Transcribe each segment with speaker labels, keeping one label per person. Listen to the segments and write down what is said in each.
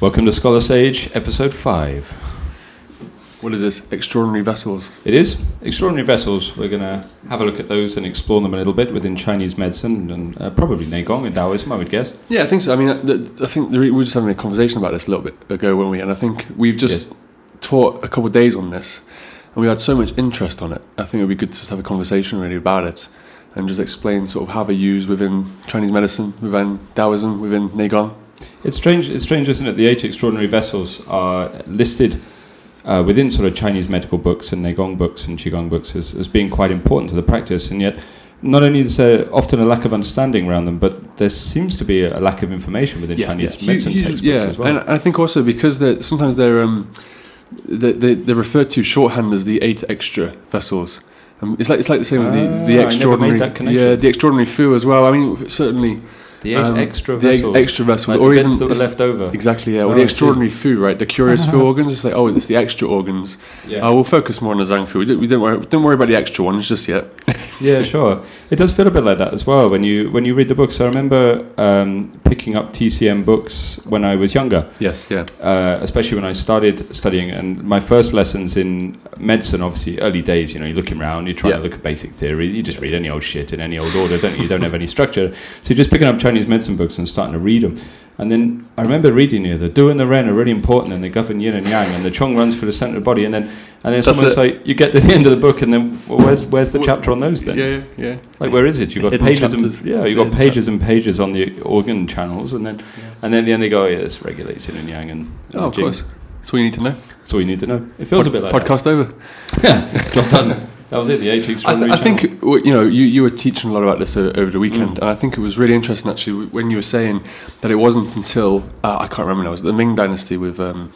Speaker 1: Welcome to Scholar Sage, episode 5.
Speaker 2: What is this? Extraordinary vessels.
Speaker 1: It is Extraordinary Vessels. We're going to have a look at those and explore them a little bit within Chinese medicine and uh, probably Nagong and Taoism, I would guess.
Speaker 2: Yeah, I think so. I mean, I, I think the re- we were just having a conversation about this a little bit ago, weren't we? And I think we've just taught a couple of days on this, and we had so much interest on it. I think it would be good to just have a conversation really about it, and just explain sort of how they use within Chinese medicine, within Taoism, within Nagong.
Speaker 1: It's strange, it's strange, isn't it? The eight extraordinary vessels are listed uh, within sort of Chinese medical books and Nagong books and Qigong books as, as being quite important to the practice, and yet not only is there often a lack of understanding around them, but there seems to be a lack of information within Chinese
Speaker 2: Hu-
Speaker 1: medicine
Speaker 2: huge-
Speaker 1: textbooks
Speaker 2: yeah,
Speaker 1: as well.
Speaker 2: and I think also because they're sometimes they're um, they, they they're referred to shorthand as the eight extra vessels. Um, it's like it's like the same with
Speaker 1: Ah,
Speaker 2: the,
Speaker 1: I never
Speaker 2: the
Speaker 1: made
Speaker 2: extraordinary
Speaker 1: that connection.
Speaker 2: yeah the extraordinary few as well. I mean certainly
Speaker 1: the eight
Speaker 2: um,
Speaker 1: extra
Speaker 2: the
Speaker 1: vessels,
Speaker 2: eight extra vessels
Speaker 1: like
Speaker 2: or
Speaker 1: the
Speaker 2: even
Speaker 1: bits that were
Speaker 2: it's-
Speaker 1: left over.
Speaker 2: exactly yeah
Speaker 1: Oh,
Speaker 2: or
Speaker 1: I see.
Speaker 2: the extraordinary few right the curious few organs. It's like oh it's the extra organs.
Speaker 1: Yeah.
Speaker 2: Oh, we'll focus more on the zhang few. We don't, we don't worry don't worry about the extra ones just yet.
Speaker 1: Yeah, sure. It does feel a bit like that as well when you when you read the books. I remember um, picking up TCM books when I was younger,
Speaker 2: Yes yeah
Speaker 1: uh, especially when I started studying. And my first lessons in medicine, obviously, early days. You know, you're looking around, you're trying to
Speaker 2: Yeah.
Speaker 1: look at basic theory. You just read any old shit in any old order, don't you? You don't have any structure. So you're just picking up Chinese medicine books and starting to read them. And then I remember reading here, the do and the ren are really important, and they govern yin and yang, and the chong runs for the center of the body. And then, and then
Speaker 2: That's
Speaker 1: someone's
Speaker 2: it.
Speaker 1: like, you get to the end of the book, and then well, where's where's the
Speaker 2: Wh-
Speaker 1: chapter on those then?
Speaker 2: yeah yeah.
Speaker 1: Like where is it? You've got
Speaker 2: Hidden
Speaker 1: pages
Speaker 2: chapters.
Speaker 1: and yeah, you've got
Speaker 2: Hidden
Speaker 1: pages and pages on the organ channels, and then
Speaker 2: Yeah.
Speaker 1: and then at the end they go, oh, yeah, it's regulated and yang and, and
Speaker 2: Oh of
Speaker 1: jing."
Speaker 2: course. That's all you need to know.
Speaker 1: That's all you need to know. It feels
Speaker 2: Pod-
Speaker 1: a bit like
Speaker 2: podcast over.
Speaker 1: That. Job done. That was it. The eight
Speaker 2: I, th-
Speaker 1: extraordinary.
Speaker 2: I think
Speaker 1: channels.
Speaker 2: w- you know you, you were teaching a lot about this o- over the weekend,
Speaker 1: Mm.
Speaker 2: and I think it was really interesting actually w- when you were saying that it wasn't until uh, I can't remember now it was the Ming Dynasty with um,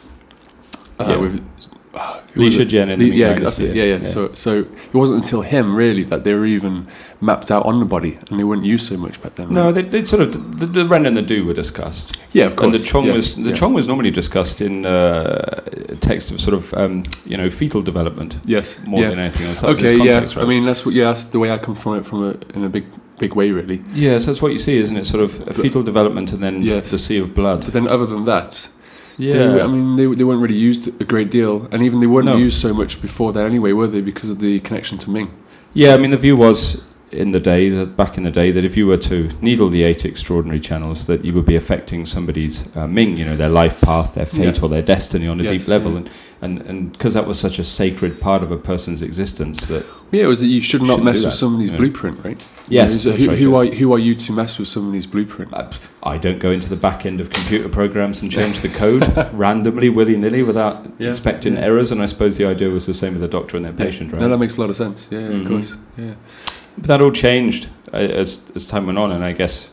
Speaker 2: uh,
Speaker 1: Yeah.
Speaker 2: with uh, who
Speaker 1: Li
Speaker 2: was it?
Speaker 1: Shijian and
Speaker 2: Li-
Speaker 1: the Ming
Speaker 2: yeah, that's
Speaker 1: Dynasty,
Speaker 2: it, yeah, yeah, So so it wasn't until him really that they were even mapped out on the body, and they weren't used so much back then.
Speaker 1: no,
Speaker 2: right?
Speaker 1: they, they sort of the, the ren and the do were discussed,
Speaker 2: yeah, of
Speaker 1: and
Speaker 2: course.
Speaker 1: the chong
Speaker 2: yeah,
Speaker 1: was the
Speaker 2: yeah.
Speaker 1: chong was normally discussed in uh, a text of sort of um, you know fetal development
Speaker 2: Yes,
Speaker 1: more
Speaker 2: yeah.
Speaker 1: than anything else. That was
Speaker 2: Okay,
Speaker 1: its context,
Speaker 2: yeah.
Speaker 1: right?
Speaker 2: I mean, that's what. Yeah, that's the way I come from it, from a in a big, big way, really.
Speaker 1: yeah, so that's what you see, isn't it? Sort of a fetal development and then
Speaker 2: Yes.
Speaker 1: the sea of blood.
Speaker 2: But then, other than that,
Speaker 1: Yeah,
Speaker 2: They, I mean, they, they weren't really used a great deal, and even they weren't
Speaker 1: No.
Speaker 2: used so much before that anyway, were they? Because of the connection to Ming.
Speaker 1: Yeah, I mean the view was in the day that back in the day that if you were to needle the eight extraordinary channels, that you would be affecting somebody's uh, Ming, you know, their life path, their fate,
Speaker 2: Yeah.
Speaker 1: or their destiny on a
Speaker 2: Yes,
Speaker 1: deep level,
Speaker 2: yeah.
Speaker 1: and and and because that was such a sacred part of a person's existence that
Speaker 2: Yeah, it was that you should not
Speaker 1: Shouldn't do
Speaker 2: mess
Speaker 1: that,
Speaker 2: with somebody's
Speaker 1: yeah.
Speaker 2: blueprint, right?
Speaker 1: Yes,
Speaker 2: You know, so
Speaker 1: that's
Speaker 2: who,
Speaker 1: right,
Speaker 2: who
Speaker 1: yeah.
Speaker 2: are who are you to mess with somebody's blueprint?
Speaker 1: uh, pff, I don't go into the back end of computer programs and change the code randomly, willy nilly, without
Speaker 2: Yeah,
Speaker 1: expecting
Speaker 2: yeah.
Speaker 1: errors. And I suppose the idea was the same with the doctor and their patient, right?
Speaker 2: No, that makes a lot of sense. Yeah,
Speaker 1: Mhm.
Speaker 2: of course. Yeah,
Speaker 1: But that all changed uh, as as time went on, and I guess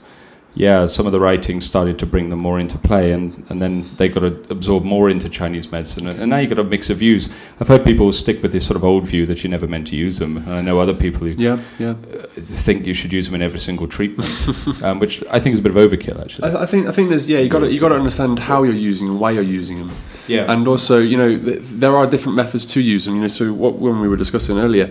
Speaker 1: yeah, some of the writing started to bring them more into play, and, and then they got to absorb more into Chinese medicine, and, and now you got a mix of views. I've heard people stick with this sort of old view that you're never meant to use them, and I know other people who
Speaker 2: yeah, yeah.
Speaker 1: uh, think you should use them in every single treatment, um, which I think is a bit of overkill, actually.
Speaker 2: I, I think I think there's yeah. You got to you got to understand how you're using and why you're using them.
Speaker 1: yeah,
Speaker 2: And also, you know, th- there are different methods to use them. You know, so what when we were discussing earlier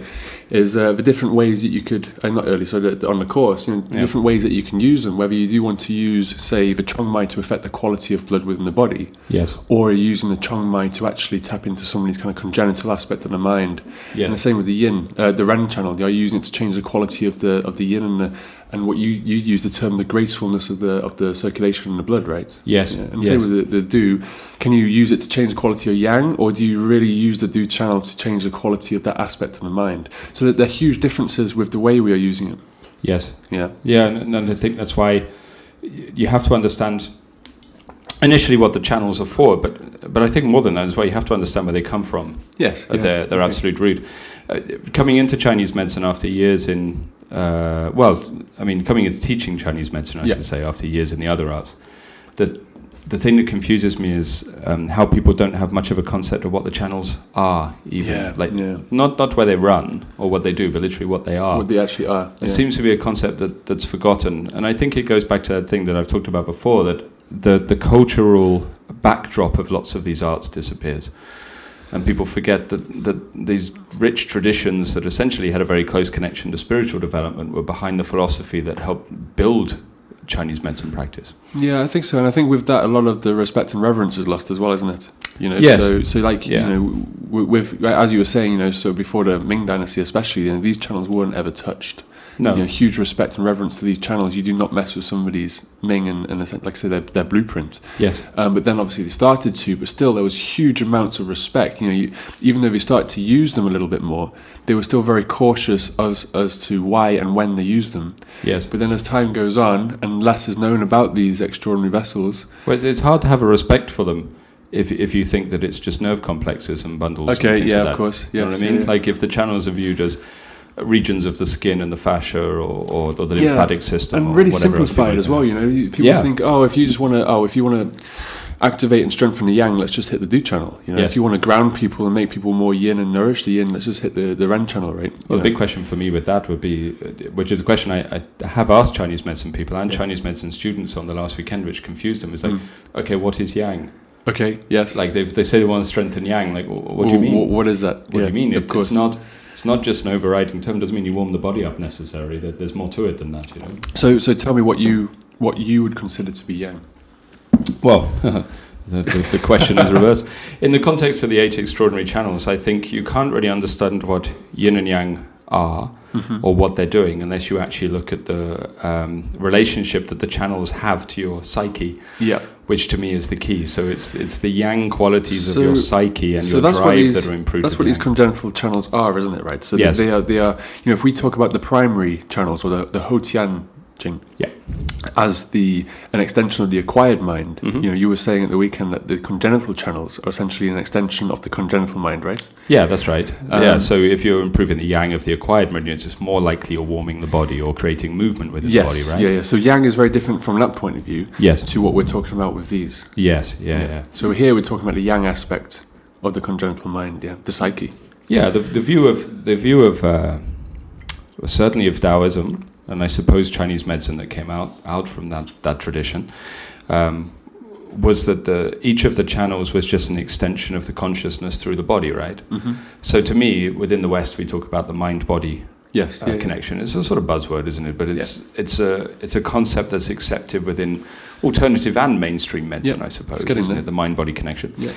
Speaker 2: is uh, the different ways that you could, uh, not early, so the, on the course, you know, the
Speaker 1: Yeah.
Speaker 2: different ways that you can use them. Whether you do want to use, say, the Chong Mai to affect the quality of blood within the body,
Speaker 1: yes,
Speaker 2: or you're using the Chong Mai to actually tap into somebody's kind of congenital aspect of the mind. And the
Speaker 1: yes,
Speaker 2: same with the Yin, uh, the Ren channel. They are using it to change the quality of the of the Yin and the, and what you you use the term the gracefulness of the of the circulation in the blood, right?
Speaker 1: yes,
Speaker 2: Yeah, and
Speaker 1: yes.
Speaker 2: same with the, the do. Can you use it to change the quality of yang, or do you really use the do channel to change the quality of that aspect of the mind? So that there are huge differences with the way we are using it.
Speaker 1: yes.
Speaker 2: Yeah.
Speaker 1: Yeah, and, and I think that's why y- you have to understand initially what the channels are for, but but I think more than that is why you have to understand where they come from
Speaker 2: Yes.
Speaker 1: at their, their absolute root. Uh, coming into Chinese medicine after years in, uh, well, I mean, coming into teaching Chinese medicine, I
Speaker 2: Yeah.
Speaker 1: should say, after years in the other arts, the, the thing that confuses me is um, how people don't have much of a concept of what the channels are, even.
Speaker 2: Yeah.
Speaker 1: Like,
Speaker 2: yeah.
Speaker 1: not, not where they run or what they do, but literally what they are.
Speaker 2: What they actually are.
Speaker 1: It seems to be a concept that, that's forgotten. And I think it goes back to that thing that I've talked about before that the, the cultural backdrop of lots of these arts disappears. And people forget that, that these rich traditions that essentially had a very close connection to spiritual development were behind the philosophy that helped build Chinese medicine practice.
Speaker 2: Yeah, I think so, and I think with that, a lot of the respect and reverence is lost as well, isn't it? You know,
Speaker 1: Yes.
Speaker 2: so so like
Speaker 1: Yeah.
Speaker 2: you know, w- with as you were saying, you know, so before the Ming Dynasty, especially, you know, these channels weren't ever touched.
Speaker 1: No,
Speaker 2: You know, huge respect and reverence to these channels. You do not mess with somebody's Ming and, and it's like like I say, their, their blueprint.
Speaker 1: yes,
Speaker 2: Um, but then obviously they started to, but still there was huge amounts of respect. You know, you, even though they started to use them a little bit more, they were still very cautious as as to why and when they used them.
Speaker 1: yes.
Speaker 2: But then as time goes on and less is known about these extraordinary vessels,
Speaker 1: Well, it's- it's hard to have a respect for them if if you think that it's just nerve complexes and bundles. and
Speaker 2: okay,
Speaker 1: things
Speaker 2: yeah,
Speaker 1: like that.
Speaker 2: of course, yes,
Speaker 1: You know what I mean?
Speaker 2: yeah,
Speaker 1: Like if the channels are viewed as regions of the skin and the fascia or, or, or the
Speaker 2: Yeah,
Speaker 1: lymphatic system,
Speaker 2: and
Speaker 1: or
Speaker 2: really
Speaker 1: whatever else
Speaker 2: simplified
Speaker 1: people
Speaker 2: as well. You know, You- people
Speaker 1: Yeah.
Speaker 2: think, oh, if you just want to, oh, if you want to activate and strengthen the yang, let's just hit the do channel. You know,
Speaker 1: Yes.
Speaker 2: if you want to ground people and make people more yin and nourish the yin, let's just hit the the ren channel, right? You
Speaker 1: Well, the
Speaker 2: know?
Speaker 1: big question for me with that would be, uh, which is a question I, I have asked Chinese medicine people and
Speaker 2: Yes.
Speaker 1: Chinese medicine students on the last weekend, which confused them. Is like,
Speaker 2: Mm.
Speaker 1: okay, what is yang?
Speaker 2: okay, yes.
Speaker 1: Like they they say they want to strengthen yang. Like, wh- what do you
Speaker 2: Wh-
Speaker 1: mean?
Speaker 2: wh- what is that?
Speaker 1: What do
Speaker 2: Yeah,
Speaker 1: you mean?
Speaker 2: Of
Speaker 1: It-
Speaker 2: course.
Speaker 1: It's not. It's not just an overriding term. Doesn't mean you warm the body up necessarily. There- There's more to it than that. You know.
Speaker 2: So, so tell me what you what you would consider to be yang.
Speaker 1: Well, the, the, the question is reversed. In the context of the eight extraordinary channels, I think you can't really understand what yin and yang are
Speaker 2: Mm-hmm.
Speaker 1: or what they're doing unless you actually look at the um, relationship that the channels have to your psyche,
Speaker 2: Yeah.
Speaker 1: which to me is the key. So it's it's the yang qualities
Speaker 2: So-
Speaker 1: of your psyche and
Speaker 2: so
Speaker 1: your
Speaker 2: that's what
Speaker 1: drive
Speaker 2: these-
Speaker 1: that are improved.
Speaker 2: That's
Speaker 1: with
Speaker 2: what these
Speaker 1: yang.
Speaker 2: congenital channels are, isn't it? Right. So they-
Speaker 1: Yes.
Speaker 2: they are. They are. You know, if we talk about the primary channels or the the Ho Tian Jing,
Speaker 1: Yeah.
Speaker 2: as the an extension of the acquired mind.
Speaker 1: Mhm.
Speaker 2: You know, you were saying at the weekend that the congenital channels are essentially an extension of the congenital mind, right?
Speaker 1: Yeah, that's right. yeah,
Speaker 2: Um,
Speaker 1: so if you're improving the yang of the acquired meridians, it's more likely you're warming the body or creating movement within
Speaker 2: yes.
Speaker 1: the body, right?
Speaker 2: Yeah. Yeah. So yang is very different from that point of view
Speaker 1: Yes.
Speaker 2: to what we're talking about with these.
Speaker 1: Yes. Yeah. Yeah.
Speaker 2: So here we're talking about the yang aspect of the congenital mind. Yeah. The psyche.
Speaker 1: Yeah, the, the view of the view of uh, well, certainly of Taoism, and I suppose Chinese medicine that came out out from that that tradition, um, was that the each of the channels was just an extension of the consciousness through the body, right?
Speaker 2: Mm-hmm.
Speaker 1: So to me, within the West, we talk about the mind body
Speaker 2: Yes.
Speaker 1: uh,
Speaker 2: yeah, yeah.
Speaker 1: connection. It's a sort of buzzword, isn't it? But it's it's a it's a concept that's accepted within alternative and mainstream medicine, I suppose,
Speaker 2: getting
Speaker 1: isn't
Speaker 2: there.
Speaker 1: it? The mind body connection.
Speaker 2: Yeah.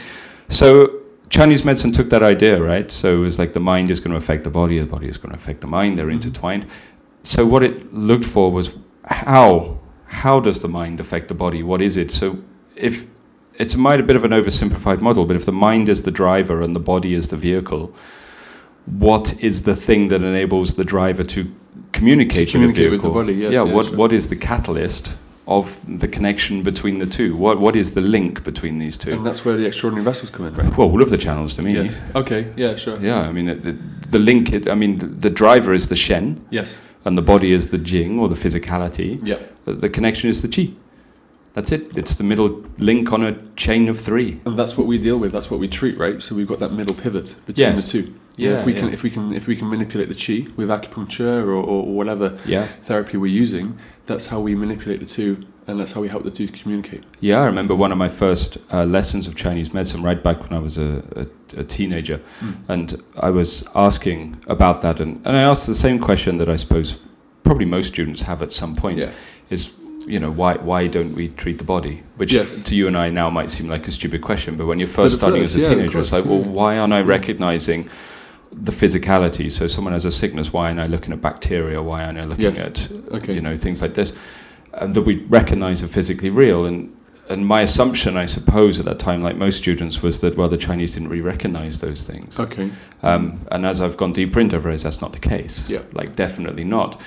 Speaker 1: So Chinese medicine took that idea, right? So it was like the mind is going to affect the body, the body is going to affect the mind. They're
Speaker 2: Mhm.
Speaker 1: intertwined. So what it looked for was how how does the mind affect the body? What is it? So if it's a might a bit of an oversimplified model, but if the mind is the driver and the body is the vehicle, what is the thing that enables the driver to communicate,
Speaker 2: To communicate
Speaker 1: with
Speaker 2: with
Speaker 1: the vehicle?
Speaker 2: the body, yes,
Speaker 1: yeah.
Speaker 2: yes,
Speaker 1: what
Speaker 2: sure.
Speaker 1: what is the catalyst of the connection between the two? What what is the link between these
Speaker 2: And
Speaker 1: two?
Speaker 2: that's where the extraordinary vessels come in, right?
Speaker 1: Well, all of the channels to me.
Speaker 2: Yes. Okay. Yeah. Sure.
Speaker 1: Yeah, I mean it, the, the link. It, I mean the, the driver is the shen,
Speaker 2: Yes.
Speaker 1: and the body is the jing or the physicality.
Speaker 2: Yeah.
Speaker 1: The, the connection is the qi. That's it. It's the middle link on a chain of three.
Speaker 2: And that's what we deal with. That's what we treat, right? So we've got that middle pivot between
Speaker 1: Yes.
Speaker 2: the two.
Speaker 1: Yeah,
Speaker 2: If we
Speaker 1: yeah.
Speaker 2: can, if we can, if we can manipulate the chi with acupuncture or, or whatever
Speaker 1: Yeah.
Speaker 2: therapy we're using, that's how we manipulate the two, and that's how we help the two communicate.
Speaker 1: Yeah, I remember one of my first uh, lessons of Chinese medicine right back when I was a, a, a teenager.
Speaker 2: Mm.
Speaker 1: And I was asking about that. And, and I asked the same question that I suppose probably most students have at some point
Speaker 2: Yeah.
Speaker 1: is, you know, why, why don't we treat the body? Which
Speaker 2: Yes.
Speaker 1: to you and I now might seem like a stupid question. But when you're first
Speaker 2: at
Speaker 1: starting
Speaker 2: first,
Speaker 1: as a
Speaker 2: yeah, of
Speaker 1: teenager, it's
Speaker 2: course,
Speaker 1: like, well,
Speaker 2: yeah.
Speaker 1: why aren't I
Speaker 2: Yeah.
Speaker 1: recognizing the physicality? So someone has a sickness, why aren't I looking at bacteria? Why aren't I looking
Speaker 2: Yes.
Speaker 1: at
Speaker 2: Okay.
Speaker 1: you know things like this and that we recognize are physically real and and my assumption i suppose at that time like most students was that well the chinese didn't really recognize those things
Speaker 2: Okay.
Speaker 1: um, and as i've gone deeper into it, I've realised that's not the case
Speaker 2: Yeah.
Speaker 1: like definitely not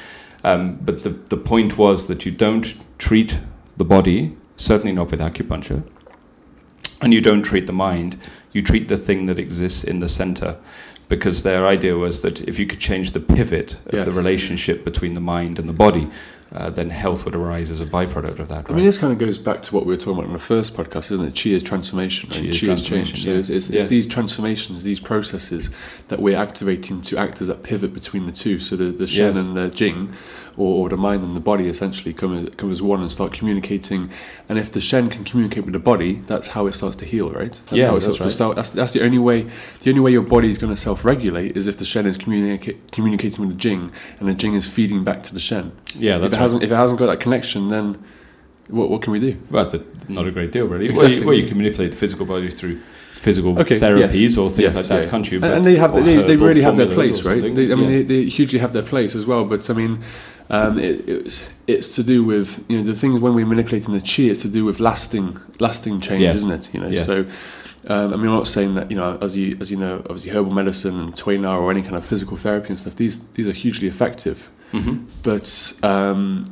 Speaker 1: um, but the, the point was that you don't treat the body certainly not with acupuncture and you don't treat the mind you treat the thing that exists in the center because their idea was that if you could change the pivot of
Speaker 2: Yes.
Speaker 1: the relationship between the mind and the body, uh, then health would arise as a byproduct of that.
Speaker 2: I
Speaker 1: Right?
Speaker 2: mean, this kind of goes back to what we were talking about in the first podcast, isn't it? Chi is transformation.
Speaker 1: Qi
Speaker 2: right?
Speaker 1: is
Speaker 2: Qi
Speaker 1: transformation,
Speaker 2: change.
Speaker 1: yeah.
Speaker 2: So it's, it's,
Speaker 1: Yes.
Speaker 2: it's these transformations, these processes that we're activating to act as that pivot between the two. So the, the Shen
Speaker 1: Yes.
Speaker 2: and the Jing, or, or the mind and the body, essentially come as, come as one and start communicating. And if the Shen can communicate with the body, that's how it starts to heal, right? That's
Speaker 1: Yeah,
Speaker 2: how it
Speaker 1: that's
Speaker 2: starts
Speaker 1: right.
Speaker 2: to start. That's, that's the only way. The only way your body is going to self-regulate is if the Shen is communica- communicating with the Jing, and the Jing is feeding back to the Shen.
Speaker 1: yeah,
Speaker 2: If
Speaker 1: that's
Speaker 2: it hasn't, if it hasn't got that connection, then what, what can we do?
Speaker 1: Well, th- not a great deal, really. Well,
Speaker 2: Exactly.
Speaker 1: you, well, you can manipulate the physical body through physical
Speaker 2: Okay,
Speaker 1: therapies
Speaker 2: yes.
Speaker 1: or things
Speaker 2: Yes,
Speaker 1: like that,
Speaker 2: yeah.
Speaker 1: can't you?
Speaker 2: And, and they have,
Speaker 1: or
Speaker 2: they, they
Speaker 1: herbal
Speaker 2: really have their
Speaker 1: formulas or
Speaker 2: place, right?
Speaker 1: something.
Speaker 2: They, I mean,
Speaker 1: Yeah.
Speaker 2: they, they hugely have their place as well. But I mean, um, it, it's, it's to do with you know the things when we're manipulating the chi, it's to do with lasting lasting change,
Speaker 1: Yes.
Speaker 2: isn't it? You know,
Speaker 1: Yes.
Speaker 2: so. Um, I mean, I'm not saying that you know, as you as you know, obviously herbal medicine and Twainar or any kind of physical therapy and stuff. These these are hugely effective, Mm-hmm.
Speaker 1: Mhm.
Speaker 2: but um,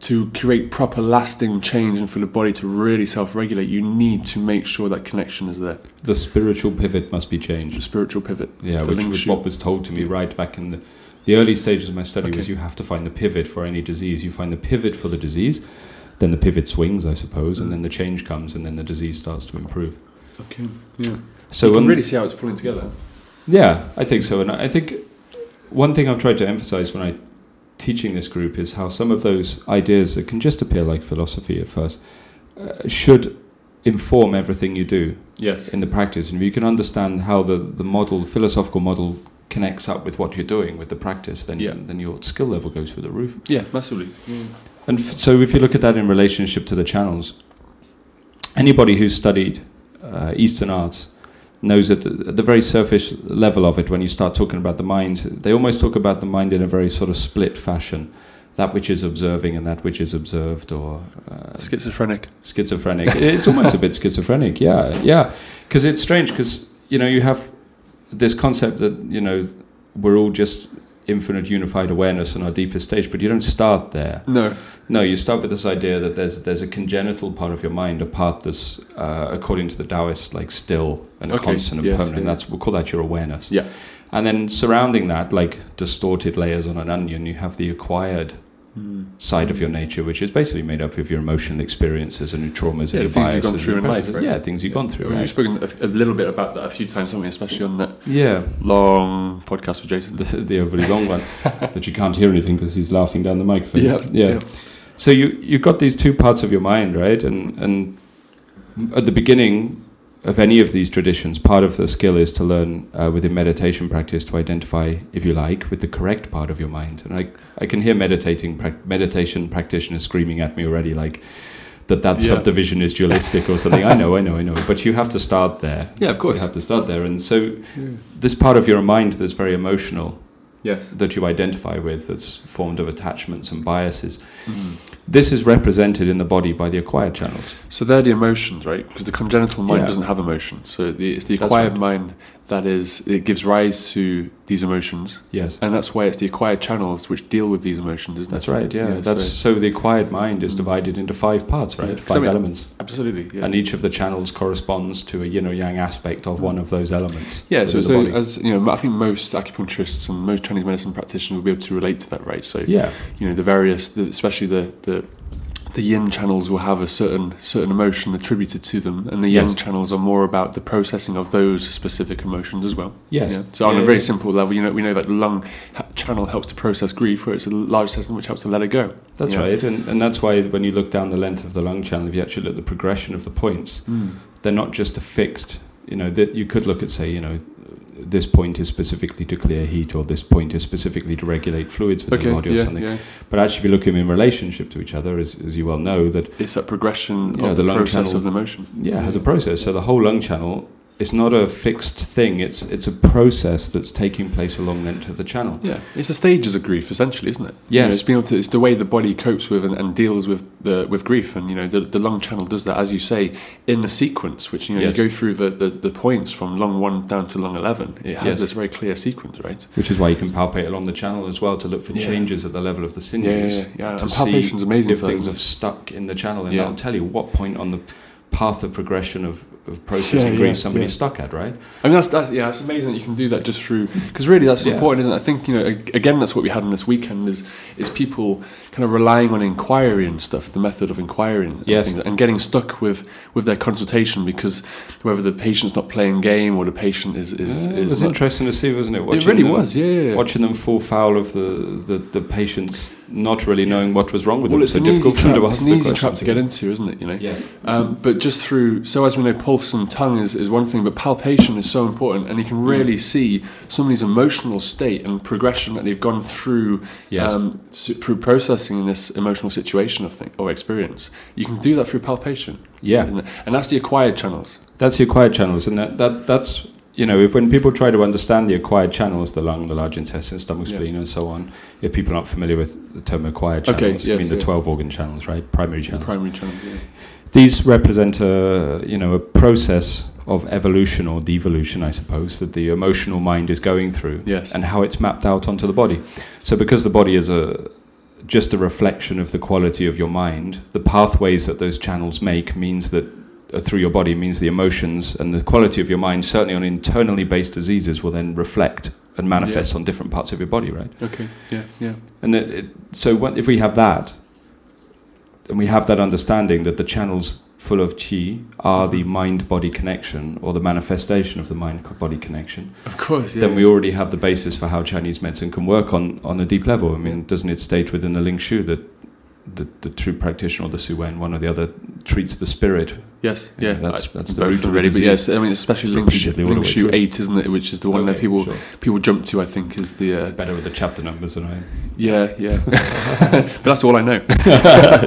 Speaker 2: to create proper lasting change and for the body to really self-regulate, you need to make sure that connection is there.
Speaker 1: The spiritual pivot must be
Speaker 2: The
Speaker 1: changed.
Speaker 2: spiritual pivot.
Speaker 1: Yeah,
Speaker 2: The
Speaker 1: which
Speaker 2: link
Speaker 1: was
Speaker 2: shoe.
Speaker 1: what was told to me right back in the, the early stages of my study was
Speaker 2: Okay.
Speaker 1: you have to find the pivot for any disease. You find the pivot for the disease, then the pivot swings, I suppose,
Speaker 2: Mm.
Speaker 1: and then the change comes, and then the disease starts to improve.
Speaker 2: Okay. Yeah.
Speaker 1: So
Speaker 2: you can
Speaker 1: un-
Speaker 2: really see how it's pulling together.
Speaker 1: Yeah, I think so. And I think one thing I've tried to emphasize when I teaching this group is how some of those ideas that can just appear like philosophy at first uh, should inform everything you do
Speaker 2: Yes.
Speaker 1: in the practice. And if you can understand how the, the model, philosophical model, connects up with what you're doing with the practice, then,
Speaker 2: Yeah.
Speaker 1: then your skill level goes through the roof.
Speaker 2: Yeah, massively. Yeah.
Speaker 1: And f- so if you look at that in relationship to the channels, anybody who's studied uh, Eastern arts knows that at the very surface level of it, when you start talking about the mind, they almost talk about the mind in a very sort of split fashion. That which is observing and that which is observed, or uh,
Speaker 2: Schizophrenic.
Speaker 1: schizophrenic. It's almost a bit schizophrenic, yeah, yeah. Because it's strange, because you know you have this concept that you know we're all just infinite unified awareness on our deepest stage, but you don't start there.
Speaker 2: No.
Speaker 1: No, you start with this idea that there's there's a congenital part of your mind, a part that's uh, according to the Taoists like still and
Speaker 2: Okay,
Speaker 1: constant and
Speaker 2: yes,
Speaker 1: permanent.
Speaker 2: yeah.
Speaker 1: That's we call that your awareness.
Speaker 2: Yeah.
Speaker 1: And then surrounding that, like distorted layers on an onion, you have the acquired side of your nature, which is basically made up of your emotional experiences and your traumas
Speaker 2: Yeah,
Speaker 1: and your
Speaker 2: the things you've
Speaker 1: biases.
Speaker 2: gone
Speaker 1: and
Speaker 2: through
Speaker 1: your
Speaker 2: in life,
Speaker 1: prejudices.
Speaker 2: right?
Speaker 1: Yeah, things you've gone through.
Speaker 2: We've
Speaker 1: Right?
Speaker 2: spoken a, a little bit about that a few times, haven't we? Especially on that
Speaker 1: Yeah,
Speaker 2: long podcast with Jason.
Speaker 1: the, the overly long one that you can't hear anything because he's laughing down the microphone. yeah.
Speaker 2: yeah.
Speaker 1: So you you've got these two parts of your mind, right? And and at the beginning of any of these traditions, part of the skill is to learn uh, within meditation practice to identify, if you like, with the correct part of your mind. And I I can hear meditating prac meditation practitioners screaming at me already, like that that
Speaker 2: Yeah.
Speaker 1: subdivision is dualistic or something. I know, I know, I know. But you have to start there.
Speaker 2: Yeah, of
Speaker 1: You
Speaker 2: course.
Speaker 1: have to start there. And so
Speaker 2: Yeah.
Speaker 1: this part of your mind that's very emotional
Speaker 2: Yes.
Speaker 1: that you identify with that's formed of attachments and biases
Speaker 2: Mm-hmm.
Speaker 1: this is represented in the body by the acquired channels.
Speaker 2: So they're the emotions, right? Because the congenital mind
Speaker 1: Yeah.
Speaker 2: doesn't have emotion. So the, it's the
Speaker 1: That's
Speaker 2: acquired
Speaker 1: right.
Speaker 2: mind that is, it gives rise to these emotions.
Speaker 1: Yes.
Speaker 2: And that's why it's the acquired channels which deal with these emotions, isn't
Speaker 1: That's
Speaker 2: it?
Speaker 1: right, yeah. That's
Speaker 2: so-
Speaker 1: so, the acquired mind is
Speaker 2: Mm.
Speaker 1: divided into five parts, right?
Speaker 2: Yeah.
Speaker 1: Five
Speaker 2: Something-
Speaker 1: elements.
Speaker 2: absolutely. Yeah.
Speaker 1: And each of the channels corresponds to a yin or yang aspect of one of those elements.
Speaker 2: Mm. Yeah, so,
Speaker 1: within the
Speaker 2: so uh,
Speaker 1: body.
Speaker 2: as you know, I think most acupuncturists and most Chinese medicine practitioners will be able to relate to that, right? So
Speaker 1: yeah,
Speaker 2: you know, the various, the, especially the, the the yin channels will have a certain certain emotion attributed to them, and the yang
Speaker 1: Yes.
Speaker 2: channels are more about the processing of those specific emotions as well.
Speaker 1: yes.
Speaker 2: Yeah. So on
Speaker 1: Yeah,
Speaker 2: a very
Speaker 1: yeah.
Speaker 2: simple level, you know, we know that the lung ha- channel helps to process grief, where it's a large system which helps to let it go.
Speaker 1: That's
Speaker 2: yeah.
Speaker 1: right. And, and that's why when you look down the length of the lung channel, if you actually look at the progression of the points, they're not just a fixed, you know, that you could look at, say, you know, this point is specifically to clear heat or this point is specifically to regulate fluids within
Speaker 2: Okay.
Speaker 1: the body or
Speaker 2: yeah,
Speaker 1: something.
Speaker 2: yeah.
Speaker 1: But actually, we look at them in relationship to each other, as, as you well know, that
Speaker 2: It's that progression
Speaker 1: Yeah,
Speaker 2: of
Speaker 1: the
Speaker 2: the,
Speaker 1: lung
Speaker 2: process
Speaker 1: channel-
Speaker 2: of the emotion.
Speaker 1: yeah, it has a process. So the whole lung channel is not a fixed thing. It's it's a process that's taking place along the length of the channel.
Speaker 2: Yeah, it's the stages of grief, essentially, isn't it?
Speaker 1: Yes.
Speaker 2: You know, it's being able to, it's the way the body copes with and, and deals with the with grief, and you know the, the lung channel does that, as you say, in the sequence, which you know
Speaker 1: Yes.
Speaker 2: you go through the, the, the points from lung one down to lung eleven. It has
Speaker 1: Yes.
Speaker 2: this very clear sequence, right?
Speaker 1: Which is why you can palpate along the channel as well to look for
Speaker 2: Yeah.
Speaker 1: changes at the level of the
Speaker 2: Yeah, yeah,
Speaker 1: sinews.
Speaker 2: yeah. yeah.
Speaker 1: To
Speaker 2: And
Speaker 1: see
Speaker 2: palpation's amazing.
Speaker 1: If
Speaker 2: for that,
Speaker 1: things
Speaker 2: isn't
Speaker 1: have stuck in the channel, and
Speaker 2: Yeah.
Speaker 1: that'll tell you what point on the path of progression of, of processing
Speaker 2: Yeah,
Speaker 1: grief
Speaker 2: yeah,
Speaker 1: somebody's
Speaker 2: yeah.
Speaker 1: stuck at, right?
Speaker 2: it? I mean, that's, that's yeah, that's amazing that you can do that just through because really that's
Speaker 1: Yeah.
Speaker 2: important, isn't it? I think you know ag- again that's what we had on this weekend is is people kind of relying on inquiry and stuff, the method of inquiry and
Speaker 1: Yes.
Speaker 2: things, and getting stuck with with their consultation because whether the patient's not playing game or the patient is is,
Speaker 1: Uh, it
Speaker 2: is
Speaker 1: was
Speaker 2: not,
Speaker 1: interesting to see, wasn't it?
Speaker 2: it really
Speaker 1: them-
Speaker 2: was, yeah, yeah, yeah.
Speaker 1: Watching them fall foul of the, the, the patient's not really knowing what was wrong with
Speaker 2: Well,
Speaker 1: them.
Speaker 2: it's,
Speaker 1: So
Speaker 2: an easy,
Speaker 1: difficult for
Speaker 2: trap,
Speaker 1: them to
Speaker 2: it's
Speaker 1: ask
Speaker 2: an
Speaker 1: the
Speaker 2: easy
Speaker 1: question.
Speaker 2: trap to get into, isn't it? You know,
Speaker 1: Yes.
Speaker 2: um, but just through. So as we know, pulse and tongue is, is one thing, but palpation is so important, and you can
Speaker 1: Mm.
Speaker 2: really see somebody's emotional state and progression that they've gone through
Speaker 1: Yes.
Speaker 2: um, s- through processing this emotional situation or thing or experience. You can do that through palpation.
Speaker 1: yeah.
Speaker 2: isn't it? and that's the acquired channels.
Speaker 1: That's the acquired channels, and that, that that's you know if when people try to understand the acquired channels, the lung, the large intestine, stomach,
Speaker 2: Yeah.
Speaker 1: spleen, and so on. If people aren't familiar with the term acquired channels,
Speaker 2: Okay,
Speaker 1: I
Speaker 2: yes,
Speaker 1: mean the
Speaker 2: yeah.
Speaker 1: twelve organ channels, right? Primary
Speaker 2: The
Speaker 1: channels.
Speaker 2: primary channel. Yeah.
Speaker 1: These represent a you know a process of evolution or devolution, I suppose, that the emotional mind is going through
Speaker 2: Yes.
Speaker 1: and how it's mapped out onto the body. So because the body is a just a reflection of the quality of your mind, the pathways that those channels make means that uh, through your body means the emotions and the quality of your mind certainly on internally based diseases will then reflect and manifest on different parts of your body, right?
Speaker 2: okay. Yeah. Yeah.
Speaker 1: And it, it, so what, if we have that, and we have that understanding that the channels full of qi are the mind-body connection or the manifestation of the mind-body connection,
Speaker 2: Of course. Yeah.
Speaker 1: then we already have the basis for how Chinese medicine can work on, on a deep level. I mean, doesn't it state within the Ling Shu that the, the true practitioner or the Su Wen, one or the other, treats the spirit?
Speaker 2: Yes,
Speaker 1: Yeah,
Speaker 2: yeah,
Speaker 1: that's- that's the
Speaker 2: both
Speaker 1: root of the
Speaker 2: already, but
Speaker 1: disease.
Speaker 2: yes, I mean, especially Ling Shu,
Speaker 1: Repeatedly all the
Speaker 2: Ling
Speaker 1: way
Speaker 2: Shu
Speaker 1: through.
Speaker 2: Eight, isn't it? Which is the one that
Speaker 1: Okay,
Speaker 2: people
Speaker 1: sure.
Speaker 2: people jump to. I think is the uh,
Speaker 1: better with the chapter numbers than I am.
Speaker 2: yeah, yeah. but that's all I know.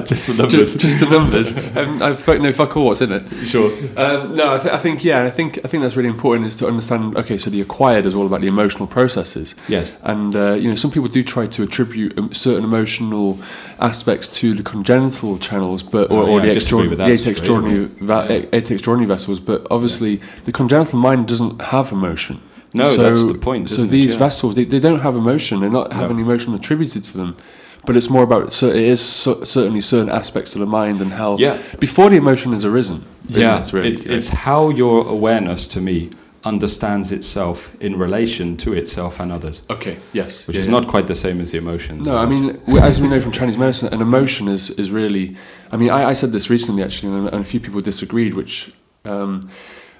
Speaker 1: Just the
Speaker 2: just, just the numbers. um, I fuck, no fuck all what's in it.
Speaker 1: sure.
Speaker 2: Um, no, I, th- I think yeah, I think I think that's really important is to understand. Okay, so the acquired is all about the emotional processes,
Speaker 1: Yes.
Speaker 2: and uh, you know some people do try to attribute um, certain emotional aspects to the congenital channels, but or,
Speaker 1: Oh,
Speaker 2: or
Speaker 1: yeah, I
Speaker 2: the,
Speaker 1: disagree
Speaker 2: extraordinary,
Speaker 1: with
Speaker 2: the
Speaker 1: that
Speaker 2: eight
Speaker 1: straight
Speaker 2: extraordinary, va-
Speaker 1: Yeah.
Speaker 2: eight extraordinary vessels. But obviously, the congenital mind doesn't have emotion.
Speaker 1: No, that's the point,
Speaker 2: So
Speaker 1: isn't it?
Speaker 2: these
Speaker 1: Yeah.
Speaker 2: vessels, they, they don't have emotion. They're not having emotion attributed to them. But it's more about so it is cer- certainly certain aspects of the mind and how
Speaker 1: Yeah.
Speaker 2: before the emotion has arisen. isn't
Speaker 1: Yeah,
Speaker 2: it, really?
Speaker 1: it's, it's how your awareness to me understands itself in relation to itself and others,
Speaker 2: okay. Yes,
Speaker 1: which
Speaker 2: yeah,
Speaker 1: is
Speaker 2: yeah.
Speaker 1: not quite the same as the emotion.
Speaker 2: No, I mean, we- as we know from Chinese medicine, an emotion is, is really. I mean, I, I said this recently actually, and, and a few people disagreed. Which, um,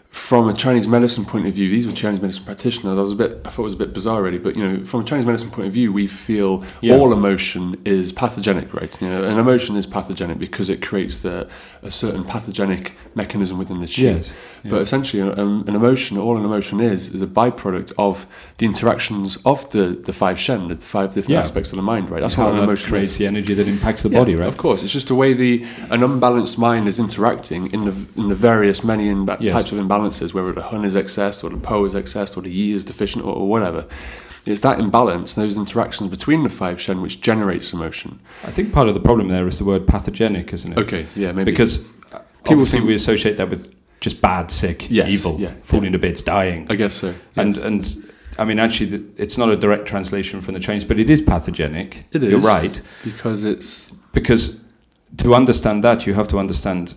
Speaker 2: from a Chinese medicine point of view, these were Chinese medicine practitioners. I was a bit, I thought it was a bit bizarre, really. But you know, from a Chinese medicine point of view, we feel
Speaker 1: Yeah.
Speaker 2: all emotion is pathogenic, right? You know, an emotion is pathogenic because it creates the, a certain pathogenic mechanism within the qi.
Speaker 1: Yes, yeah.
Speaker 2: But essentially, an, an emotion, all an emotion is, is a byproduct of the interactions of the, the five shen, the five different
Speaker 1: Yeah.
Speaker 2: aspects of the mind, right? That's
Speaker 1: how
Speaker 2: what an
Speaker 1: that
Speaker 2: emotion
Speaker 1: creates
Speaker 2: is.
Speaker 1: the energy that impacts the body,
Speaker 2: Yeah,
Speaker 1: right?
Speaker 2: Of course, it's just the way the an unbalanced mind is interacting in the in the various many imba-
Speaker 1: Yes.
Speaker 2: types of imbalances, whether the hun is excess or the po is excess or the yi is deficient or, or whatever. It's that imbalance, those interactions between the five shen, which generates emotion.
Speaker 1: I think part of the problem there is the word pathogenic, isn't it?
Speaker 2: Okay, yeah, maybe
Speaker 1: Because uh, people
Speaker 2: People
Speaker 1: obviously
Speaker 2: think-
Speaker 1: we associate that with just bad, sick,
Speaker 2: Yes,
Speaker 1: evil,
Speaker 2: yeah,
Speaker 1: falling to bits, dying,
Speaker 2: I guess so.
Speaker 1: and
Speaker 2: yes.
Speaker 1: and I mean actually th- it's not a direct translation from the Chinese, but it is pathogenic.
Speaker 2: It
Speaker 1: You're
Speaker 2: is.
Speaker 1: right.
Speaker 2: because it's
Speaker 1: because to understand that you have to understand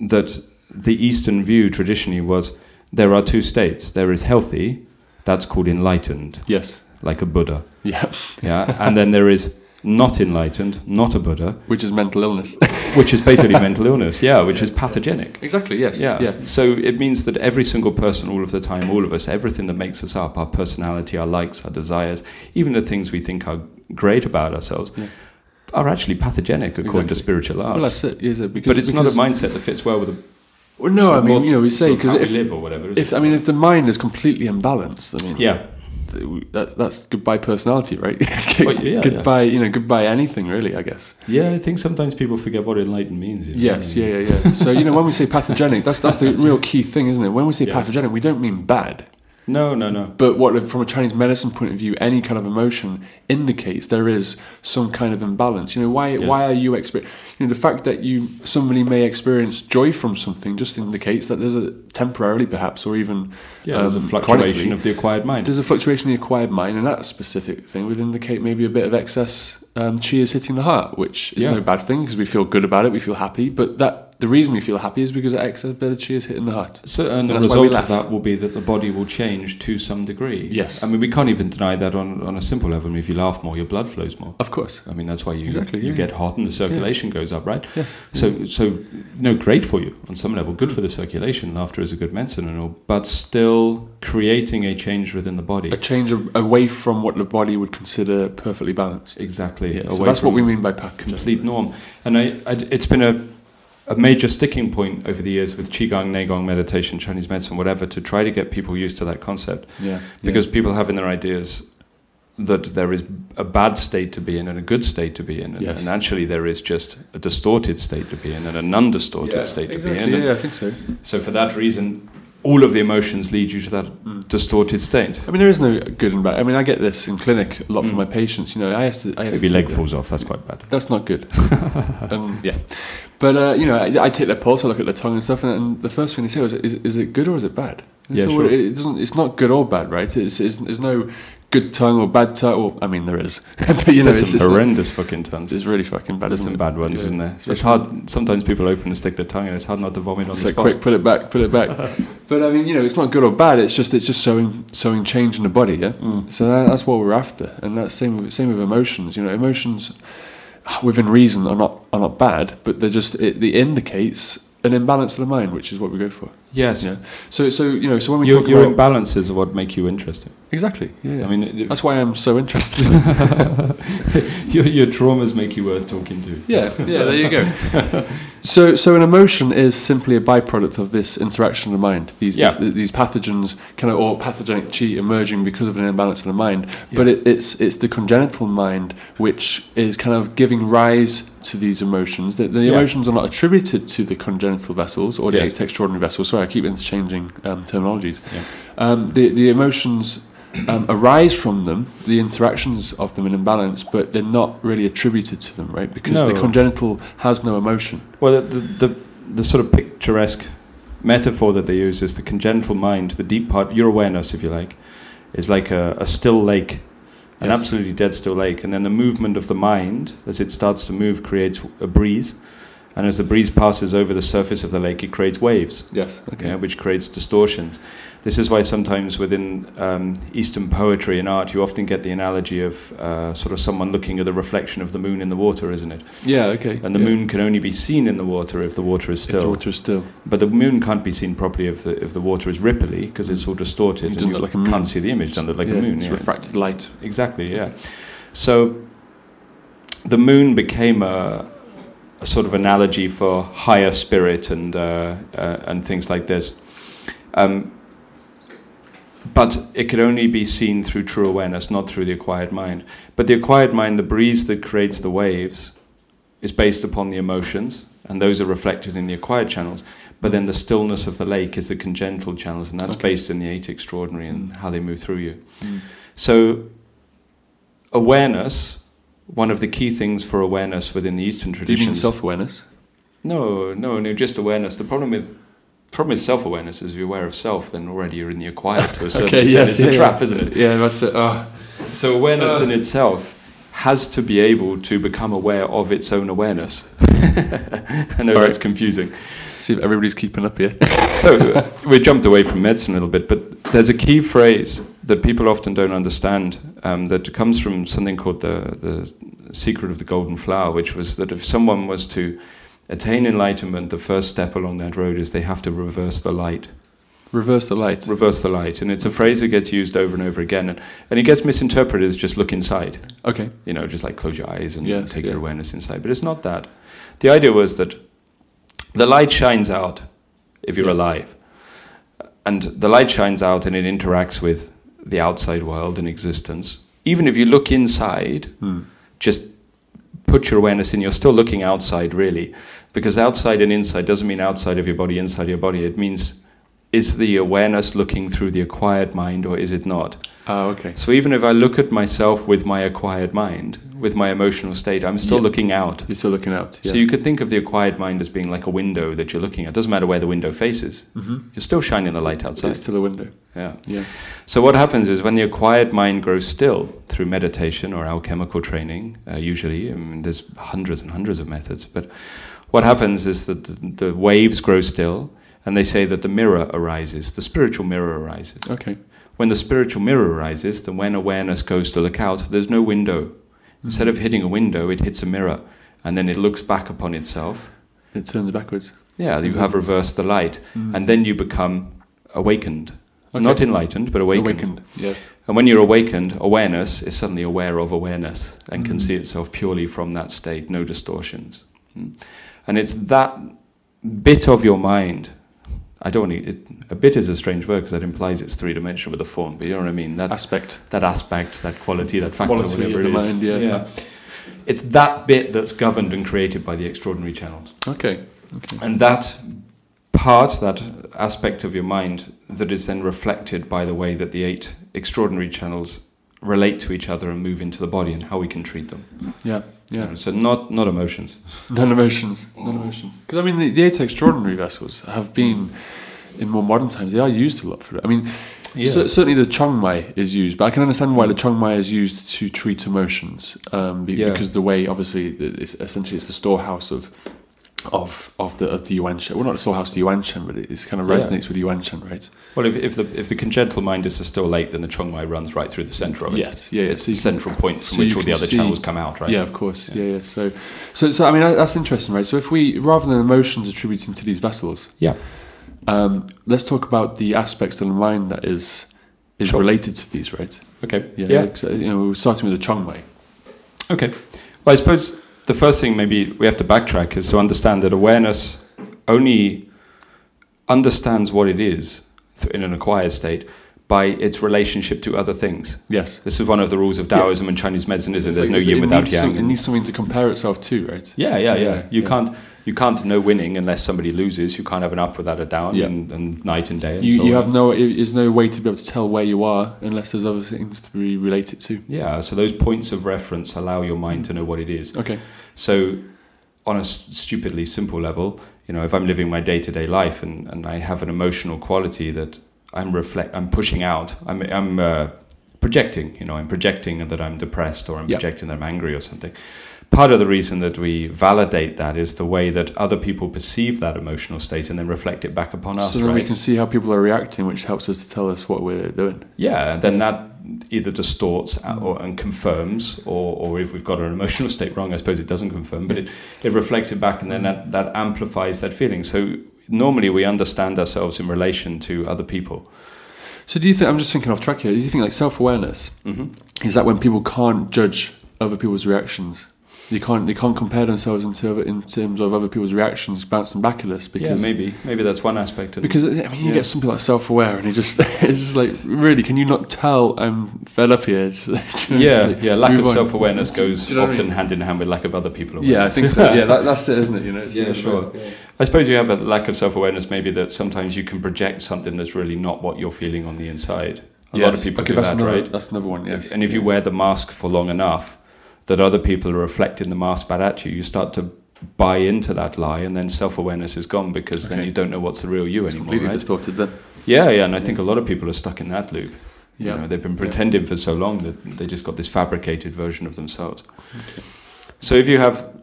Speaker 1: that the eastern view traditionally was there are two states there is healthy that's called enlightened
Speaker 2: yes,
Speaker 1: like a buddha
Speaker 2: yeah,
Speaker 1: yeah and then there is not enlightened not a buddha
Speaker 2: which is mental illness.
Speaker 1: which is basically mental illness yeah which is pathogenic
Speaker 2: exactly. Yes.
Speaker 1: yeah.
Speaker 2: Yeah.
Speaker 1: so it means that every single person all of the time all of us everything that makes us up our personality our likes our desires even the things we think are great about ourselves
Speaker 2: Yeah.
Speaker 1: are actually pathogenic according to
Speaker 2: Exactly.
Speaker 1: spiritual arts
Speaker 2: Well, that's it. Is it? Because
Speaker 1: but it's
Speaker 2: because,
Speaker 1: not a mindset that fits well with a
Speaker 2: Well, no,
Speaker 1: sort
Speaker 2: I
Speaker 1: of
Speaker 2: mean,
Speaker 1: mod-
Speaker 2: you know, we
Speaker 1: sort
Speaker 2: say
Speaker 1: of
Speaker 2: because
Speaker 1: how
Speaker 2: if,
Speaker 1: we live or whatever. isn't
Speaker 2: if
Speaker 1: it?
Speaker 2: I mean, if the mind is completely imbalanced, I mean,
Speaker 1: yeah,
Speaker 2: th- that, that's goodbye personality, right?
Speaker 1: Well, yeah, yeah.
Speaker 2: goodbye, you know, goodbye anything really, I guess.
Speaker 1: yeah, I think sometimes people forget what enlightened means. you know?
Speaker 2: Yes, yeah, yeah, yeah. so you know, when we say pathogenic, that's that's the real key thing, isn't it? When we say
Speaker 1: Yes.
Speaker 2: pathogenic, we don't mean bad.
Speaker 1: No, no, no.
Speaker 2: But what, from a Chinese medicine point of view, any kind of emotion indicates there is some kind of imbalance. You know, why
Speaker 1: Yes.
Speaker 2: why are you experiencing? You know, the fact that you somebody may experience joy from something just indicates that there's a temporarily, perhaps, or even
Speaker 1: Yeah, there's a
Speaker 2: um,
Speaker 1: fluctuation
Speaker 2: chronically,
Speaker 1: of the acquired mind.
Speaker 2: There's a fluctuation in the acquired mind, and that specific thing would indicate maybe a bit of excess um, chi is hitting the heart, which is
Speaker 1: Yeah.
Speaker 2: no bad thing because we feel good about it, we feel happy, but that the reason we feel happy is because the excess energy is hitting the heart.
Speaker 1: So, and the
Speaker 2: That's why
Speaker 1: result
Speaker 2: we
Speaker 1: of
Speaker 2: laugh.
Speaker 1: that will be that the body will change to some degree.
Speaker 2: Yes.
Speaker 1: I mean, we can't even deny that on, on a simple level. I mean, if you laugh more, your blood flows more.
Speaker 2: Of course.
Speaker 1: I mean, that's why you
Speaker 2: Exactly,
Speaker 1: you
Speaker 2: yeah.
Speaker 1: get hot and the circulation goes up, right?
Speaker 2: Yes.
Speaker 1: So, so no, great for you on some level, good for the circulation. Laughter is a good medicine and all, but still creating a change within the body.
Speaker 2: A change a- away from what the body would consider perfectly balanced.
Speaker 1: Exactly.
Speaker 2: Yeah, so
Speaker 1: away
Speaker 2: that's what
Speaker 1: from
Speaker 2: we mean by path.
Speaker 1: complete norm. And I, I, it's been a, a major sticking point over the years with qigong, nagong meditation, Chinese medicine, whatever, to try to get people used to that concept.
Speaker 2: Yeah.
Speaker 1: because people have in their ideas that there is a bad state to be in and a good state to be in, and,
Speaker 2: Yes.
Speaker 1: and actually there is just a distorted state to be in and a non-distorted state to be in.
Speaker 2: exactly.
Speaker 1: And
Speaker 2: Yeah, I think so.
Speaker 1: So for that reason, all of the emotions lead you to that
Speaker 2: Hmm.
Speaker 1: distorted state.
Speaker 2: I mean, there is no good and bad. I mean, I get this in clinic a lot from my patients. You know, I asked. I asked
Speaker 1: If your Mm. leg falls off, that's quite bad.
Speaker 2: That's not good. um, yeah, but uh, you know, I, I take their pulse, I look at their tongue and stuff, and, and the first thing they say was, "Is, is it good or is it bad?" And
Speaker 1: Yeah,
Speaker 2: so
Speaker 1: sure.
Speaker 2: it, it doesn't. It's not good or bad, right? It's, it's, there's no good tongue or bad tongue. Well, I mean, there is, but you know,
Speaker 1: There's
Speaker 2: it's,
Speaker 1: some
Speaker 2: just-
Speaker 1: horrendous fucking terms.
Speaker 2: it's really fucking bad.
Speaker 1: There's
Speaker 2: isn't
Speaker 1: some
Speaker 2: it?
Speaker 1: bad ones,
Speaker 2: Yeah.
Speaker 1: isn't there? It's
Speaker 2: Especially-
Speaker 1: hard. Sometimes people open and stick their tongue, and it's hard not to vomit on
Speaker 2: It's
Speaker 1: the
Speaker 2: like,
Speaker 1: spot.
Speaker 2: quick, put it back, put it back. but I mean, you know, it's not good or bad. It's just, it's just sowing, sowing change in the body. Yeah. So that, that's what we're after, and that's same, with, same with emotions. You know, emotions ah, within reason are not are not bad, but they're just it, they indicates an imbalance of the mind, which is what we go for.
Speaker 1: Yes,
Speaker 2: Yeah. So, so you know, so when we
Speaker 1: your,
Speaker 2: talk
Speaker 1: your
Speaker 2: about
Speaker 1: imbalances are what make you interesting.
Speaker 2: exactly, yeah, yeah.
Speaker 1: I mean, it-
Speaker 2: that's why I'm so interested.
Speaker 1: your, your traumas make you worth talking to.
Speaker 2: yeah, yeah. There you go. so, so an emotion is simply a byproduct of this interaction of the mind. These
Speaker 1: Yeah.
Speaker 2: these, these pathogens, kind of, or pathogenic chi emerging because of an imbalance in the mind. But it, it's it's the congenital mind which is kind of giving rise to these emotions. The, the
Speaker 1: Yeah.
Speaker 2: emotions are not attributed to the congenital vessels or the
Speaker 1: Yes.
Speaker 2: extraordinary vessels. Sorry, I keep interchanging um, terminologies.
Speaker 1: Yeah.
Speaker 2: Um, the the emotions. Um, arise from them, the interactions of them in imbalance, but they're not really attributed to them, right? Because the
Speaker 1: No.
Speaker 2: congenital has no emotion.
Speaker 1: Well, the, the, the, the sort of picturesque metaphor that they use is the congenital mind, the deep part, your awareness, if you like, is like a, a still lake, an
Speaker 2: Yes.
Speaker 1: absolutely dead still lake. And then the movement of the mind, as it starts to move, creates a breeze. And as the breeze passes over the surface of the lake, it creates waves.
Speaker 2: Yes.
Speaker 1: yeah, which creates distortions. This is why sometimes within um, Eastern poetry and art, you often get the analogy of uh, sort of someone looking at the reflection of the moon in the water, isn't it?
Speaker 2: Yeah. Okay.
Speaker 1: And the
Speaker 2: yeah.
Speaker 1: moon can only be seen in the water if the water is
Speaker 2: If the
Speaker 1: still.
Speaker 2: water is still.
Speaker 1: But the moon can't be seen properly if the if the water is ripply because it's all distorted.
Speaker 2: It
Speaker 1: and
Speaker 2: doesn't
Speaker 1: you
Speaker 2: look like a moon.
Speaker 1: Can't see the image. Doesn't look like
Speaker 2: Yeah,
Speaker 1: a moon.
Speaker 2: It's
Speaker 1: yeah.
Speaker 2: refracted light.
Speaker 1: Exactly. Yeah. So the moon became a, a sort of analogy for higher spirit and uh, uh, and things like this. Um, but it could only be seen through true awareness, not through the acquired mind. But the acquired mind, the breeze that creates the waves, is based upon the emotions, and those are reflected in the acquired channels. But then the stillness of the lake is the congenital channels, and that's
Speaker 2: Okay.
Speaker 1: based in the eight extraordinary and how they move through you.
Speaker 2: Mm.
Speaker 1: So, awareness, one of the key things for awareness within the Eastern
Speaker 2: Do you mean
Speaker 1: traditions.
Speaker 2: self-awareness?
Speaker 1: no, no, no, just awareness. The problem with problem with self awareness is if you're aware of self, then already you're in the acquired to a certain extent. it's a trap, isn't it?
Speaker 2: Yeah. That's it. Oh,
Speaker 1: So awareness
Speaker 2: Uh.
Speaker 1: in itself has to be able to become aware of its own awareness. I know
Speaker 2: All
Speaker 1: that's confusing.
Speaker 2: see if everybody's keeping up here.
Speaker 1: So uh, we jumped away from medicine a little bit, but there's a key phrase that people often don't understand um, that comes from something called the the secret of the golden flower, which was that if someone was to attain enlightenment, the first step along that road is they have to reverse the light
Speaker 2: Reverse the light.
Speaker 1: reverse the light and it's a phrase that gets used over and over again and, and it gets misinterpreted as just look inside
Speaker 2: Okay.
Speaker 1: you know, just like close your eyes and
Speaker 2: Yes,
Speaker 1: take
Speaker 2: yeah.
Speaker 1: your awareness inside. But it's not that. The idea was that the light shines out if you're
Speaker 2: Yeah.
Speaker 1: alive, and the light shines out and it interacts with the outside world and existence. Even if you look inside,
Speaker 2: Hmm.
Speaker 1: just put your awareness in, you're still looking outside, really, because outside and inside doesn't mean outside of your body, inside your body. It means is the awareness looking through the acquired mind or is it not?
Speaker 2: Oh, okay.
Speaker 1: So even if I look at myself with my acquired mind, with my emotional state, I'm still
Speaker 2: Yeah.
Speaker 1: looking out.
Speaker 2: You're still looking out. Yeah.
Speaker 1: So you could think of the acquired mind as being like a window that you're looking at. Doesn't matter where the window faces.
Speaker 2: Mhm.
Speaker 1: You're still shining the light
Speaker 2: So
Speaker 1: outside.
Speaker 2: it's still a window.
Speaker 1: Yeah.
Speaker 2: Yeah.
Speaker 1: So what happens is when the acquired mind grows still through meditation or alchemical training, uh, usually, I mean, there's hundreds and hundreds of methods, but what happens is that the, the waves grow still, and they say that the mirror arises, the spiritual mirror arises.
Speaker 2: Okay.
Speaker 1: When the spiritual mirror arises, then when awareness goes to look out, there's no window. Instead of hitting a window, it hits a mirror, and then it looks back upon itself.
Speaker 2: It turns backwards.
Speaker 1: Yeah, you have reversed the light, and then you become awakened.
Speaker 2: Mm-hmm. Okay.
Speaker 1: Not enlightened, but awakened.
Speaker 2: Yes.
Speaker 1: And when you're awakened, awareness is suddenly aware of awareness and can see itself purely from that state, no distortions. Mm. And it's that bit of your mind. I don't want to, it, a bit is a strange word because that implies it's three dimensional with a form, but you know what I mean? That,
Speaker 2: Aspect.
Speaker 1: that aspect, that quality, that factor,
Speaker 2: Quality
Speaker 1: whatever
Speaker 2: of
Speaker 1: it
Speaker 2: the
Speaker 1: is.
Speaker 2: mind, yeah.
Speaker 1: It's that bit that's governed and created by the extraordinary channels.
Speaker 2: Okay.
Speaker 1: And that part, that aspect of your mind, that is then reflected by the way that the eight extraordinary channels relate to each other and move into the body and how we can treat them.
Speaker 2: Yeah. Yeah.
Speaker 1: So not not emotions.
Speaker 2: Non emotions. Non emotions. Because I mean, the, the eight extraordinary vessels have been in more modern times. They are used a lot for it. I mean, cer- certainly the Chiang Mai is used, but I can understand why the Chiang Mai is used to treat emotions. Um, be-
Speaker 1: Hmm. Yeah.
Speaker 2: Because the way, obviously, the- it's essentially it's the storehouse of. Of, of the of the Yuan Shen, well not the storehouse of Yuan Shen, but it it's kind of
Speaker 1: Yeah.
Speaker 2: resonates with Yuan Shen, right?
Speaker 1: Well, if, if the if the congenital mind is still late, then the Chong Mai runs right through the center of it.
Speaker 2: Yes, yeah, yeah.
Speaker 1: It's
Speaker 2: So
Speaker 1: the
Speaker 2: you can-
Speaker 1: central point from
Speaker 2: so
Speaker 1: which
Speaker 2: you
Speaker 1: all the
Speaker 2: can
Speaker 1: other
Speaker 2: see-
Speaker 1: channels come out, right?
Speaker 2: Yeah, of course.
Speaker 1: Yeah.
Speaker 2: Yeah, yeah. So, so, so I mean, that- that's interesting, right? So, if we rather than emotions attributing to these vessels,
Speaker 1: Yeah.
Speaker 2: um, let's talk about the aspects of the mind that is is
Speaker 1: Sure.
Speaker 2: related to these, right?
Speaker 1: Okay.
Speaker 2: So, you know, we we're starting with the Chong Wei.
Speaker 1: Okay. Well, I suppose the first thing maybe we have to backtrack is to understand that awareness only understands what it is th- in an acquired state by its relationship to other things.
Speaker 2: Yes.
Speaker 1: This is one of the rules of Taoism and Chinese medicine, isn't it?
Speaker 2: It's
Speaker 1: There's
Speaker 2: like
Speaker 1: no
Speaker 2: it's-
Speaker 1: yin
Speaker 2: it
Speaker 1: without
Speaker 2: needs some-
Speaker 1: yang.
Speaker 2: It needs something to compare itself to, right?
Speaker 1: yeah, yeah, yeah. You
Speaker 2: yeah.
Speaker 1: can't you can't know winning unless somebody loses. You can't have an up without a down,
Speaker 2: Yeah.
Speaker 1: and, and night and day. And
Speaker 2: You,
Speaker 1: so uh,
Speaker 2: you
Speaker 1: on.
Speaker 2: have no. it- There's no way to be able to tell where you are unless there's other things to be related to.
Speaker 1: yeah. So those points of reference allow your mind to know what it is.
Speaker 2: Okay.
Speaker 1: So, on a s- stupidly simple level, you know, if I'm living my day to day life and, and I have an emotional quality that I'm reflect, I'm pushing out, I'm, I'm uh, projecting, you know, I'm projecting that I'm depressed or I'm
Speaker 2: Yeah.
Speaker 1: projecting that I'm angry or something. Part of the reason that we validate that is the way that other people perceive that emotional state and then reflect it back upon us,
Speaker 2: so then
Speaker 1: right?
Speaker 2: we can see how people are reacting, which helps us to tell us what we're doing.
Speaker 1: yeah, and then that either distorts a- or, and confirms, or, or if we've got an emotional state wrong, I suppose it doesn't confirm, but it, it reflects it back and then that, that amplifies that feeling. So normally we understand ourselves in relation to other people.
Speaker 2: So do you think I'm just thinking off track here? Do you think like self-awareness
Speaker 1: Mhm.
Speaker 2: is that when people can't judge other people's reactions? They can't they can't compare themselves into other, in terms of other people's reactions bouncing back at us
Speaker 1: Yeah,
Speaker 2: because
Speaker 1: maybe maybe that's one aspect. And,
Speaker 2: because I mean you
Speaker 1: Yeah.
Speaker 2: get something like self-aware and it just it's just like really can you not tell I'm fed up here? It's like, do you know,
Speaker 1: yeah,
Speaker 2: it's like,
Speaker 1: yeah, lack of
Speaker 2: move on.
Speaker 1: self awareness goes
Speaker 2: Do you know what I
Speaker 1: often
Speaker 2: mean?
Speaker 1: hand in hand with lack of other people.
Speaker 2: Yeah, I
Speaker 1: awareness.
Speaker 2: think so. Yeah, that, that's it, isn't it? You know, it's
Speaker 1: Yeah,
Speaker 2: sort of
Speaker 1: sure.
Speaker 2: like, yeah.
Speaker 1: I suppose you have a lack of self awareness, maybe that sometimes you can project something that's really not what you're feeling on the inside. A lot of
Speaker 2: Yes.
Speaker 1: people
Speaker 2: okay,
Speaker 1: do
Speaker 2: that's
Speaker 1: that,
Speaker 2: another,
Speaker 1: right?
Speaker 2: That's another one. Yes,
Speaker 1: And if you wear the mask for long enough, that other people are reflecting the mask back at you, you start to buy into that lie, and then self awareness is gone because then
Speaker 2: Okay.
Speaker 1: you don't know what's the real you anymore.
Speaker 2: completely
Speaker 1: right?
Speaker 2: distorted then.
Speaker 1: Yeah, yeah, and I think a lot of people are stuck in that loop. You know, they've been
Speaker 2: Yeah.
Speaker 1: pretending for so long that they just got this fabricated version of themselves. So if you have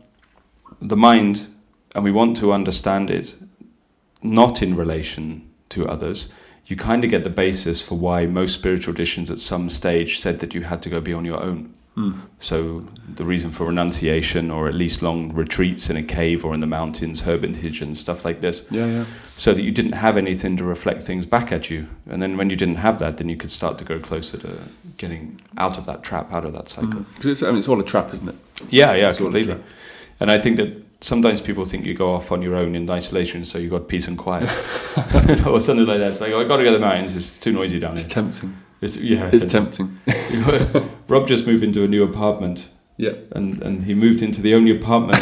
Speaker 1: the mind and we want to understand it not in relation to others, you kind of get the basis for why most spiritual traditions at some stage said that you had to go be on your own.
Speaker 2: Mm.
Speaker 1: So the reason for renunciation or at least long retreats in a cave or in the mountains, hermitage and stuff like this
Speaker 2: Yeah, yeah.
Speaker 1: so that you didn't have anything to reflect things back at you. And then when you didn't have that, then you could start to go closer to getting out of that trap, out of that cycle.
Speaker 2: Because Hmm. it's I mean it's all a trap, isn't it?
Speaker 1: Yeah, yeah,
Speaker 2: It's Mm. all a
Speaker 1: completely. And I think that sometimes people think you go off on your own in isolation, so you got peace and quiet or something like that. It's like, oh, I got to go to the mountains. It's too noisy down
Speaker 2: It's
Speaker 1: here.
Speaker 2: tempting.
Speaker 1: It's, yeah,
Speaker 2: It's tempting.
Speaker 1: Rob just moved into a new apartment,
Speaker 2: Yeah.
Speaker 1: and, and he moved into the only apartment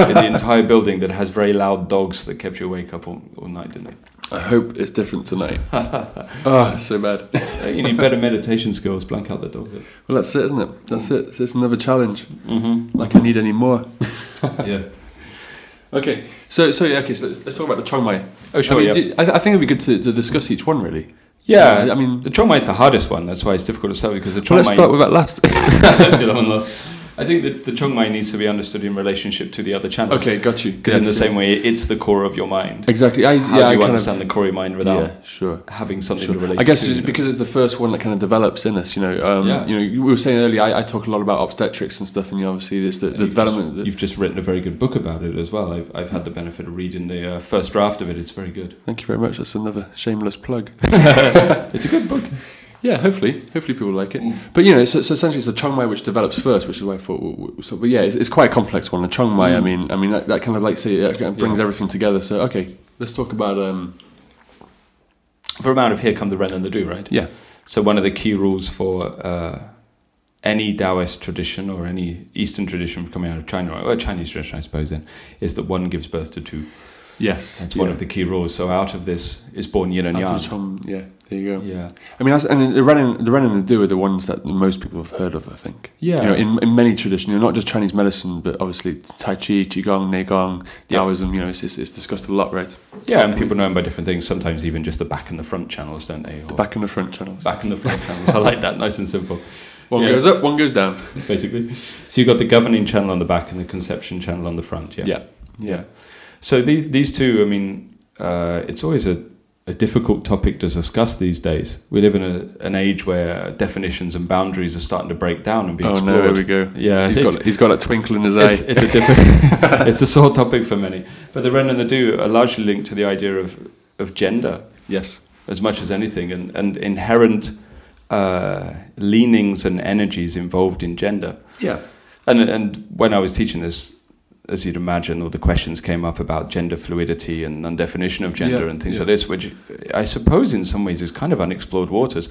Speaker 1: in the entire building that has very loud dogs that kept you awake up all, all night, didn't they?
Speaker 2: I hope it's different tonight. oh, it's so bad.
Speaker 1: Uh, you need better meditation skills. Blank out the dog.
Speaker 2: Well, that's it, isn't it? That's it. So it's another challenge.
Speaker 1: Mm-hmm.
Speaker 2: Like I need any more. Oh.
Speaker 1: Yeah.
Speaker 2: Okay. So, so yeah. Okay. So let's, let's talk about the Chong Mai.
Speaker 1: Oh, sure.
Speaker 2: I mean,
Speaker 1: yeah.
Speaker 2: do- I, I think it'd be good to, to discuss each one, really.
Speaker 1: yeah.
Speaker 2: I mean,
Speaker 1: the Chong Mai is the hardest one. That's why it's difficult to sell because the
Speaker 2: well,
Speaker 1: Chong
Speaker 2: let's
Speaker 1: Mai.
Speaker 2: start with that last.
Speaker 1: do that one last. I think that the Chong Mai needs to be understood in relationship to the other channels.
Speaker 2: Okay, got you.
Speaker 1: Because in the
Speaker 2: Yes.
Speaker 1: same way, it's the core of your mind.
Speaker 2: Exactly. I,
Speaker 1: How do
Speaker 2: yeah,
Speaker 1: you
Speaker 2: I kind
Speaker 1: understand
Speaker 2: of,
Speaker 1: the core of your mind without
Speaker 2: Yeah, sure.
Speaker 1: having something to
Speaker 2: Sure.
Speaker 1: relate
Speaker 2: I guess
Speaker 1: to,
Speaker 2: it's
Speaker 1: you know?
Speaker 2: because it's the first one that kind of develops in us, you know. Um,
Speaker 1: Yeah.
Speaker 2: You know, you- we were saying earlier, I, I talk a lot about obstetrics and stuff, and you know, obviously there's the,
Speaker 1: And
Speaker 2: the
Speaker 1: you've just-
Speaker 2: development. that-
Speaker 1: you've just written a very good book about it as well. I've, I've had the benefit of reading the uh, first draft of it. It's very good.
Speaker 2: thank you very much. That's another shameless plug.
Speaker 1: It's a good book.
Speaker 2: yeah, hopefully, hopefully people like it.
Speaker 1: Mm.
Speaker 2: But you know, so, so essentially, it's the Chong Mai which develops first, which is why I thought. w- w- So, but yeah, it's, it's quite a complex one. The Chong Mai, I
Speaker 1: Mm.
Speaker 2: mean, I mean that, that kind of like say that kind of brings
Speaker 1: Yeah.
Speaker 2: everything together. So okay, let's talk about um,
Speaker 1: From out of here come the Ren and the Do, right?
Speaker 2: Yeah.
Speaker 1: So one of the key rules for uh, any Taoist tradition or any Eastern tradition coming out of China, or well, Chinese tradition, I suppose, then, is that one gives birth to two.
Speaker 2: yes,
Speaker 1: That's one of the key rules. So out of this is born yin and
Speaker 2: After
Speaker 1: yang.
Speaker 2: the Chong- yeah, there you go.
Speaker 1: Yeah.
Speaker 2: I mean, that's, and the Renan, the Renan and the Do are the ones that most people have heard of, I think.
Speaker 1: Yeah.
Speaker 2: You know, in, in many traditions, you know, not just Chinese medicine, but obviously Tai Chi, Qigong, Neigong,
Speaker 1: Yeah.
Speaker 2: Taoism, you know, it's, it's, it's discussed a lot, right?
Speaker 1: Yeah, and people know them by different things. Sometimes even just the back and the front channels, don't they? Or
Speaker 2: The back and the front channels.
Speaker 1: back and the front channels. I like that. Nice and simple.
Speaker 2: One
Speaker 1: Yes.
Speaker 2: goes up, one goes down.
Speaker 1: basically. So you've got the governing channel on the back and the conception channel on the front. Yeah.
Speaker 2: Yeah.
Speaker 1: Yeah. So these, these two, I mean, uh, it's always a, a difficult topic to discuss these days. We live in a, an age where definitions and boundaries are starting to break down and be
Speaker 2: oh, no,
Speaker 1: explored.
Speaker 2: there we go.
Speaker 1: yeah,
Speaker 2: He's
Speaker 1: it's-
Speaker 2: got, he's got that twinkle in his
Speaker 1: it's,
Speaker 2: eye.
Speaker 1: it's a different, it's a sore topic for many. But the Ren and the Do are largely linked to the idea of, of gender
Speaker 2: Yes.
Speaker 1: as much as anything, and, and inherent uh, leanings and energies involved in gender.
Speaker 2: Yeah.
Speaker 1: And and when I was teaching this, as you'd imagine, all the questions came up about gender fluidity and, and definition of gender
Speaker 2: Yeah,
Speaker 1: and things
Speaker 2: yeah.
Speaker 1: like this, which I suppose in some ways is kind of unexplored waters,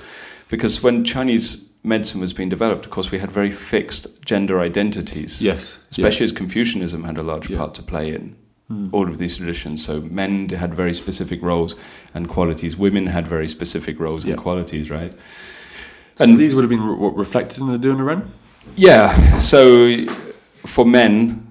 Speaker 1: because when Chinese medicine was being developed, of course, we had very fixed gender identities.
Speaker 2: Yes.
Speaker 1: Especially as Confucianism had a large
Speaker 2: Yeah.
Speaker 1: part to play in
Speaker 2: Yeah. Mm.
Speaker 1: all of these traditions. So men had very specific roles and qualities. Women had very specific roles and
Speaker 2: Yeah.
Speaker 1: qualities, right?
Speaker 2: So
Speaker 1: and-
Speaker 2: these would have been re- what, reflected in the Do and the Ren?
Speaker 1: Yeah. So for men,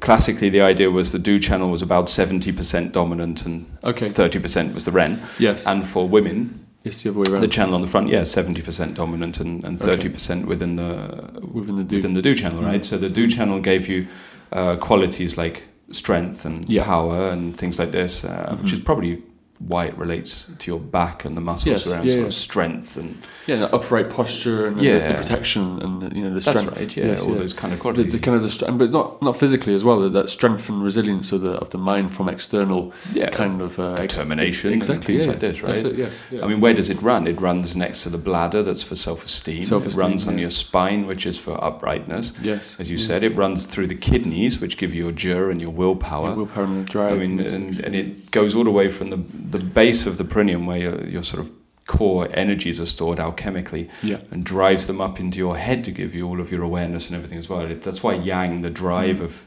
Speaker 1: classically, the idea was the do channel was about 70% dominant and
Speaker 2: Okay.
Speaker 1: 30% was the ren.
Speaker 2: Yes.
Speaker 1: And for women,
Speaker 2: yes, the other way around.
Speaker 1: the channel on the front, yeah, 70% dominant and, and 30% within the
Speaker 2: Within the Do.
Speaker 1: within the do channel, right?
Speaker 2: Mhm.
Speaker 1: So the do channel gave you uh, qualities like strength and
Speaker 2: Yeah. Mm-hmm.
Speaker 1: power and things like this, uh, which is probably why it relates to your back and the muscles
Speaker 2: Yes,
Speaker 1: around
Speaker 2: yeah,
Speaker 1: sort
Speaker 2: yeah.
Speaker 1: of strength and
Speaker 2: yeah, the upright posture and the-
Speaker 1: Yeah.
Speaker 2: the, protection and, the, you know, the
Speaker 1: that's
Speaker 2: strength.
Speaker 1: right, yeah,
Speaker 2: Yes,
Speaker 1: all those kind of
Speaker 2: the,
Speaker 1: qualities.
Speaker 2: the kind of the strength, but not not physically as well. That, that strength and resilience of the of the mind from external
Speaker 1: yeah,
Speaker 2: kind of uh, ex-
Speaker 1: determination, and
Speaker 2: exactly
Speaker 1: things
Speaker 2: yeah,
Speaker 1: like this, right?
Speaker 2: That's it, yes. yeah.
Speaker 1: I mean, where does it run? It runs next to the bladder, that's for self esteem. It
Speaker 2: Self-esteem,
Speaker 1: runs on
Speaker 2: yeah.
Speaker 1: your spine, which is for uprightness.
Speaker 2: yes, Mm.
Speaker 1: As you
Speaker 2: yeah.
Speaker 1: said, it runs through the kidneys, which give you your jur and your willpower.
Speaker 2: Yeah, willpower and
Speaker 1: I
Speaker 2: drive.
Speaker 1: mean,
Speaker 2: and-
Speaker 1: and, and it goes all the way from the, the base of the perineum, where your, your sort of core energies are stored alchemically,
Speaker 2: yeah,
Speaker 1: and drives them up into your head to give you all of your awareness and everything as well. It, that's why yang, the drive of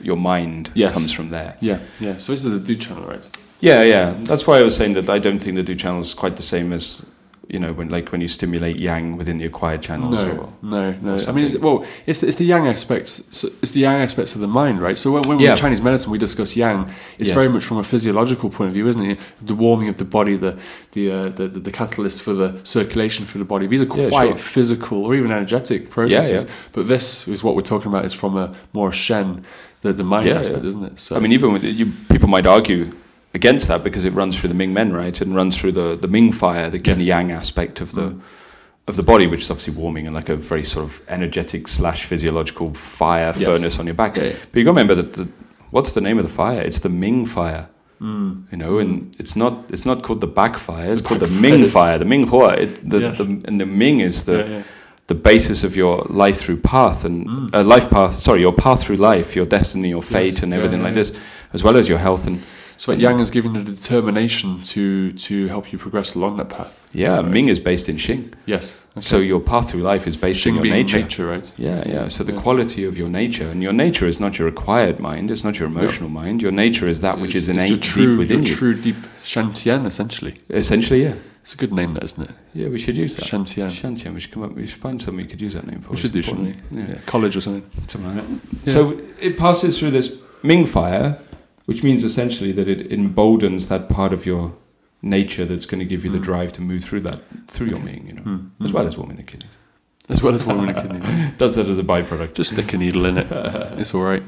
Speaker 1: your mind,
Speaker 2: Mm. Yes.
Speaker 1: comes from there.
Speaker 2: yeah, yeah. So this is the do channel, right?
Speaker 1: Yeah, yeah. That's why I was saying that I don't think the do channel is quite the same as you know when like when you stimulate yang within the acquired channels.
Speaker 2: No, no, no. I
Speaker 1: something.
Speaker 2: mean, it's, well, it's the, it's the yang aspects. So it's the yang aspects of the mind, right? So when, when we
Speaker 1: Yeah.
Speaker 2: in Chinese medicine, we discuss yang. It's
Speaker 1: Yes.
Speaker 2: very much from a physiological point of view, isn't it? The warming of the body, the the uh, the, the, the catalyst for the circulation for the body. These are
Speaker 1: Yeah,
Speaker 2: quite
Speaker 1: sure.
Speaker 2: physical or even energetic processes.
Speaker 1: yeah.
Speaker 2: But this is what we're talking about. Is from a more shen, the the mind
Speaker 1: Yeah,
Speaker 2: aspect,
Speaker 1: yeah.
Speaker 2: isn't it? So
Speaker 1: I mean, even with you, people might argue against that because it runs through the Ming Men, right, and runs through the the Ming fire, the Yin
Speaker 2: Yes. Mm.
Speaker 1: Yang aspect of the of the body, which is obviously warming and like a very sort of energetic slash physiological fire
Speaker 2: Yes.
Speaker 1: furnace on your back.
Speaker 2: Yeah, yeah.
Speaker 1: But you got to remember that the what's the name of the fire? It's the Ming fire. You know, and it's not it's not called the back fire. It's called the
Speaker 2: back
Speaker 1: Ming
Speaker 2: fires.
Speaker 1: fire. The Ming Hua. It, the,
Speaker 2: Yes.
Speaker 1: the, and the Ming is the
Speaker 2: yeah, yeah.
Speaker 1: the basis of your life through path and uh, life path. Sorry, your path through life, your destiny, your fate,
Speaker 2: Mm. Yes.
Speaker 1: and
Speaker 2: Yeah,
Speaker 1: everything
Speaker 2: yeah,
Speaker 1: like
Speaker 2: yeah.
Speaker 1: this, as well as your health and
Speaker 2: So like yang is giving you the determination to to help you progress along that path.
Speaker 1: yeah.
Speaker 2: Right.
Speaker 1: Ming is based in Xing,
Speaker 2: Yes. Okay.
Speaker 1: so your path through life is based in
Speaker 2: Xing
Speaker 1: your
Speaker 2: being
Speaker 1: nature.
Speaker 2: right?
Speaker 1: Yeah, yeah. So the
Speaker 2: Yeah.
Speaker 1: quality of your nature, and your nature is not your acquired mind. It's not your emotional mind. Your nature is that which
Speaker 2: It's-
Speaker 1: is
Speaker 2: it's
Speaker 1: innate
Speaker 2: your true,
Speaker 1: deep within
Speaker 2: your
Speaker 1: you.
Speaker 2: true deep Shantian, essentially.
Speaker 1: Essentially, yeah.
Speaker 2: It's a good name, that isn't it?
Speaker 1: Yeah, we should use that.
Speaker 2: Shantian.
Speaker 1: Shantian, we should come up. We should find something we could use that name for.
Speaker 2: we
Speaker 1: It's
Speaker 2: should do, shouldn't
Speaker 1: important.
Speaker 2: we?
Speaker 1: Yeah.
Speaker 2: Yeah, College or something.
Speaker 1: Something like that.
Speaker 2: Yeah.
Speaker 1: So it passes through this Ming fire, which means essentially that it emboldens that part of your Mm. nature that's going to give you the drive to move through that, through your Ming, you know,
Speaker 2: Mm.
Speaker 1: as well as warming the kidneys.
Speaker 2: as well as warming the kidneys.
Speaker 1: Does that as a byproduct.
Speaker 2: Just stick a needle in it. It's all right.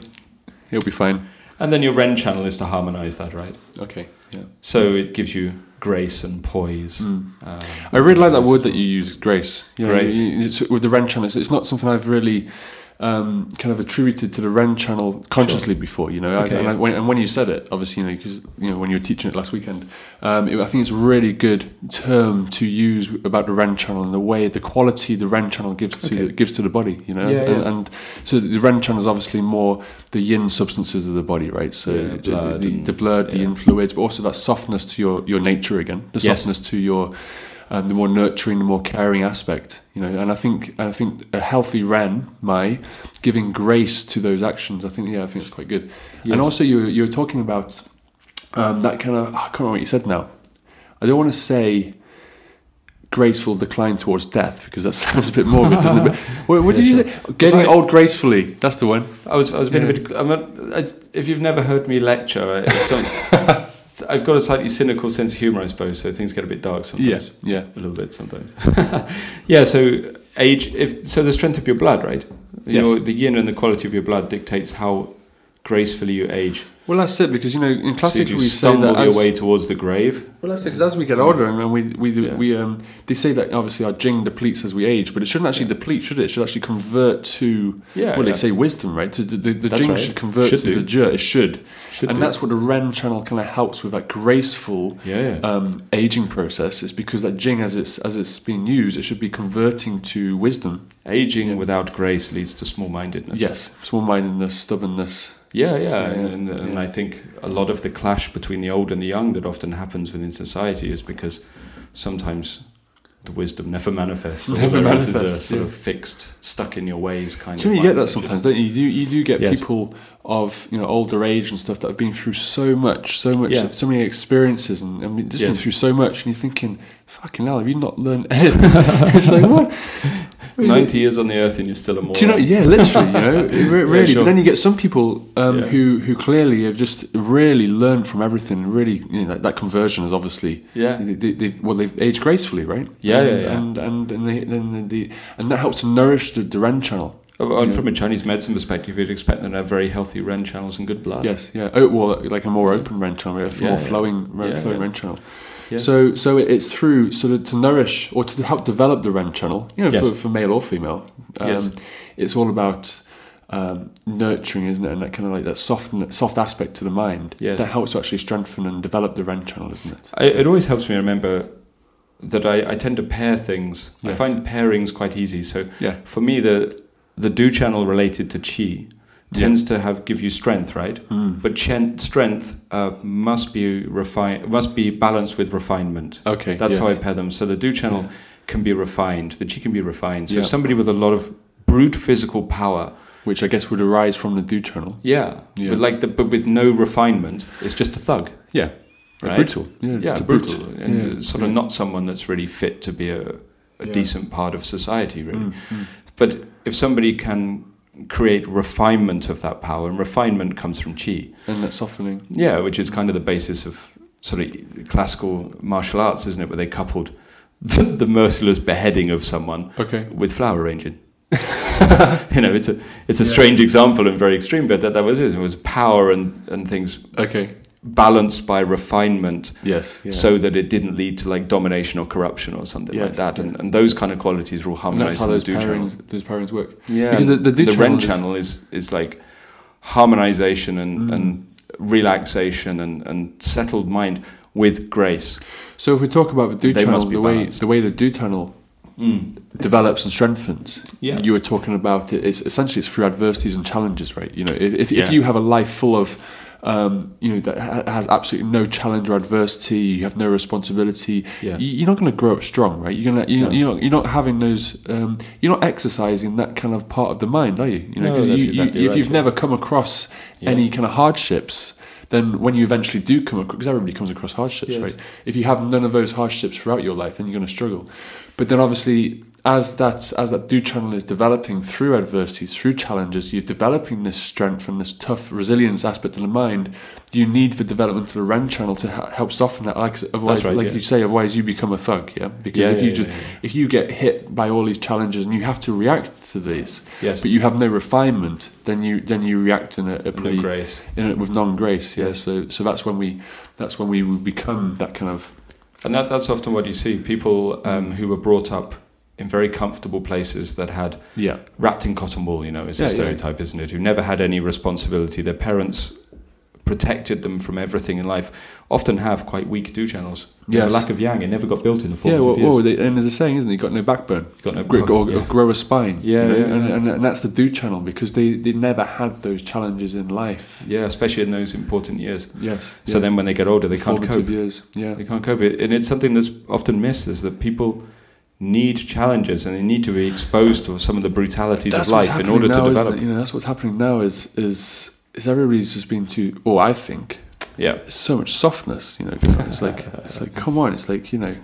Speaker 2: You'll be fine.
Speaker 1: And then your Ren channel is to harmonize that, right?
Speaker 2: Okay. Yeah. Hmm.
Speaker 1: So it gives you grace and poise. Uh,
Speaker 2: I really like that word that you use, grace. You know,
Speaker 1: Grace.
Speaker 2: you- you- it's- with the Ren channel, it's, it's not something I've really um, kind of attributed to the Ren channel consciously before. You know, I-
Speaker 1: Okay,
Speaker 2: and, I,
Speaker 1: yeah.
Speaker 2: when, and when you said it, obviously, you know, because you know when you were teaching it last weekend, um, it- I think it's a really good term to use about the Ren channel and the way the quality the Ren channel gives to
Speaker 1: Okay.
Speaker 2: gives to the body. You know,
Speaker 1: Yeah,
Speaker 2: and,
Speaker 1: yeah.
Speaker 2: and so the Ren channel is obviously more the Yin substances of the body, right? So
Speaker 1: Yeah,
Speaker 2: the-
Speaker 1: blood
Speaker 2: the,
Speaker 1: and-
Speaker 2: the blood, the
Speaker 1: yeah.
Speaker 2: yin fluids, but also that softness to your your nature again, the
Speaker 1: Yes.
Speaker 2: softness to your um, the more nurturing, the more caring aspect, you know. And I think and I think a healthy Ren, my giving grace to those actions. I think yeah, I think it's quite good.
Speaker 1: Yes.
Speaker 2: And also you were- you were talking about um, that kind of I can't remember what you said now. I don't want to say graceful decline towards death because that sounds a bit morbid, doesn't it? But what, what
Speaker 1: Yeah,
Speaker 2: did you
Speaker 1: sure.
Speaker 2: say? Getting
Speaker 1: I-
Speaker 2: old gracefully. That's the one.
Speaker 1: I was, I was being a
Speaker 2: Yeah.
Speaker 1: bit. I'm not, it's- if you've never heard me lecture, I, it's not- I've got a slightly cynical sense of humor, I suppose. So things get a bit dark sometimes.
Speaker 2: Yes. Yeah.
Speaker 1: a little bit sometimes. yeah, so age if so the strength of your blood, right?
Speaker 2: Yes.
Speaker 1: Your, the yin and the quality of your blood dictates how gracefully you age.
Speaker 2: Well, that's it because you know in
Speaker 1: So
Speaker 2: classic
Speaker 1: you
Speaker 2: we say
Speaker 1: stumble
Speaker 2: that
Speaker 1: your
Speaker 2: as,
Speaker 1: way towards the grave.
Speaker 2: Well, that's it. 'cause as we get older, and then we we do
Speaker 1: Yeah.
Speaker 2: we um, they say that obviously our jing depletes as we age, but it shouldn't actually deplete, should it? It should actually convert to
Speaker 1: Yeah,
Speaker 2: well,
Speaker 1: yeah.
Speaker 2: they say wisdom, right? To the, the, the
Speaker 1: That's
Speaker 2: jing
Speaker 1: right.
Speaker 2: should convert
Speaker 1: Should
Speaker 2: to
Speaker 1: do.
Speaker 2: the jur. It should,
Speaker 1: Should
Speaker 2: and
Speaker 1: do.
Speaker 2: that's what the ren channel kind of helps with that graceful
Speaker 1: Yeah, yeah.
Speaker 2: um, aging process. Is because that jing, as it's as it's being used, it should be converting to wisdom.
Speaker 1: Aging without grace leads to small-mindedness.
Speaker 2: Yes, small-mindedness, stubbornness.
Speaker 1: Yeah, yeah,
Speaker 2: Yeah,
Speaker 1: and,
Speaker 2: yeah.
Speaker 1: and, and
Speaker 2: Yeah.
Speaker 1: I think a lot of the clash between the old and the young that often happens within society is because sometimes the wisdom never manifests.
Speaker 2: Never
Speaker 1: Whereas it's a
Speaker 2: manifests,
Speaker 1: sort
Speaker 2: yeah.
Speaker 1: of fixed, stuck in your ways kind
Speaker 2: Do
Speaker 1: of.
Speaker 2: you get that
Speaker 1: mindset.
Speaker 2: sometimes, don't you? You do, you do get
Speaker 1: Yes.
Speaker 2: people of you know older age and stuff that have been through so much, so much,
Speaker 1: Yeah.
Speaker 2: so many experiences, and, and just been
Speaker 1: Yes.
Speaker 2: through so much, and you're thinking, "Fucking hell, have you not learned anything?" it's like what? What is it?
Speaker 1: Ninety years on the earth and you're still a moron.
Speaker 2: Do you know? Yeah, literally. You know, It re- really.
Speaker 1: sure.
Speaker 2: But then you get some people um,
Speaker 1: Yeah.
Speaker 2: who who clearly have just really learned from everything. Really, you know, that, that conversion is obviously
Speaker 1: Yeah.
Speaker 2: They, they, they, well, they've aged gracefully, right?
Speaker 1: Yeah,
Speaker 2: and,
Speaker 1: yeah, yeah.
Speaker 2: And and and, they, then the and that helps nourish the, the Ren channel.
Speaker 1: Oh, And from a Chinese medicine perspective, you'd expect them to have very healthy REN channels and good blood.
Speaker 2: Yes, yeah. Oh, well, like a more open rent channel, a
Speaker 1: Yeah,
Speaker 2: more
Speaker 1: yeah.
Speaker 2: flowing, re-
Speaker 1: Yeah,
Speaker 2: flowing
Speaker 1: yeah.
Speaker 2: rent channel.
Speaker 1: Yeah.
Speaker 2: So, so it- it's through sort of to nourish or to help develop the rent channel, you know,
Speaker 1: Yes.
Speaker 2: for, for male or female. Um,
Speaker 1: Yes.
Speaker 2: It's all about um, nurturing, isn't it? And that kind of like that soft, soft aspect to the mind
Speaker 1: Yes.
Speaker 2: that helps to actually strengthen and develop the rent channel, isn't it?
Speaker 1: I, it always helps me remember that I, I tend to pair things. I
Speaker 2: Yes.
Speaker 1: find pairings quite easy. So
Speaker 2: Yeah.
Speaker 1: for me, the the do channel related to chi
Speaker 2: Yeah.
Speaker 1: tends to have give you strength, right? But chen, strength uh, must be refined, must be balanced with refinement.
Speaker 2: Okay,
Speaker 1: That's how I
Speaker 2: yes.
Speaker 1: pair them. So the do channel
Speaker 2: Yeah.
Speaker 1: can be refined, the chi can be refined. So
Speaker 2: Yeah.
Speaker 1: somebody with a lot of brute physical power
Speaker 2: Which I guess would arise from the do channel.
Speaker 1: Yeah,
Speaker 2: Yeah.
Speaker 1: With like the, but with no refinement, it's just a thug.
Speaker 2: Yeah.
Speaker 1: Right.
Speaker 2: Brutal. Yeah, just
Speaker 1: yeah,
Speaker 2: a brute.
Speaker 1: brutal, and
Speaker 2: Yeah,
Speaker 1: uh, sort of
Speaker 2: yeah.
Speaker 1: not someone that's really fit to be a, a
Speaker 2: Yeah.
Speaker 1: decent part of society, really.
Speaker 2: Mm, mm.
Speaker 1: But if somebody can create refinement of that power, and refinement comes from chi,
Speaker 2: And that softening.
Speaker 1: yeah, which is kind of the basis of sort of classical martial arts, isn't it? Where they coupled the, the merciless beheading of someone
Speaker 2: Okay.
Speaker 1: with flower arranging. you know, it's a it's a strange example and very extreme, but that, that was it. It was power and, and things
Speaker 2: Okay.
Speaker 1: balanced by refinement
Speaker 2: Yes. Yeah.
Speaker 1: so that it didn't lead to like domination or corruption or something like
Speaker 2: Yes,
Speaker 1: that. And, and those kind of qualities are all
Speaker 2: And that's
Speaker 1: harmonized
Speaker 2: how
Speaker 1: in the
Speaker 2: those
Speaker 1: do channel.
Speaker 2: pairings, those pairings work.
Speaker 1: Yeah.
Speaker 2: Because the- the do
Speaker 1: the
Speaker 2: channel
Speaker 1: Ren
Speaker 2: is- Mm.
Speaker 1: channel is, is like harmonization and, and relaxation and, and settled mind with grace.
Speaker 2: So if we talk about the do
Speaker 1: They
Speaker 2: tunnel,
Speaker 1: must be
Speaker 2: the way
Speaker 1: balanced.
Speaker 2: the way the do tunnel Mm. develops and strengthens.
Speaker 1: Yeah.
Speaker 2: You were talking about it. It's essentially it's through adversities and challenges, right? You know, if if,
Speaker 1: Yeah.
Speaker 2: if you have a life full of um, you know that ha- has absolutely no challenge or adversity. You have no responsibility.
Speaker 1: Yeah.
Speaker 2: you- You're not going to grow up strong, right? You're gonna you're,
Speaker 1: No.
Speaker 2: you're not you're not having those. Um, you're not exercising that kind of part of the mind, are you? You know,
Speaker 1: No,
Speaker 2: 'cause
Speaker 1: that's
Speaker 2: you,
Speaker 1: exactly
Speaker 2: you, if
Speaker 1: right,
Speaker 2: you've
Speaker 1: yeah.
Speaker 2: never come across
Speaker 1: Yeah.
Speaker 2: any kind of hardships, then when you eventually do come across, because everybody comes across hardships,
Speaker 1: Yes.
Speaker 2: right? If you have none of those hardships throughout your life, then you're going to struggle. But then obviously, as that as that do channel is developing through adversities, through challenges, you're developing this strength and this tough resilience aspect of the mind. You need the development of the Ren channel to ha- help soften that. Like, otherwise,
Speaker 1: right,
Speaker 2: like
Speaker 1: yeah.
Speaker 2: you say, otherwise you become a thug. Yeah, because
Speaker 1: Yeah,
Speaker 2: if
Speaker 1: yeah,
Speaker 2: you
Speaker 1: yeah,
Speaker 2: just
Speaker 1: yeah,
Speaker 2: if you get hit by all these challenges and you have to react to these,
Speaker 1: Yes.
Speaker 2: but you have no refinement, then you then you react in a, a
Speaker 1: No
Speaker 2: pretty
Speaker 1: grace.
Speaker 2: in a, with non grace. Yeah?
Speaker 1: Yeah.
Speaker 2: so so that's when we that's when we will become that kind of
Speaker 1: And that, that's often what you see people um, who were brought up in very comfortable places that had
Speaker 2: yeah
Speaker 1: wrapped in cotton wool, you know, is
Speaker 2: Yeah,
Speaker 1: a
Speaker 2: yeah.
Speaker 1: stereotype, isn't it? Who never had any responsibility. Their parents protected them from everything in life, often have quite weak do channels. You know,
Speaker 2: Yes.
Speaker 1: lack of yang, it never got built in the
Speaker 2: yeah.
Speaker 1: formative
Speaker 2: Well,
Speaker 1: years.
Speaker 2: well, they, and there's a saying, isn't it? You got no backbone.
Speaker 1: got no
Speaker 2: grow,
Speaker 1: growth,
Speaker 2: or,
Speaker 1: Oh, yeah.
Speaker 2: or grow a spine.
Speaker 1: Yeah,
Speaker 2: you know,
Speaker 1: yeah,
Speaker 2: and,
Speaker 1: yeah.
Speaker 2: And, and that's the do channel because they, they never had those challenges in life.
Speaker 1: Yeah, especially in those important years.
Speaker 2: Yes.
Speaker 1: So then when they get older, they can't
Speaker 2: Formative
Speaker 1: cope.
Speaker 2: Years. Yeah.
Speaker 1: They can't cope. It- And it's something that's often missed is that people need challenges and they need to be exposed to some of the brutalities of life in
Speaker 2: happening
Speaker 1: order to
Speaker 2: now, isn't
Speaker 1: develop.
Speaker 2: it? You know, that's what's happening now. Is is is everybody's just been too? Oh, I think
Speaker 1: Yeah.
Speaker 2: so much softness. You know, it's like it's like come on, it's like you know,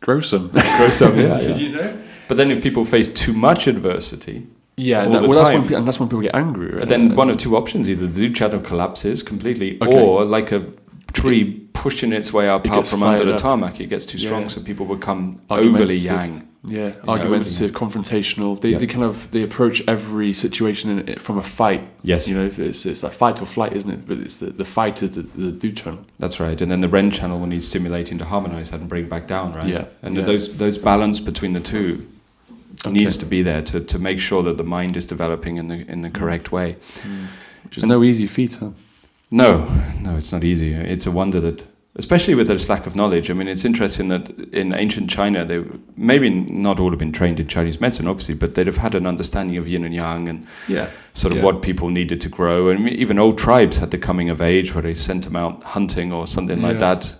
Speaker 2: grow some.
Speaker 1: Gross up, yeah, yeah.
Speaker 2: you know.
Speaker 1: But then if people face too much adversity,
Speaker 2: Yeah,
Speaker 1: All
Speaker 2: that-
Speaker 1: the
Speaker 2: well, that's when,
Speaker 1: time.
Speaker 2: pe- and that's when people get angry. Right?
Speaker 1: then one of two options either the zoo channel collapses completely
Speaker 2: Okay.
Speaker 1: or like a tree pushing its way up
Speaker 2: It
Speaker 1: out
Speaker 2: gets
Speaker 1: from under
Speaker 2: fired
Speaker 1: the
Speaker 2: up.
Speaker 1: tarmac, it gets too strong,
Speaker 2: Yeah.
Speaker 1: so people become
Speaker 2: Argumentative.
Speaker 1: overly yang.
Speaker 2: Yeah,
Speaker 1: know,
Speaker 2: argumentative, confrontational. They,
Speaker 1: Yeah.
Speaker 2: they kind of they approach every situation in, from a fight.
Speaker 1: Yes.
Speaker 2: You know, if it's it's like fight or flight, isn't it? But it's the, the fight is the, the do channel.
Speaker 1: That's right. And then the Ren channel will need stimulating to harmonize that and bring back down, right?
Speaker 2: Yeah.
Speaker 1: And
Speaker 2: Yeah.
Speaker 1: those those balance between the two
Speaker 2: Okay.
Speaker 1: needs to be there to, to make sure that the mind is developing in the in the
Speaker 2: Mm.
Speaker 1: correct way.
Speaker 2: Which is no easy feat, huh?
Speaker 1: No, no, it's not easy. It's a wonder that, especially with this lack of knowledge. I mean, it's interesting that in ancient China, they maybe not all have been trained in Chinese medicine, obviously, but they'd have had an understanding of yin and yang and
Speaker 2: Yeah.
Speaker 1: sort of
Speaker 2: Yeah.
Speaker 1: what people needed to grow. And even old tribes had the coming of age where they sent them out hunting or something like
Speaker 2: Yeah.
Speaker 1: that.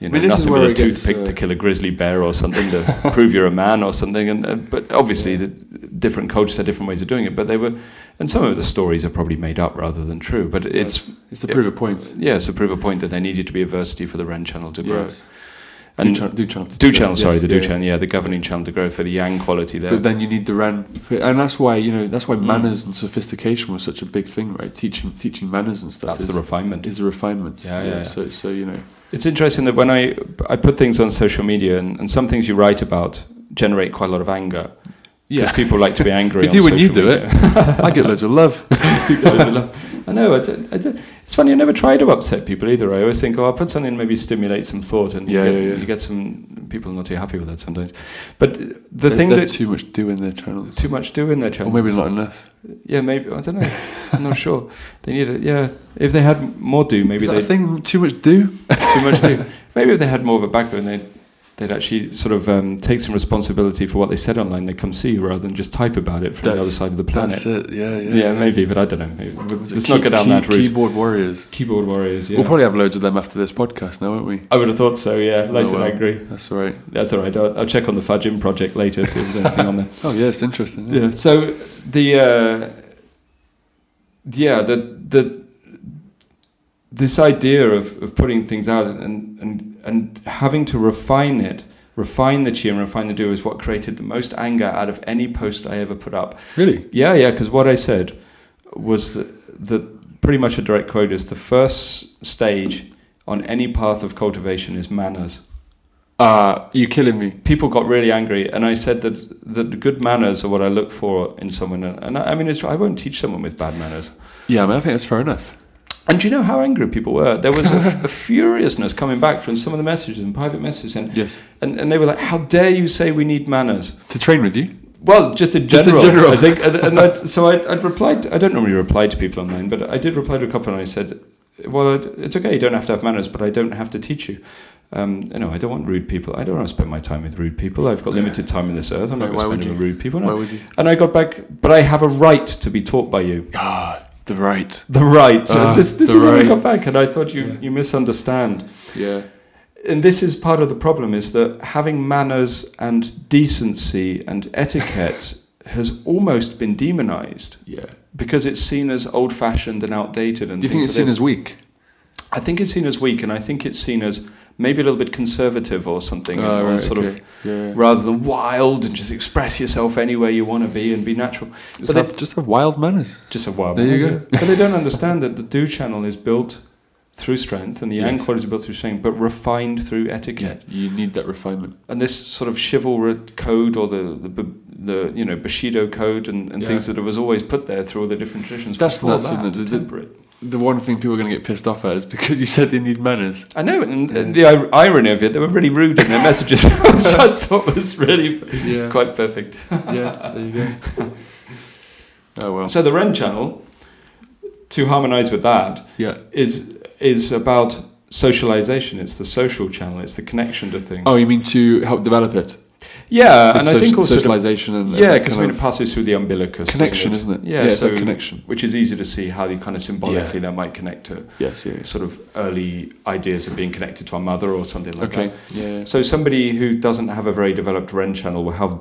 Speaker 1: You
Speaker 2: I
Speaker 1: know,
Speaker 2: mean, this is
Speaker 1: nothing
Speaker 2: where
Speaker 1: with a
Speaker 2: it gets,
Speaker 1: toothpick
Speaker 2: uh,
Speaker 1: to kill a grizzly bear or something to prove you're a man or something. And uh, but obviously,
Speaker 2: Yeah.
Speaker 1: the different cultures had different ways of doing it. But they were, and some of the stories are probably made up rather than true. But it's
Speaker 2: It's to
Speaker 1: Yeah.
Speaker 2: prove a point.
Speaker 1: yeah, so prove a point that there needed to be adversity for the Ren channel to grow.
Speaker 2: Yes. Do
Speaker 1: And
Speaker 2: channel. Do channel.
Speaker 1: Do channel, sorry,
Speaker 2: Yes,
Speaker 1: the Do
Speaker 2: yeah.
Speaker 1: channel, yeah, the governing channel to grow for the Yang quality there.
Speaker 2: But then you need the ren, and that's why you know that's why
Speaker 1: Mm.
Speaker 2: manners and sophistication was such a big thing, right? Teaching teaching manners and stuff.
Speaker 1: That's
Speaker 2: is,
Speaker 1: the refinement.
Speaker 2: is a refinement.
Speaker 1: Yeah, yeah, yeah.
Speaker 2: So so you know.
Speaker 1: It's interesting that when I I put things on social media and, and some things you write about generate quite a lot of anger because people like to be angry.
Speaker 2: We
Speaker 1: on
Speaker 2: do when you
Speaker 1: social
Speaker 2: do it.
Speaker 1: media.
Speaker 2: I get loads of love.
Speaker 1: Loads of love. I know. I don't- I don't- it's funny. I never try to upset people either. I always think, oh, I'll put something maybe stimulate some thought, and
Speaker 2: Yeah,
Speaker 1: you, get,
Speaker 2: yeah, yeah.
Speaker 1: you get some people not too happy with that sometimes. But the
Speaker 2: They-
Speaker 1: thing
Speaker 2: they're
Speaker 1: that
Speaker 2: too much do in their channel.
Speaker 1: too much do in their channel,
Speaker 2: Or maybe not enough.
Speaker 1: Yeah, maybe I don't know. I'm not sure. They need it. Yeah, if they had more do, maybe
Speaker 2: Is that
Speaker 1: they
Speaker 2: a thing too much do?
Speaker 1: too much do. Maybe if they had more of a backbone, they'd they'd actually sort of um, take some responsibility for what they said online. They come see you rather than just type about it from the
Speaker 2: That's-
Speaker 1: other side of the planet.
Speaker 2: That's it. Yeah, yeah.
Speaker 1: Yeah, maybe, but I don't know. Maybe.
Speaker 2: It's
Speaker 1: Let's
Speaker 2: a
Speaker 1: not go
Speaker 2: key-
Speaker 1: down
Speaker 2: key-
Speaker 1: that route.
Speaker 2: Keyboard warriors.
Speaker 1: Keyboard warriors. Yeah,
Speaker 2: We'll probably have loads of them after this podcast, now, won't we?
Speaker 1: I would have thought so. Yeah,
Speaker 2: Oh,
Speaker 1: like I said, I
Speaker 2: well.
Speaker 1: agree.
Speaker 2: That's all right.
Speaker 1: That's all right. I'll, I'll check on the Fajim project later. See if there's anything on there.
Speaker 2: Oh yeah, it's interesting.
Speaker 1: Yeah. So the uh, yeah the the this idea of, of putting things out and, and and having to refine it, refine the chi and refine the do is what created the most anger out of any post I ever put up.
Speaker 2: Really?
Speaker 1: Yeah, yeah. Because what I said was that, that pretty much a direct quote is the first stage on any path of cultivation is manners
Speaker 2: Uh you killing me.
Speaker 1: people got really angry, and I said that that good manners are what I look for in someone. And and I, I mean, it's, I won't teach someone with bad manners.
Speaker 2: Yeah, I mean, I think that's fair enough.
Speaker 1: And do you know how angry people were? There was a, f- a furiousness coming back from some of the messages and private messages, and,
Speaker 2: Yes.
Speaker 1: and and they were like, "How dare you say we need manners?"
Speaker 2: To train with you.
Speaker 1: Well, just in
Speaker 2: Just in
Speaker 1: general,
Speaker 2: general.
Speaker 1: I think. And, and I'd, so I'd, I'd replied. I don't normally reply to people online, but I did reply to a couple, and I said, "Well, it- it's okay. You don't have to have manners, but I don't have to teach you." Um, you know, I don't want rude people. I don't want to spend my time with rude people. I've got limited time on this earth. I'm not
Speaker 2: Right,
Speaker 1: going to
Speaker 2: why
Speaker 1: spend
Speaker 2: would
Speaker 1: it with
Speaker 2: you?
Speaker 1: rude people. No.
Speaker 2: Why would you?
Speaker 1: And I got back, but I have a right to be taught by you.
Speaker 2: Ah, the right.
Speaker 1: The right.
Speaker 2: Ah,
Speaker 1: this this
Speaker 2: the
Speaker 1: is what I
Speaker 2: right.
Speaker 1: got back, and I thought you,
Speaker 2: Yeah.
Speaker 1: you misunderstand.
Speaker 2: Yeah.
Speaker 1: And this is part of the problem is that having manners and decency and etiquette has almost been demonized
Speaker 2: Yeah.
Speaker 1: because it's seen as old fashioned and outdated. And
Speaker 2: Do you think
Speaker 1: things
Speaker 2: it's
Speaker 1: like
Speaker 2: seen
Speaker 1: this.
Speaker 2: as weak?
Speaker 1: I think it's seen as weak, and I think it's seen as maybe a little bit conservative or something,
Speaker 2: Ah,
Speaker 1: and
Speaker 2: right,
Speaker 1: sort
Speaker 2: okay.
Speaker 1: of
Speaker 2: yeah, yeah.
Speaker 1: rather than wild and just express yourself any way you want to be and be natural.
Speaker 2: Just,
Speaker 1: but they-
Speaker 2: have, just have wild manners.
Speaker 1: Just a wild.
Speaker 2: There you
Speaker 1: man,
Speaker 2: go.
Speaker 1: isn't it? but they don't understand that the do channel is built through strength and the yang
Speaker 2: Yes.
Speaker 1: qualities are built through strength, but refined through etiquette.
Speaker 2: you need that refinement.
Speaker 1: and this sort of chivalric code or the the, b- the you know Bushido code and, and
Speaker 2: Yeah.
Speaker 1: things that was always put there through all the different traditions.
Speaker 2: That's
Speaker 1: for all
Speaker 2: nuts,
Speaker 1: that,
Speaker 2: isn't it?
Speaker 1: to
Speaker 2: The-
Speaker 1: temper it.
Speaker 2: The one thing people are going to get pissed off at is because you said they need manners.
Speaker 1: I know, and, and the ir- irony of it, they were really rude in their messages, which I thought was really f-
Speaker 2: Yeah,
Speaker 1: quite perfect.
Speaker 2: yeah. There you go. oh well.
Speaker 1: So the Ren channel, to harmonise with that,
Speaker 2: Yeah.
Speaker 1: is is about socialization. It's the social channel. It's the connection to things.
Speaker 2: Oh, you mean to help develop it?
Speaker 1: yeah, Uh, and
Speaker 2: With
Speaker 1: I think
Speaker 2: soci-
Speaker 1: also the-
Speaker 2: socialization and and
Speaker 1: yeah,
Speaker 2: that
Speaker 1: because I
Speaker 2: kind
Speaker 1: mean it passes through the umbilicus
Speaker 2: of
Speaker 1: doesn't
Speaker 2: connection,
Speaker 1: it?
Speaker 2: isn't it?
Speaker 1: Yeah,
Speaker 2: it's that
Speaker 1: so-
Speaker 2: connection.
Speaker 1: which is easy to see how you kind of symbolically that might connect to
Speaker 2: Yes, yes.
Speaker 1: sort of early ideas of being connected to our mother or something like
Speaker 2: Okay. Yeah.
Speaker 1: that. So somebody who doesn't have a very developed REN channel will have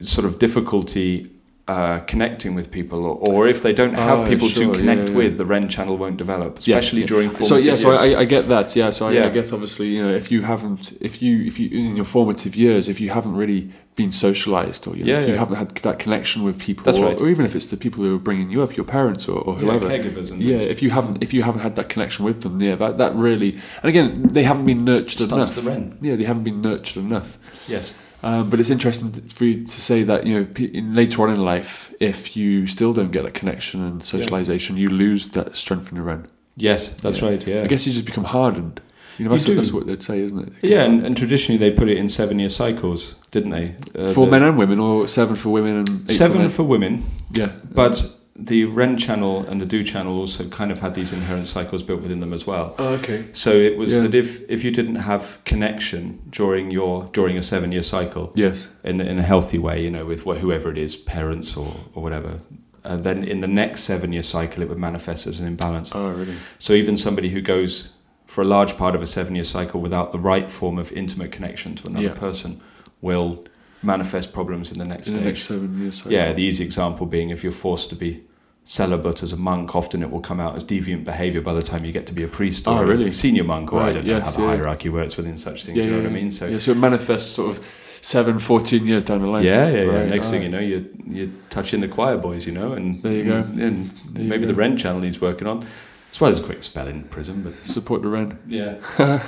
Speaker 1: sort of difficulty uh, connecting with people, or, or if they don't have
Speaker 2: Oh,
Speaker 1: people
Speaker 2: sure,
Speaker 1: to connect
Speaker 2: yeah, yeah.
Speaker 1: with, the REN channel won't develop,
Speaker 2: Yeah,
Speaker 1: especially
Speaker 2: yeah.
Speaker 1: during
Speaker 2: So
Speaker 1: formative
Speaker 2: yeah, so
Speaker 1: years.
Speaker 2: I, I get that. Yeah, so I,
Speaker 1: Yeah.
Speaker 2: I get obviously, you know, if you haven't, if you, if you in your formative years, if you haven't really been socialized, or you know,
Speaker 1: Yeah,
Speaker 2: if you
Speaker 1: yeah.
Speaker 2: haven't had that connection with people,
Speaker 1: That's
Speaker 2: or,
Speaker 1: right.
Speaker 2: or even if it's the people who are bringing you up, your parents or, or
Speaker 1: yeah,
Speaker 2: whoever.
Speaker 1: caregivers and
Speaker 2: Yeah,
Speaker 1: things.
Speaker 2: if you haven't, if you haven't had that connection with them, yeah, that that really, and again, they haven't been nurtured
Speaker 1: Stunts
Speaker 2: enough.
Speaker 1: the REN.
Speaker 2: yeah, they haven't been nurtured enough.
Speaker 1: Yes.
Speaker 2: Um, but it's interesting for you to say that you know pe- in later on in life, if you still don't get that connection and socialization, you lose that strength in the run.
Speaker 1: Yes, that's right. Yeah.
Speaker 2: I guess you just become hardened. You know,
Speaker 1: You
Speaker 2: that's, what-
Speaker 1: do.
Speaker 2: that's what they'd say, isn't it?
Speaker 1: yeah, and, and traditionally they put it in seven year cycles, didn't they? Uh,
Speaker 2: for
Speaker 1: the-
Speaker 2: men and women, or seven for women and eight For
Speaker 1: Seven
Speaker 2: men?
Speaker 1: for women,
Speaker 2: yeah,
Speaker 1: But the Ren channel and the Do channel also kind of had these inherent cycles built within them as well.
Speaker 2: oh, okay.
Speaker 1: So it was
Speaker 2: Yeah.
Speaker 1: that if, if you didn't have connection during your during a seven year cycle
Speaker 2: Yes.
Speaker 1: in in a healthy way, you know, with wh- whoever it is, parents or or whatever, uh, then in the next seven year cycle it would manifest as an imbalance.
Speaker 2: Oh, really?
Speaker 1: So even somebody who goes for a large part of a seven year cycle without the right form of intimate connection to another
Speaker 2: Yeah.
Speaker 1: person will manifest problems in the next
Speaker 2: In the
Speaker 1: stage.
Speaker 2: next seven years. So
Speaker 1: Yeah, the easy example being if you're forced to be celibate as a monk, often it will come out as deviant behavior by the time you get to be a priest or
Speaker 2: Oh,
Speaker 1: a
Speaker 2: really?
Speaker 1: senior monk, or I
Speaker 2: Right,
Speaker 1: don't know
Speaker 2: yes,
Speaker 1: how the
Speaker 2: yeah.
Speaker 1: hierarchy works within such things.
Speaker 2: yeah,
Speaker 1: you know
Speaker 2: yeah,
Speaker 1: what I
Speaker 2: yeah.
Speaker 1: mean? So
Speaker 2: yeah, so it manifests sort of seven, 14 years down the line.
Speaker 1: yeah, yeah, yeah.
Speaker 2: Right,
Speaker 1: Next thing
Speaker 2: ah,
Speaker 1: you know, you're you're touching the choir boys, you know, and
Speaker 2: There you go.
Speaker 1: And
Speaker 2: There you
Speaker 1: maybe
Speaker 2: go.
Speaker 1: the Ren channel needs working on. That's why there's a quick spell in prison, but
Speaker 2: support the Ren.
Speaker 1: yeah.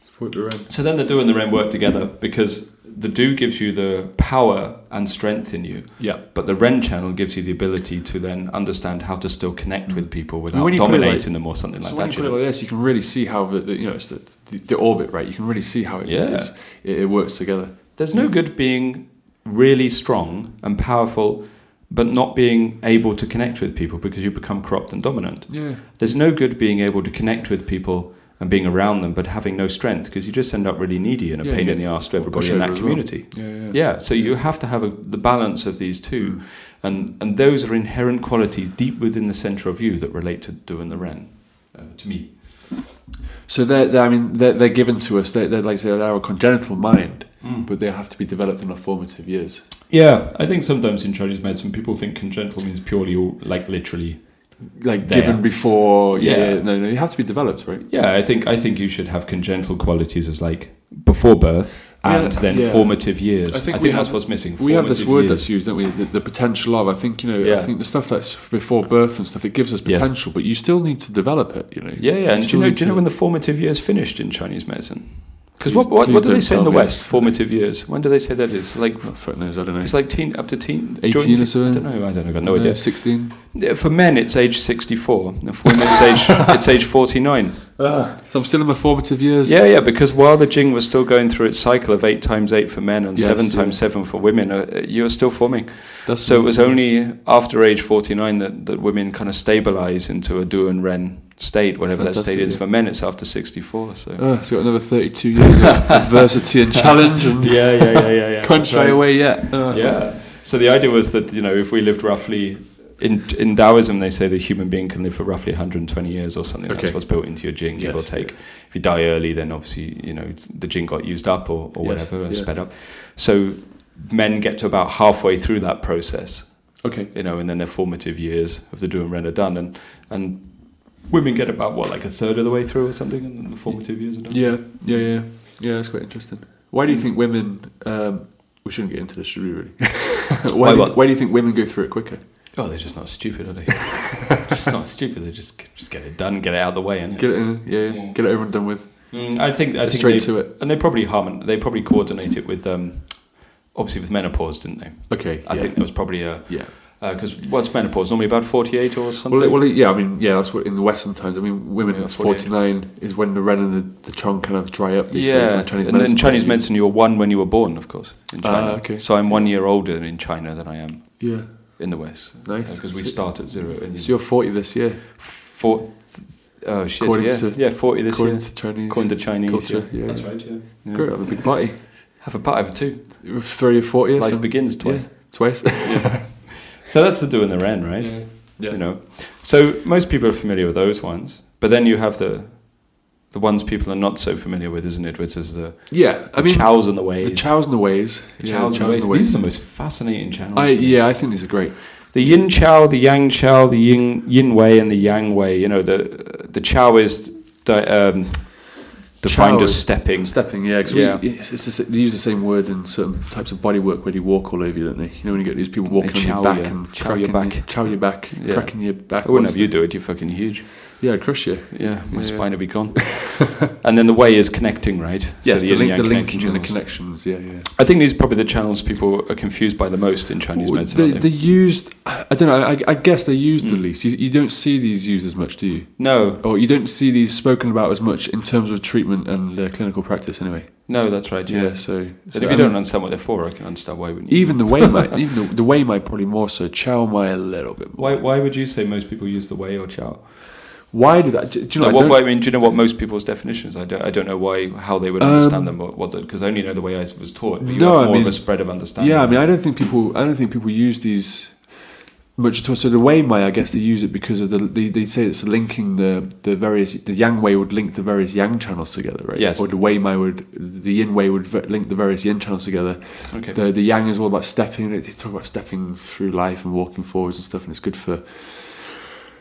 Speaker 2: Support the Ren.
Speaker 1: So then the do and the Ren work together because the do gives you the power and strength in you.
Speaker 2: Yeah.
Speaker 1: But the Ren channel gives you the ability to then understand how to still connect with people without
Speaker 2: when you put it
Speaker 1: dominating
Speaker 2: like-
Speaker 1: them or something like
Speaker 2: so when
Speaker 1: that.
Speaker 2: you put
Speaker 1: you
Speaker 2: it
Speaker 1: know?
Speaker 2: like this, you can really see how the, the you know it's the, the, the orbit, right? You can really see how it
Speaker 1: Yeah.
Speaker 2: is- It, it works together.
Speaker 1: There's no good being really strong and powerful, but not being able to connect with people because you become corrupt and dominant.
Speaker 2: Yeah.
Speaker 1: There's no good being able to connect with people and being around them, but having no strength because you just end up really needy and a
Speaker 2: Yeah,
Speaker 1: pain
Speaker 2: you
Speaker 1: in the ass to everybody
Speaker 2: push
Speaker 1: in
Speaker 2: over
Speaker 1: that
Speaker 2: as well.
Speaker 1: community.
Speaker 2: Yeah. Yeah.
Speaker 1: Yeah, so you have to have a, the balance of these two,
Speaker 2: Mm.
Speaker 1: and and those are inherent qualities deep within the centre of you that relate to do and the ren. Uh, to me,
Speaker 2: So they're, they're I mean they're, they're given to us. They're, they're like I say, they're our congenital mind, but they have to be developed in our formative years.
Speaker 1: yeah, I think sometimes in Chinese medicine people think congenital means purely or like literally.
Speaker 2: Like
Speaker 1: There.
Speaker 2: given before. Yeah.
Speaker 1: Yeah.
Speaker 2: No. No. You have to be developed, right?
Speaker 1: Yeah, I think I think you should have congenital qualities as like before birth and
Speaker 2: Yeah,
Speaker 1: then
Speaker 2: yeah.
Speaker 1: formative years. I
Speaker 2: I
Speaker 1: think,
Speaker 2: think we
Speaker 1: that's
Speaker 2: have-
Speaker 1: what's missing.
Speaker 2: We have this
Speaker 1: formative
Speaker 2: word
Speaker 1: years.
Speaker 2: that's used, don't we? The, the potential of. I think you know.
Speaker 1: Yeah.
Speaker 2: I think the stuff that's before birth and stuff. It gives us
Speaker 1: Yes.
Speaker 2: potential, but you still need to develop it. You know.
Speaker 1: yeah, yeah. And do you
Speaker 2: still
Speaker 1: know
Speaker 2: need
Speaker 1: do you know
Speaker 2: to-
Speaker 1: when the formative years finished in Chinese medicine? Because
Speaker 2: Please-
Speaker 1: what what,
Speaker 2: please
Speaker 1: what do they
Speaker 2: don't
Speaker 1: say in the
Speaker 2: tell me
Speaker 1: West?
Speaker 2: this.
Speaker 1: Formative years. When do they say that is like
Speaker 2: Not for knows. I don't know.
Speaker 1: It's like teen up to teen.
Speaker 2: 18
Speaker 1: during
Speaker 2: or
Speaker 1: teen-
Speaker 2: something?
Speaker 1: I don't know. I don't know. I've got no
Speaker 2: Uh,
Speaker 1: idea.
Speaker 2: Sixteen.
Speaker 1: Yeah, For men, it's age sixty-four. And for women, it's age it's age forty-nine.
Speaker 2: so I'm still in my formative years.
Speaker 1: Yeah, yeah. Because while the Jing was still going through its cycle of eight times eight for men and
Speaker 2: Yes,
Speaker 1: seven
Speaker 2: yeah.
Speaker 1: times seven for women, uh, uh, you were still forming.
Speaker 2: That's
Speaker 1: So it was only after age forty-nine that, that women kind of stabilize into a do and ren state, whatever that
Speaker 2: Fantastic,
Speaker 1: state is.
Speaker 2: yeah.
Speaker 1: For men, it's after sixty-four. So
Speaker 2: Uh, so got another 32 years of adversity and challenge and
Speaker 1: yeah, yeah, yeah, yeah. yeah
Speaker 2: can't shy away yet. Uh,
Speaker 1: Yeah. So the idea was that you know if we lived roughly in in Taoism, they say the human being can live for roughly 120 years or something.
Speaker 2: Okay.
Speaker 1: That's what's built into your jing, give
Speaker 2: Yes,
Speaker 1: or take. If you die early, then obviously you know the jing got used up or, or
Speaker 2: Yes,
Speaker 1: whatever,
Speaker 2: yeah.
Speaker 1: sped up. So men get to about halfway through that process,
Speaker 2: Okay.
Speaker 1: you know, and then their formative years of the do and ren are done, and and women get about what like a third of the way through or something in the formative years. and all?
Speaker 2: Yeah, yeah, yeah, yeah. That's quite interesting. Why do
Speaker 1: Hmm.
Speaker 2: you think women? Um, we shouldn't get into this, should we? Really?
Speaker 1: Why
Speaker 2: why, do you,
Speaker 1: what?
Speaker 2: why do you think women go through it quicker?
Speaker 1: Oh, they're just not stupid, are they? just not stupid. They just just get it done, get it out of the way, and
Speaker 2: Get it, in, yeah, yeah,
Speaker 1: Yeah.
Speaker 2: get it over and done with.
Speaker 1: Mm, I think I think
Speaker 2: Straight
Speaker 1: they,
Speaker 2: to it.
Speaker 1: and they probably harmon they probably coordinate it with um, obviously with menopause, didn't they?
Speaker 2: Okay.
Speaker 1: I
Speaker 2: yeah.
Speaker 1: think that was probably a
Speaker 2: Yeah.
Speaker 1: because what's menopause normally about forty eight or something.
Speaker 2: Well, it- well, it- yeah. I mean, yeah. That's what in the Western times. I mean, women
Speaker 1: Yeah,
Speaker 2: at
Speaker 1: 48.
Speaker 2: forty nine is when the ren and the, the trunk kind of dry up. They say,
Speaker 1: yeah,
Speaker 2: from Chinese
Speaker 1: and
Speaker 2: medicine.
Speaker 1: in Chinese medicine, you're one when you were born, of course, in
Speaker 2: Ah,
Speaker 1: China.
Speaker 2: okay.
Speaker 1: So I'm one year older in China than I am
Speaker 2: Yeah,
Speaker 1: in the West
Speaker 2: nice.
Speaker 1: because we
Speaker 2: So-
Speaker 1: start at zero. And
Speaker 2: So you're forty this year,
Speaker 1: four, oh shit,
Speaker 2: According
Speaker 1: yeah,
Speaker 2: to-
Speaker 1: yeah, forty this
Speaker 2: according
Speaker 1: year.
Speaker 2: to Chinese
Speaker 1: According to Chinese,
Speaker 2: culture. Yeah,
Speaker 1: that's right. Yeah, yeah.
Speaker 2: Great, have a big party.
Speaker 1: have a part of two.
Speaker 2: Thirty or forty.
Speaker 1: Life begins twice.
Speaker 2: Twice.
Speaker 1: So that's the do and the ren, right?
Speaker 2: Yeah.
Speaker 1: You know, so most people are familiar with those ones, but then you have the the ones people are not so familiar with, isn't it? Which is the,
Speaker 2: Yeah, I
Speaker 1: the
Speaker 2: mean,
Speaker 1: chows and the
Speaker 2: the
Speaker 1: ways.
Speaker 2: chows and the ways.
Speaker 1: The chows and the ways. These are the most fascinating channels.
Speaker 2: I,
Speaker 1: to me.
Speaker 2: yeah, I think these are great.
Speaker 1: The yin chow, the yang chow, the yin yin way, and the yang way. You know, the the chow is di- um, defined
Speaker 2: Chow
Speaker 1: as
Speaker 2: is-
Speaker 1: stepping.
Speaker 2: Stepping, yeah, because
Speaker 1: Yeah.
Speaker 2: it's, it's the, sa- they use the same word in certain types of body work where they walk all over you, don't they? You know, when you get these people walking on
Speaker 1: chow
Speaker 2: your back
Speaker 1: you.
Speaker 2: and
Speaker 1: Chow your
Speaker 2: cracking
Speaker 1: back.
Speaker 2: chow your back,
Speaker 1: Yeah.
Speaker 2: cracking your back.
Speaker 1: I wouldn't have
Speaker 2: once-
Speaker 1: you do it. You're fucking huge.
Speaker 2: Yeah, I'd crush you.
Speaker 1: Yeah, my
Speaker 2: Yeah.
Speaker 1: spine would be gone. and then the way is connecting, right?
Speaker 2: Yes, the,
Speaker 1: yin
Speaker 2: link,
Speaker 1: yang
Speaker 2: the linkage
Speaker 1: connecting
Speaker 2: and the
Speaker 1: channels.
Speaker 2: connections. Yeah, yeah.
Speaker 1: I think these are probably the channels people are confused by the most in Chinese
Speaker 2: Well,
Speaker 1: medicine.
Speaker 2: they,
Speaker 1: aren't
Speaker 2: they used. I I don't know. I, I guess they used the least. You, you don't see these used as much, do you?
Speaker 1: No,
Speaker 2: Or you don't see these spoken about as much in terms of treatment and uh, clinical practice, anyway.
Speaker 1: no, that's right. Yeah.
Speaker 2: Yeah. so, so
Speaker 1: But if
Speaker 2: I
Speaker 1: you don't
Speaker 2: mean,
Speaker 1: understand what they're for, I can understand why wouldn't you?
Speaker 2: even the way might, even the, the way might probably more so. Chow might a little bit. More.
Speaker 1: why, why would you say most people use the way or chow?
Speaker 2: Why do that? Do, do
Speaker 1: No,
Speaker 2: you know? I
Speaker 1: what,
Speaker 2: don't-
Speaker 1: what, I mean, do you know what most people's definitions? I don't, I don't know why how they would
Speaker 2: Um,
Speaker 1: understand them, or what because I only know the way I was taught. But you
Speaker 2: No,
Speaker 1: have
Speaker 2: I
Speaker 1: more of
Speaker 2: mean-
Speaker 1: a spread of understanding.
Speaker 2: yeah, I mean, I don't think people. I don't think people use these much at all. So the way might, I guess, they use it because of the. They, they say it's linking the the various. The yang way would link the various yang channels together, right?
Speaker 1: Yes.
Speaker 2: Or the way my would the yin way would v- link the various yin channels together.
Speaker 1: okay.
Speaker 2: The the yang is all about stepping. They talk about stepping through life and walking forwards and stuff, and it's good for.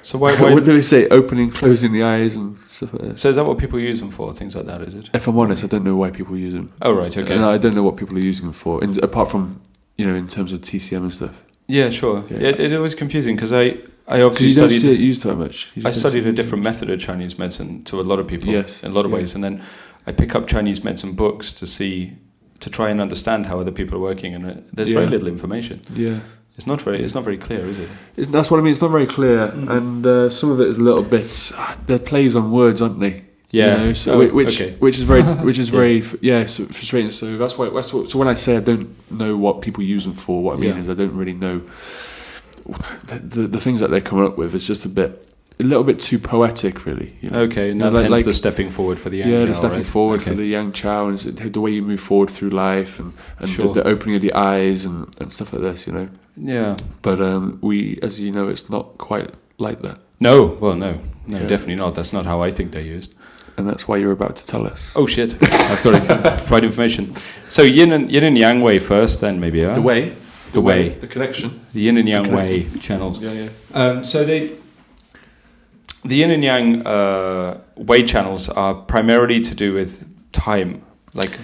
Speaker 1: so why, why
Speaker 2: what do they say? Opening, closing the eyes and stuff like that.
Speaker 1: So is that what people use them for? Things like that, is it?
Speaker 2: If I'm honest, I don't know why people use them.
Speaker 1: Oh right, okay.
Speaker 2: And I don't know what people are using them for, in, apart from you know, in terms of TCM and stuff.
Speaker 1: yeah, sure.
Speaker 2: Yeah.
Speaker 1: It, it was confusing because I I
Speaker 2: Because you
Speaker 1: obviously
Speaker 2: don't see
Speaker 1: studied
Speaker 2: it used that much. You
Speaker 1: I
Speaker 2: just don't
Speaker 1: studied
Speaker 2: see
Speaker 1: a
Speaker 2: it.
Speaker 1: different method of Chinese medicine to a lot of people.
Speaker 2: Yes,
Speaker 1: in a lot of
Speaker 2: yeah.
Speaker 1: ways, and then I pick up Chinese medicine books to see to try and understand how other people are working, and uh, there's very
Speaker 2: Yeah.
Speaker 1: little information.
Speaker 2: Yeah,
Speaker 1: It's not very it's not very clear, is it?
Speaker 2: It- that's what I mean. It's not very clear,
Speaker 1: Mm.
Speaker 2: and uh, some of it is a little bit. ah, They're plays on words, aren't they? You
Speaker 1: Yeah.
Speaker 2: know, so
Speaker 1: Oh,
Speaker 2: whi- which
Speaker 1: okay.
Speaker 2: which is very which is
Speaker 1: Yeah.
Speaker 2: very f- yeah so frustrating. So that's why that's what, so when I say I don't know what people use them for, what I mean
Speaker 1: Yeah.
Speaker 2: is I don't really know the, the the things that they're coming up with. It's just a bit a little bit too poetic, really. You know?
Speaker 1: Okay, and
Speaker 2: Yeah,
Speaker 1: that
Speaker 2: like-
Speaker 1: hence
Speaker 2: like-
Speaker 1: the stepping forward for the
Speaker 2: yeah,
Speaker 1: angel,
Speaker 2: the stepping
Speaker 1: right?
Speaker 2: forward for
Speaker 1: Okay.
Speaker 2: the young child, and it's- the way you move forward through life, and, and
Speaker 1: Sure.
Speaker 2: the, the opening of the eyes, and, and stuff like this, you know.
Speaker 1: yeah.
Speaker 2: But um, we, as you know, it's not quite like that,
Speaker 1: No, well, no, no,
Speaker 2: Yeah.
Speaker 1: definitely not. That's not how I think they're used.
Speaker 2: and that's why you're about to tell us
Speaker 1: Oh shit, I've got to provide information. So yin and yin and yang way first, then maybe yeah?
Speaker 2: way,
Speaker 1: The way.
Speaker 2: the connection.
Speaker 1: the yin and yang
Speaker 2: The
Speaker 1: way channels.
Speaker 2: Yeah, yeah,
Speaker 1: Um, so they, the yin and yang uh, way channels are primarily to do with time, like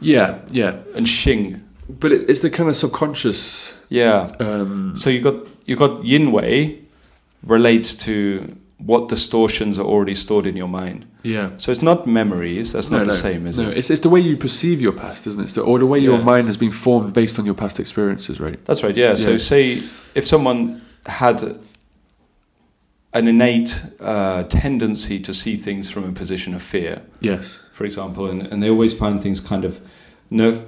Speaker 2: yeah, yeah.
Speaker 1: and shing.
Speaker 2: But it, it's the kind of subconscious.
Speaker 1: Yeah.
Speaker 2: Um,
Speaker 1: So you got you got yin way relates to what distortions are already stored in your mind.
Speaker 2: yeah.
Speaker 1: So it's not memories. That's not
Speaker 2: no,
Speaker 1: the
Speaker 2: no,
Speaker 1: same, is
Speaker 2: no.
Speaker 1: it?
Speaker 2: It's it's the way you perceive your past, isn't it? It's the, or the way your
Speaker 1: Yeah.
Speaker 2: mind has been formed based on your past experiences, right?
Speaker 1: That's right. Yeah. So
Speaker 2: Yeah.
Speaker 1: say if someone had an innate uh, tendency to see things from a position of fear,
Speaker 2: Yes.
Speaker 1: for example, and, and they always find things kind of nerve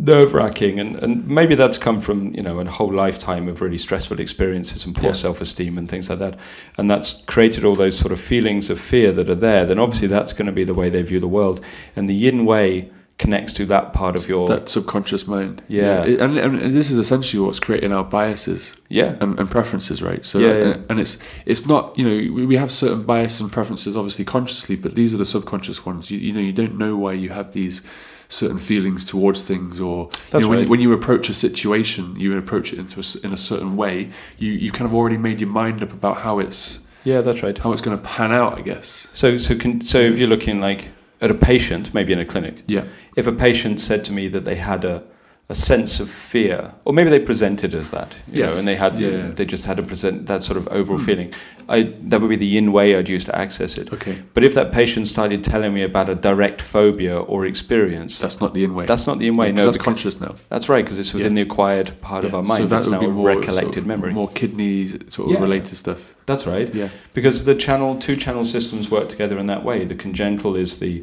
Speaker 1: nerve wracking, and, and maybe that's come from you know a whole lifetime of really stressful experiences and poor
Speaker 2: Yeah.
Speaker 1: self esteem and things like that, and that's created all those sort of feelings of fear that are there. Then obviously that's going to be the way they view the world, and the yin way connects to that part of your
Speaker 2: That subconscious mind.
Speaker 1: Yeah.
Speaker 2: It- and, and this is essentially what's creating our biases.
Speaker 1: yeah
Speaker 2: and, and preferences, right? So,
Speaker 1: Yeah,
Speaker 2: that-
Speaker 1: yeah.
Speaker 2: And, it's it's not you know we, we have certain bias and preferences, obviously consciously, but these are the subconscious ones. You, you know, you don't know why you have these certain feelings towards things, or you
Speaker 1: That's
Speaker 2: know, when,
Speaker 1: right.
Speaker 2: you, when you approach a situation, you approach it into a, s- in a certain way. You you kind of already made your mind up about how it's
Speaker 1: Yeah, that's right.
Speaker 2: how it's going to pan out, I guess.
Speaker 1: So, so, can, so if you're looking like at a patient, maybe in a clinic,
Speaker 2: Yeah.
Speaker 1: if a patient said to me that they had a, a sense of fear, or maybe they presented as that, you know,
Speaker 2: Yes.
Speaker 1: and they had
Speaker 2: Yeah, Hmm. yeah.
Speaker 1: they just had to present that sort of overall feeling. I that would be the yin way I'd use to access it.
Speaker 2: Okay.
Speaker 1: But if that patient started telling me about a direct phobia or experience,
Speaker 2: That's not the in way.
Speaker 1: that's not the yin way.
Speaker 2: Yeah, 'cause
Speaker 1: no,
Speaker 2: that's
Speaker 1: because-
Speaker 2: conscious now.
Speaker 1: that's right, because it's within the acquired part of
Speaker 2: Yeah.
Speaker 1: our mind.
Speaker 2: So that
Speaker 1: that's
Speaker 2: would
Speaker 1: now
Speaker 2: be
Speaker 1: a
Speaker 2: more
Speaker 1: recollected
Speaker 2: sort of
Speaker 1: memory.
Speaker 2: More kidneys sort of
Speaker 1: Yeah.
Speaker 2: related stuff.
Speaker 1: That's right.
Speaker 2: Yeah.
Speaker 1: because the channel two channel systems work together in that way. The congenital is the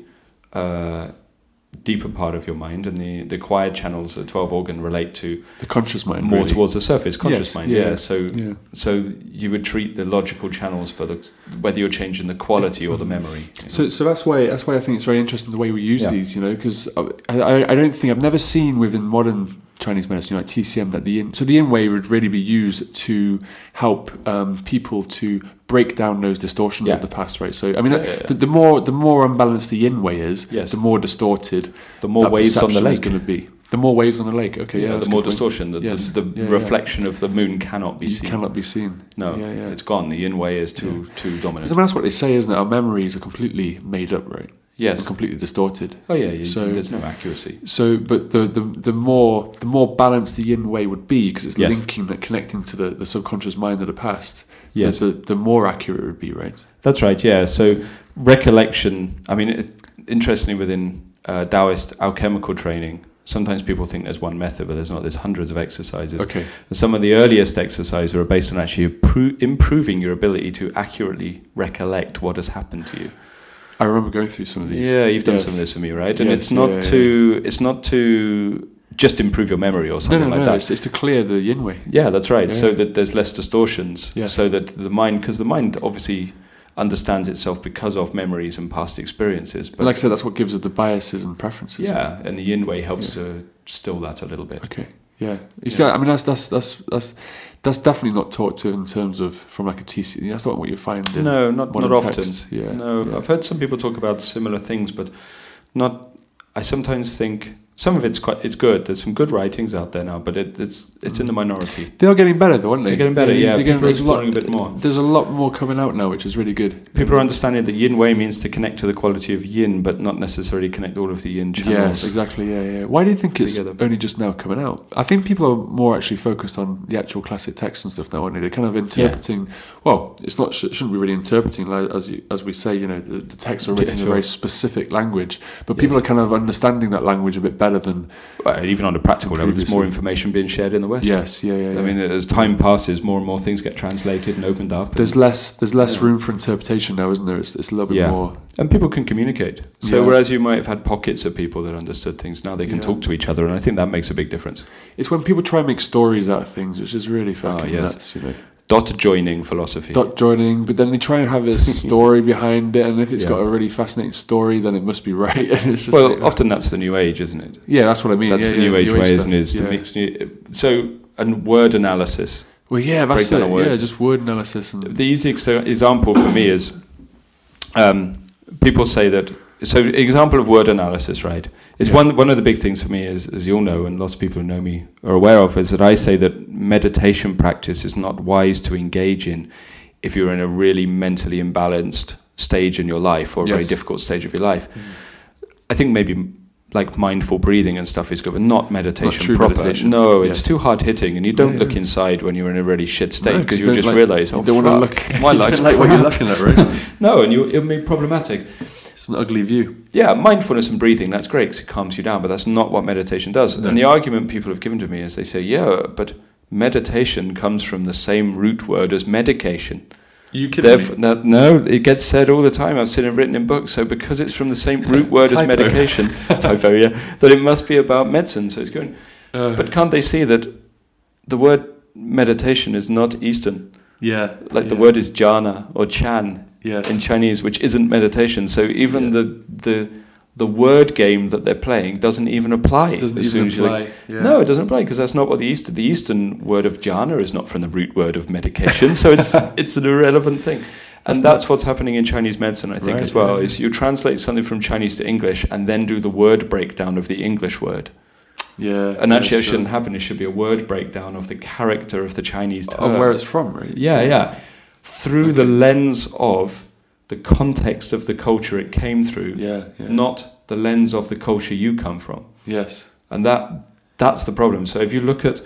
Speaker 1: uh, deeper part of your mind, and the the quiet channels, the twelve organ, relate to
Speaker 2: The conscious mind.
Speaker 1: more
Speaker 2: really.
Speaker 1: towards the surface conscious
Speaker 2: Yes,
Speaker 1: mind.
Speaker 2: yeah.
Speaker 1: Yeah. So
Speaker 2: Yeah.
Speaker 1: so you would treat the logical channels for the whether you're changing the quality or the memory.
Speaker 2: So, so that's why that's why I think it's very interesting the way we use
Speaker 1: Yeah.
Speaker 2: these, you know, because I, I, I don't think I've never seen within modern Chinese medicine like TCM that the yin, so the yin way would really be used to help um, people to break down those distortions
Speaker 1: Yeah.
Speaker 2: of the past, right? So I mean, uh,
Speaker 1: Yeah, yeah, yeah.
Speaker 2: The, the more the more unbalanced the yin way is,
Speaker 1: Yes.
Speaker 2: the more distorted
Speaker 1: the more
Speaker 2: that
Speaker 1: waves on the
Speaker 2: perception is
Speaker 1: lake.
Speaker 2: going to be. The more waves on the lake. Okay, yeah,
Speaker 1: yeah,
Speaker 2: that's
Speaker 1: the
Speaker 2: a
Speaker 1: more
Speaker 2: good point.
Speaker 1: distortion, the,
Speaker 2: Yes.
Speaker 1: the,
Speaker 2: Yeah,
Speaker 1: the
Speaker 2: yeah.
Speaker 1: reflection of the moon cannot be
Speaker 2: You
Speaker 1: seen.
Speaker 2: cannot be seen.
Speaker 1: no,
Speaker 2: Yeah, yeah.
Speaker 1: it's gone. The yin way is too too dominant.
Speaker 2: 'Cause I mean, that's what they say, isn't it? Our memories are completely made up, right? They're
Speaker 1: Yes.
Speaker 2: completely distorted.
Speaker 1: Oh yeah. You,
Speaker 2: So-
Speaker 1: there's no accuracy.
Speaker 2: So, but the, the the more the more balanced the yin way would be because it's
Speaker 1: Yes.
Speaker 2: linking that connecting to the, the subconscious mind of the past. the-
Speaker 1: Yes.
Speaker 2: The, the, more accurate it would be, right?
Speaker 1: That's right. Yeah. So recollection. I mean, it, interestingly, within uh, Taoist alchemical training, sometimes people think there's one method, but there's not. There's hundreds of exercises.
Speaker 2: Okay.
Speaker 1: Some of the earliest exercises are based on actually appro- improving your ability to accurately recollect what has happened to you.
Speaker 2: I remember going through some of these.
Speaker 1: Yeah, you've done
Speaker 2: Yes.
Speaker 1: some of this for me, right? And
Speaker 2: Yes,
Speaker 1: it's not
Speaker 2: yeah, yeah.
Speaker 1: to it's not to just improve your memory or
Speaker 2: No,
Speaker 1: something
Speaker 2: no,
Speaker 1: like
Speaker 2: no.
Speaker 1: that.
Speaker 2: It's, it's to clear the yin way.
Speaker 1: Yeah, that's right.
Speaker 2: Yeah.
Speaker 1: So that there's less distortions.
Speaker 2: Yes.
Speaker 1: So that the mind, because the mind obviously understands itself because of memories and past experiences. But
Speaker 2: But like I said, that's what gives it the biases and preferences.
Speaker 1: yeah, and the yin way helps to still that a little bit.
Speaker 2: Okay. Yeah. You see, I mean, that's that's that's that's that's definitely not taught to in terms of from like a TC. That's not what you find. In
Speaker 1: No, not
Speaker 2: modern
Speaker 1: not often.
Speaker 2: texts. Yeah.
Speaker 1: No,
Speaker 2: yeah.
Speaker 1: I've heard some people talk about similar things, but not. I sometimes think some of it's quite it's good. There's some good writings out there now, but it, it's it's in the minority.
Speaker 2: They are getting better, though, aren't they?
Speaker 1: They're getting better,
Speaker 2: They-
Speaker 1: yeah.
Speaker 2: Mm. they're getting-
Speaker 1: People are
Speaker 2: there's lot-
Speaker 1: exploring a bit more.
Speaker 2: There's a lot more coming out now, which is really good.
Speaker 1: People are understanding that yin way means to connect to the quality of yin, but not necessarily connect all of the yin channels.
Speaker 2: Yes, exactly. Yeah, yeah. Why do you think it's
Speaker 1: Together.
Speaker 2: only just now coming out? I think people are more actually focused on the actual classic texts and stuff now, aren't they? They're kind of interpreting. Well, it's not sh- shouldn't be really interpreting like, as you, as we say. You know, the, the texts are
Speaker 1: Yeah,
Speaker 2: written in
Speaker 1: sure.
Speaker 2: a very specific language, but people
Speaker 1: Yes.
Speaker 2: are kind of understanding that language a bit better than.
Speaker 1: Well, even on a practical level, there's more
Speaker 2: Previously.
Speaker 1: information being shared in the West.
Speaker 2: Yes, yeah, yeah. yeah.
Speaker 1: I mean, as time passes, more and more things get translated and opened up,
Speaker 2: there's
Speaker 1: and,
Speaker 2: less there's less
Speaker 1: Yeah.
Speaker 2: room for interpretation now, isn't there? It's, it's a little bit
Speaker 1: Yeah.
Speaker 2: more.
Speaker 1: and people can communicate. So,
Speaker 2: Yeah.
Speaker 1: whereas you might have had pockets of people that understood things, now they can
Speaker 2: Yeah.
Speaker 1: talk to each other, and I think that makes a big difference.
Speaker 2: It's when people try and make stories out of things, which is really fucking
Speaker 1: Ah, yes.
Speaker 2: nuts, you know.
Speaker 1: Dot joining philosophy.
Speaker 2: Dot joining, but then they try and have a story behind it, and if it's
Speaker 1: Yeah.
Speaker 2: got a really fascinating story, then it must be right. And it's just
Speaker 1: well,
Speaker 2: like-
Speaker 1: often that's the new age, isn't it?
Speaker 2: yeah, that's what I mean.
Speaker 1: That's
Speaker 2: uh, yeah,
Speaker 1: the
Speaker 2: yeah,
Speaker 1: new age way, isn't it? Is
Speaker 2: stuff,
Speaker 1: to
Speaker 2: yeah.
Speaker 1: mix new. So, and word analysis.
Speaker 2: Well, yeah, that's
Speaker 1: breakdown
Speaker 2: it.
Speaker 1: of words.
Speaker 2: Yeah, just word analysis and
Speaker 1: The easiest example for me is um, people say that. So, example of word analysis, right? It's
Speaker 2: Yeah.
Speaker 1: one one of the big things for me is, as you all know, and lots of people who know me are aware of, is that I say that meditation practice is not wise to engage in if you're in a really mentally imbalanced stage in your life or a very
Speaker 2: Yes.
Speaker 1: difficult stage of your life. I think maybe like mindful breathing and stuff is good, but not meditation
Speaker 2: true
Speaker 1: proper.
Speaker 2: meditation.
Speaker 1: No, it's
Speaker 2: Yes.
Speaker 1: too hard hitting, and you don't
Speaker 2: Yeah,
Speaker 1: look
Speaker 2: yeah.
Speaker 1: inside when you're in a really shit state
Speaker 2: No, 'cause
Speaker 1: because
Speaker 2: you
Speaker 1: you
Speaker 2: don't
Speaker 1: just
Speaker 2: like-
Speaker 1: realize,
Speaker 2: you
Speaker 1: oh,
Speaker 2: don't wanna
Speaker 1: fuck,
Speaker 2: look-
Speaker 1: My
Speaker 2: you don't
Speaker 1: life's
Speaker 2: like what
Speaker 1: crap.
Speaker 2: you're looking at, right?
Speaker 1: No, and you, it'll be problematic.
Speaker 2: it's an ugly view.
Speaker 1: Yeah, mindfulness and breathing, that's great because it calms you down, but that's not what meditation does.
Speaker 2: No.
Speaker 1: And the argument people have given to me is they say, yeah, but meditation comes from the same root word as medication.
Speaker 2: You
Speaker 1: Therefore, no, no, it gets said all the time. I've seen it written in books. So because it's from the same root word as
Speaker 2: Typo.
Speaker 1: medication, typo, yeah, that it must be about medicine. So it's going.
Speaker 2: Uh,
Speaker 1: But can't they see that the word meditation is not Eastern?
Speaker 2: yeah,
Speaker 1: Like the
Speaker 2: yeah,
Speaker 1: word is jhana or chan
Speaker 2: yes.
Speaker 1: in Chinese, which isn't meditation. So even
Speaker 2: Yeah.
Speaker 1: the the the word game that they're playing doesn't even apply.
Speaker 2: It doesn't
Speaker 1: as soon
Speaker 2: even
Speaker 1: as you look-
Speaker 2: apply. yeah.
Speaker 1: No, it doesn't apply because that's not what the Eastern the Eastern word of jhana is not from the root word of medication. so it's it's an irrelevant thing.
Speaker 2: That's
Speaker 1: And
Speaker 2: not-
Speaker 1: that's what's happening in Chinese medicine, I think,
Speaker 2: Right,
Speaker 1: as well.
Speaker 2: yeah.
Speaker 1: Is you translate something from Chinese to English and then do the word breakdown of the English word.
Speaker 2: yeah,
Speaker 1: And actually,
Speaker 2: yeah,
Speaker 1: that
Speaker 2: sure.
Speaker 1: shouldn't happen. It should be a word breakdown of the character of the Chinese term.
Speaker 2: of where it's from, right?
Speaker 1: Yeah, yeah. through the lens of the context of the culture it came through,
Speaker 2: Yeah, yeah.
Speaker 1: not the lens of the culture you come from.
Speaker 2: Yes.
Speaker 1: And that that's the problem. So if you look at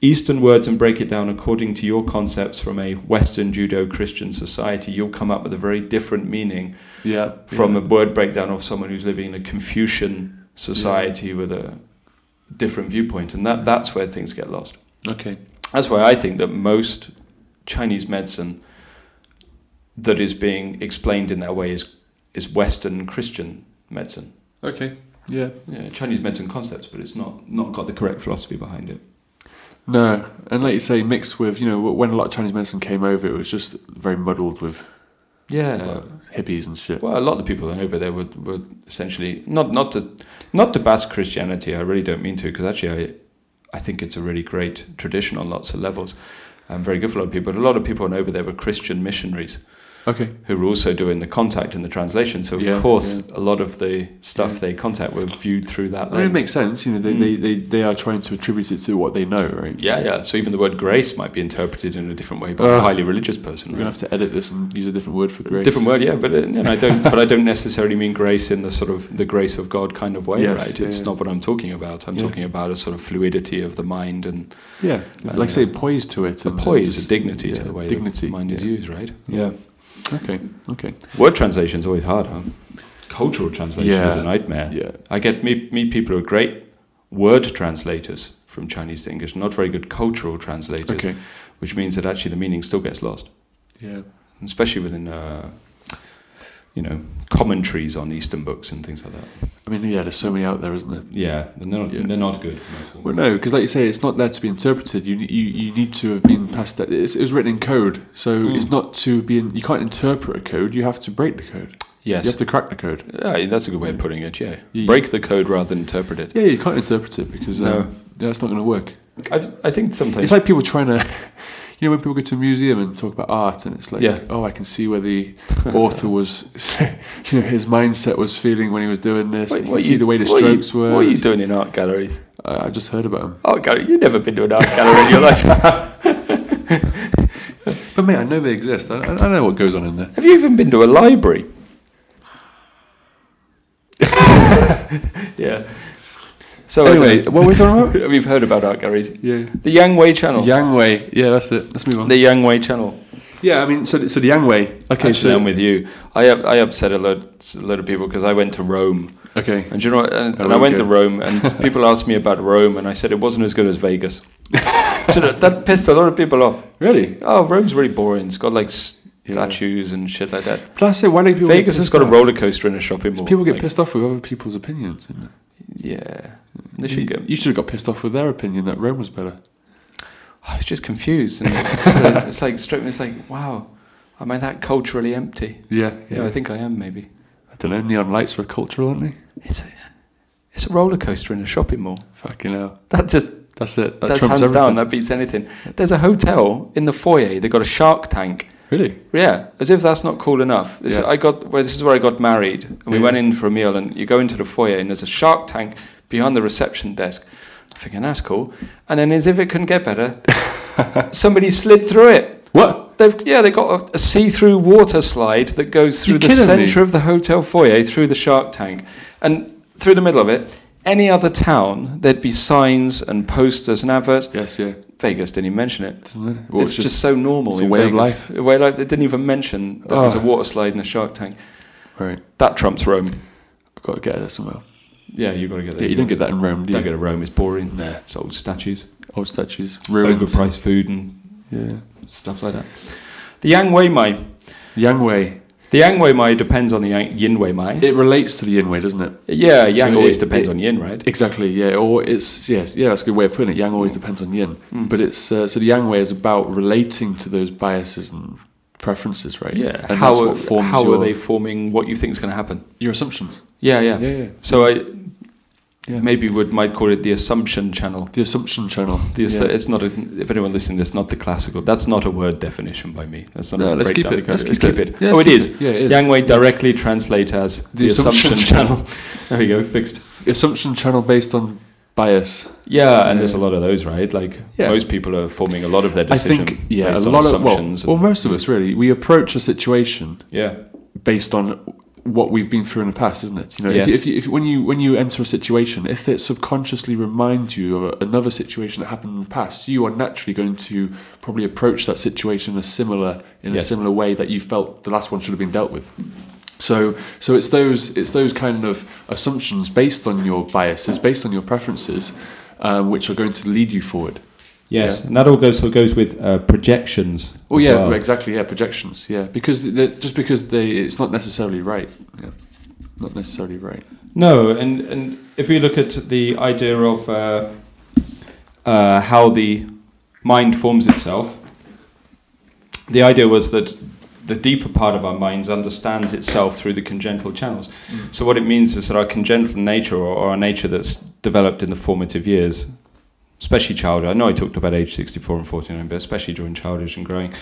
Speaker 1: Eastern words and break it down according to your concepts from a Western Judo Christian society, you'll come up with a very different meaning
Speaker 2: Yeah.
Speaker 1: from
Speaker 2: yeah.
Speaker 1: a word breakdown of someone who's living in a Confucian society with a different viewpoint. And that, that's where things get lost.
Speaker 2: Okay.
Speaker 1: That's why I think that most Chinese medicine that is being explained in that way is, is Western Christian medicine.
Speaker 2: Okay. Yeah.
Speaker 1: Yeah, Chinese medicine concepts, but it's not, not got the correct philosophy behind it.
Speaker 2: No, and like you say, mixed with you know when a lot of Chinese medicine came over, it was just very muddled with
Speaker 1: Yeah.
Speaker 2: like, hippies and shit.
Speaker 1: Well, a lot of the people over there were, were essentially not not to not to bash Christianity. I really don't mean to, because actually, I I think it's a really great tradition on lots of levels, and very good for a lot of people. But a lot of people on over there were Christian missionaries
Speaker 2: Okay.
Speaker 1: who were also doing the contact and the translation. So of
Speaker 2: Yeah,
Speaker 1: course, a lot of the stuff
Speaker 2: Yeah.
Speaker 1: they contact were viewed through that
Speaker 2: I mean,
Speaker 1: lens.
Speaker 2: it makes sense. You know, they,
Speaker 1: Mm.
Speaker 2: they, they, they are trying to attribute it to what they know, right?
Speaker 1: yeah, yeah. So even the word grace might be interpreted in a different way by a
Speaker 2: Ugh.
Speaker 1: highly religious person.
Speaker 2: We're
Speaker 1: really.
Speaker 2: gonna have to edit this and use a different word for grace.
Speaker 1: Different word, yeah, but uh, you know, I don't. but I don't necessarily mean grace in the sort of the grace of God kind of way,
Speaker 2: Yes,
Speaker 1: right?
Speaker 2: yeah,
Speaker 1: It's
Speaker 2: yeah.
Speaker 1: not what I'm talking about. I'm
Speaker 2: Yeah.
Speaker 1: talking about a sort of fluidity of the mind and
Speaker 2: Yeah,
Speaker 1: Uh,
Speaker 2: like say poise to it.
Speaker 1: a
Speaker 2: and-
Speaker 1: poise,
Speaker 2: and
Speaker 1: a dignity
Speaker 2: Oh, yeah,
Speaker 1: to the way
Speaker 2: dignity,
Speaker 1: the mind is
Speaker 2: yeah.
Speaker 1: used, right?
Speaker 2: Yeah. Okay. Okay.
Speaker 1: Word translation is always hard, huh? Cultural translation is
Speaker 2: Yeah.
Speaker 1: a nightmare.
Speaker 2: Yeah.
Speaker 1: I get meet meet people who are great word translators from Chinese to English, not very good cultural translators,
Speaker 2: Okay.
Speaker 1: which means that actually the meaning still gets lost.
Speaker 2: Yeah.
Speaker 1: especially within uh, you know commentaries on Eastern books and things like that.
Speaker 2: I mean, yeah. There's so many out there, isn't there?
Speaker 1: Yeah, they're not
Speaker 2: Yeah.
Speaker 1: they're not good. most of them.
Speaker 2: Well, no, because like you say, it's not there to be interpreted. You you, you need to have been passed that. It's, it was written in code, so
Speaker 1: Mm.
Speaker 2: it's not to be. In, you can't interpret a code. You have to break the code. You
Speaker 1: Yes,
Speaker 2: have to crack the code.
Speaker 1: yeah, that's a good way of putting it. Yeah,
Speaker 2: Yeah.
Speaker 1: break the code rather than interpret it.
Speaker 2: Yeah, you can't interpret it because um,
Speaker 1: No.
Speaker 2: yeah, it's not going to work.
Speaker 1: I, I think
Speaker 2: It's
Speaker 1: sometimes
Speaker 2: like people trying to, you know, when people go to a museum and talk about art, and it's like,
Speaker 1: Yeah.
Speaker 2: oh, I can see where the author was, you know, his mindset was feeling when he was doing this.
Speaker 1: What-
Speaker 2: you
Speaker 1: what
Speaker 2: can see
Speaker 1: you-
Speaker 2: the way the
Speaker 1: what you-
Speaker 2: strokes were.
Speaker 1: What are you doing in art galleries?
Speaker 2: I, I just heard about him.
Speaker 1: Art gallery? You've never been to an art gallery in your life.
Speaker 2: But mate, I know they exist. I, I I know what goes on in there.
Speaker 1: Have you even been to a library? yeah. So I
Speaker 2: Anyway,
Speaker 1: don't-
Speaker 2: what were we talking about?
Speaker 1: we've heard about art galleries.
Speaker 2: Yeah.
Speaker 1: The Yang Wei Channel.
Speaker 2: Yang Wei. Yeah, that's it. Let's move on.
Speaker 1: The Yang Wei Channel.
Speaker 2: yeah, I mean, so, so the Yang Wei. Okay,
Speaker 1: Actually,
Speaker 2: so.
Speaker 1: I'm with you. I up- I upset a lot a lot of people because I went to Rome,
Speaker 2: okay.
Speaker 1: and do you know, what- and,
Speaker 2: Oh,
Speaker 1: and I went to
Speaker 2: okay.
Speaker 1: Rome, and people asked me about Rome, and I said it wasn't as good as Vegas. so that, that pissed a lot of people off.
Speaker 2: Really?
Speaker 1: Oh, Rome's really boring. It's got like
Speaker 2: Yeah.
Speaker 1: statues and shit like that.
Speaker 2: Plus, why do people. get
Speaker 1: Vegas has
Speaker 2: pissed
Speaker 1: got a
Speaker 2: off?
Speaker 1: roller coaster in a shopping mall.
Speaker 2: People get
Speaker 1: Like,
Speaker 2: pissed off with other people's opinions. Isn't it?
Speaker 1: Yeah, they
Speaker 2: you,
Speaker 1: should get.
Speaker 2: you should have got pissed off with their opinion that Rome was better.
Speaker 1: I was Oh, just confused, and so it's like straight. It's like wow, am I that culturally empty?
Speaker 2: Yeah,
Speaker 1: Yeah, I think I am. Maybe
Speaker 2: I don't know. Neon lights were cultural, aren't they?
Speaker 1: it's a it's a roller coaster in a shopping mall.
Speaker 2: Fucking hell.
Speaker 1: That just
Speaker 2: That's it. That
Speaker 1: That's
Speaker 2: trumps
Speaker 1: hands
Speaker 2: everything.
Speaker 1: down. That beats anything. There's a hotel in the foyer. They've got a shark tank.
Speaker 2: Really?
Speaker 1: Yeah, as if that's not cool enough. This,
Speaker 2: Yeah.
Speaker 1: I got. Well, this is where I got married, and we
Speaker 2: Yeah.
Speaker 1: went in for a meal. And you go into the foyer, and there's a shark tank behind the reception desk. I'm thinking that's cool. And then, as if it couldn't get better, somebody slid through it.
Speaker 2: What?
Speaker 1: They've yeah, they got a, a see-through water slide that goes through
Speaker 2: You're
Speaker 1: the
Speaker 2: kidding
Speaker 1: centre
Speaker 2: me.
Speaker 1: of the hotel foyer through the shark tank, and through the middle of it. Any other town, there'd be signs and posters and adverts.
Speaker 2: Yes, yeah.
Speaker 1: Vegas didn't even mention it.
Speaker 2: Doesn't it? Or
Speaker 1: it's just, so normal.
Speaker 2: it's a
Speaker 1: in
Speaker 2: way of
Speaker 1: Vegas.
Speaker 2: life.
Speaker 1: A way of life. Oh. They didn't even mention that there's a
Speaker 2: Ah.
Speaker 1: water slide in a shark tank.
Speaker 2: Right.
Speaker 1: That trumps Rome.
Speaker 2: I've got to get there somehow.
Speaker 1: Yeah, you've got to get
Speaker 2: Yeah, you don't get that in Rome, do you?
Speaker 1: Don't go to Rome. It's boring.
Speaker 2: Nah.
Speaker 1: It's old statues,
Speaker 2: Old statues. Ruins.
Speaker 1: overpriced food, and
Speaker 2: Yeah.
Speaker 1: stuff like that. The Yang Wei Mai.
Speaker 2: Yang Wei.
Speaker 1: The Yang Wei Mai depends on the Yang, Yin Wei Mai.
Speaker 2: It relates to the Yin Wei, doesn't it?
Speaker 1: yeah, Yang
Speaker 2: So
Speaker 1: always
Speaker 2: it-
Speaker 1: depends
Speaker 2: it-
Speaker 1: on Yin, right?
Speaker 2: Exactly, yeah. Or it's yes, yeah. That's a good way of putting it. Yang always depends on Yin,
Speaker 1: Hmm.
Speaker 2: but it's uh, so the Yang way is about relating to those biases and preferences, right?
Speaker 1: Yeah.
Speaker 2: and
Speaker 1: how
Speaker 2: that's what
Speaker 1: are,
Speaker 2: forms
Speaker 1: how
Speaker 2: your,
Speaker 1: are they forming what you think is going to happen?
Speaker 2: your assumptions.
Speaker 1: Yeah, yeah.
Speaker 2: yeah, yeah.
Speaker 1: So I
Speaker 2: yeah.
Speaker 1: maybe would might call it the assumption channel.
Speaker 2: the assumption channel.
Speaker 1: The,
Speaker 2: yeah.
Speaker 1: ass It's not a, if anyone listening, it's not the classical. That's not a word definition by me. That's not
Speaker 2: No,
Speaker 1: a
Speaker 2: let's keep
Speaker 1: breakdown.
Speaker 2: it, let's
Speaker 1: Let's
Speaker 2: keep
Speaker 1: keep
Speaker 2: it.
Speaker 1: it.
Speaker 2: Yeah,
Speaker 1: oh,
Speaker 2: let's
Speaker 1: it
Speaker 2: keep
Speaker 1: is.
Speaker 2: it. Yeah, it is.
Speaker 1: Yang Wei directly translate as the,
Speaker 2: Assumption
Speaker 1: Assumption Channel. there we go, fixed.
Speaker 2: assumption channel based on bias.
Speaker 1: Yeah, and
Speaker 2: Yeah.
Speaker 1: there's a lot of those, right? Like
Speaker 2: Yeah.
Speaker 1: most people are forming a lot of their
Speaker 2: I
Speaker 1: decision
Speaker 2: think yeah, a
Speaker 1: based
Speaker 2: lot
Speaker 1: on
Speaker 2: of well,
Speaker 1: assumptions. hmm.
Speaker 2: well, most of us really we approach a situation
Speaker 1: yeah,
Speaker 2: based on what we've been through in the past, isn't it? You know, if,
Speaker 1: Yes.
Speaker 2: you, if, you, if when you when you enter a situation, if it subconsciously reminds you of another situation that happened in the past, you are naturally going to probably approach that situation in a similar in
Speaker 1: Yes.
Speaker 2: a similar way that you felt the last one should have been dealt with. So so it's those it's those kind of assumptions based on your biases, based on your preferences, um, which are going to lead you forward.
Speaker 1: yes, and that all goes so goes with uh, projections.
Speaker 2: Oh
Speaker 1: as
Speaker 2: yeah,
Speaker 1: well.
Speaker 2: exactly. Yeah, projections. Yeah, because they just because they, it's not necessarily right. Yeah, not necessarily right.
Speaker 1: No, and and if we look at the idea of uh, uh, how the mind forms itself, the idea was that the deeper part of our minds understands itself through the congenital channels. So what it means is that our congenital nature, or, or our nature that's developed in the formative years, especially childhood. I know I talked about age sixty-four and forty-nine, but especially during childhood and growing.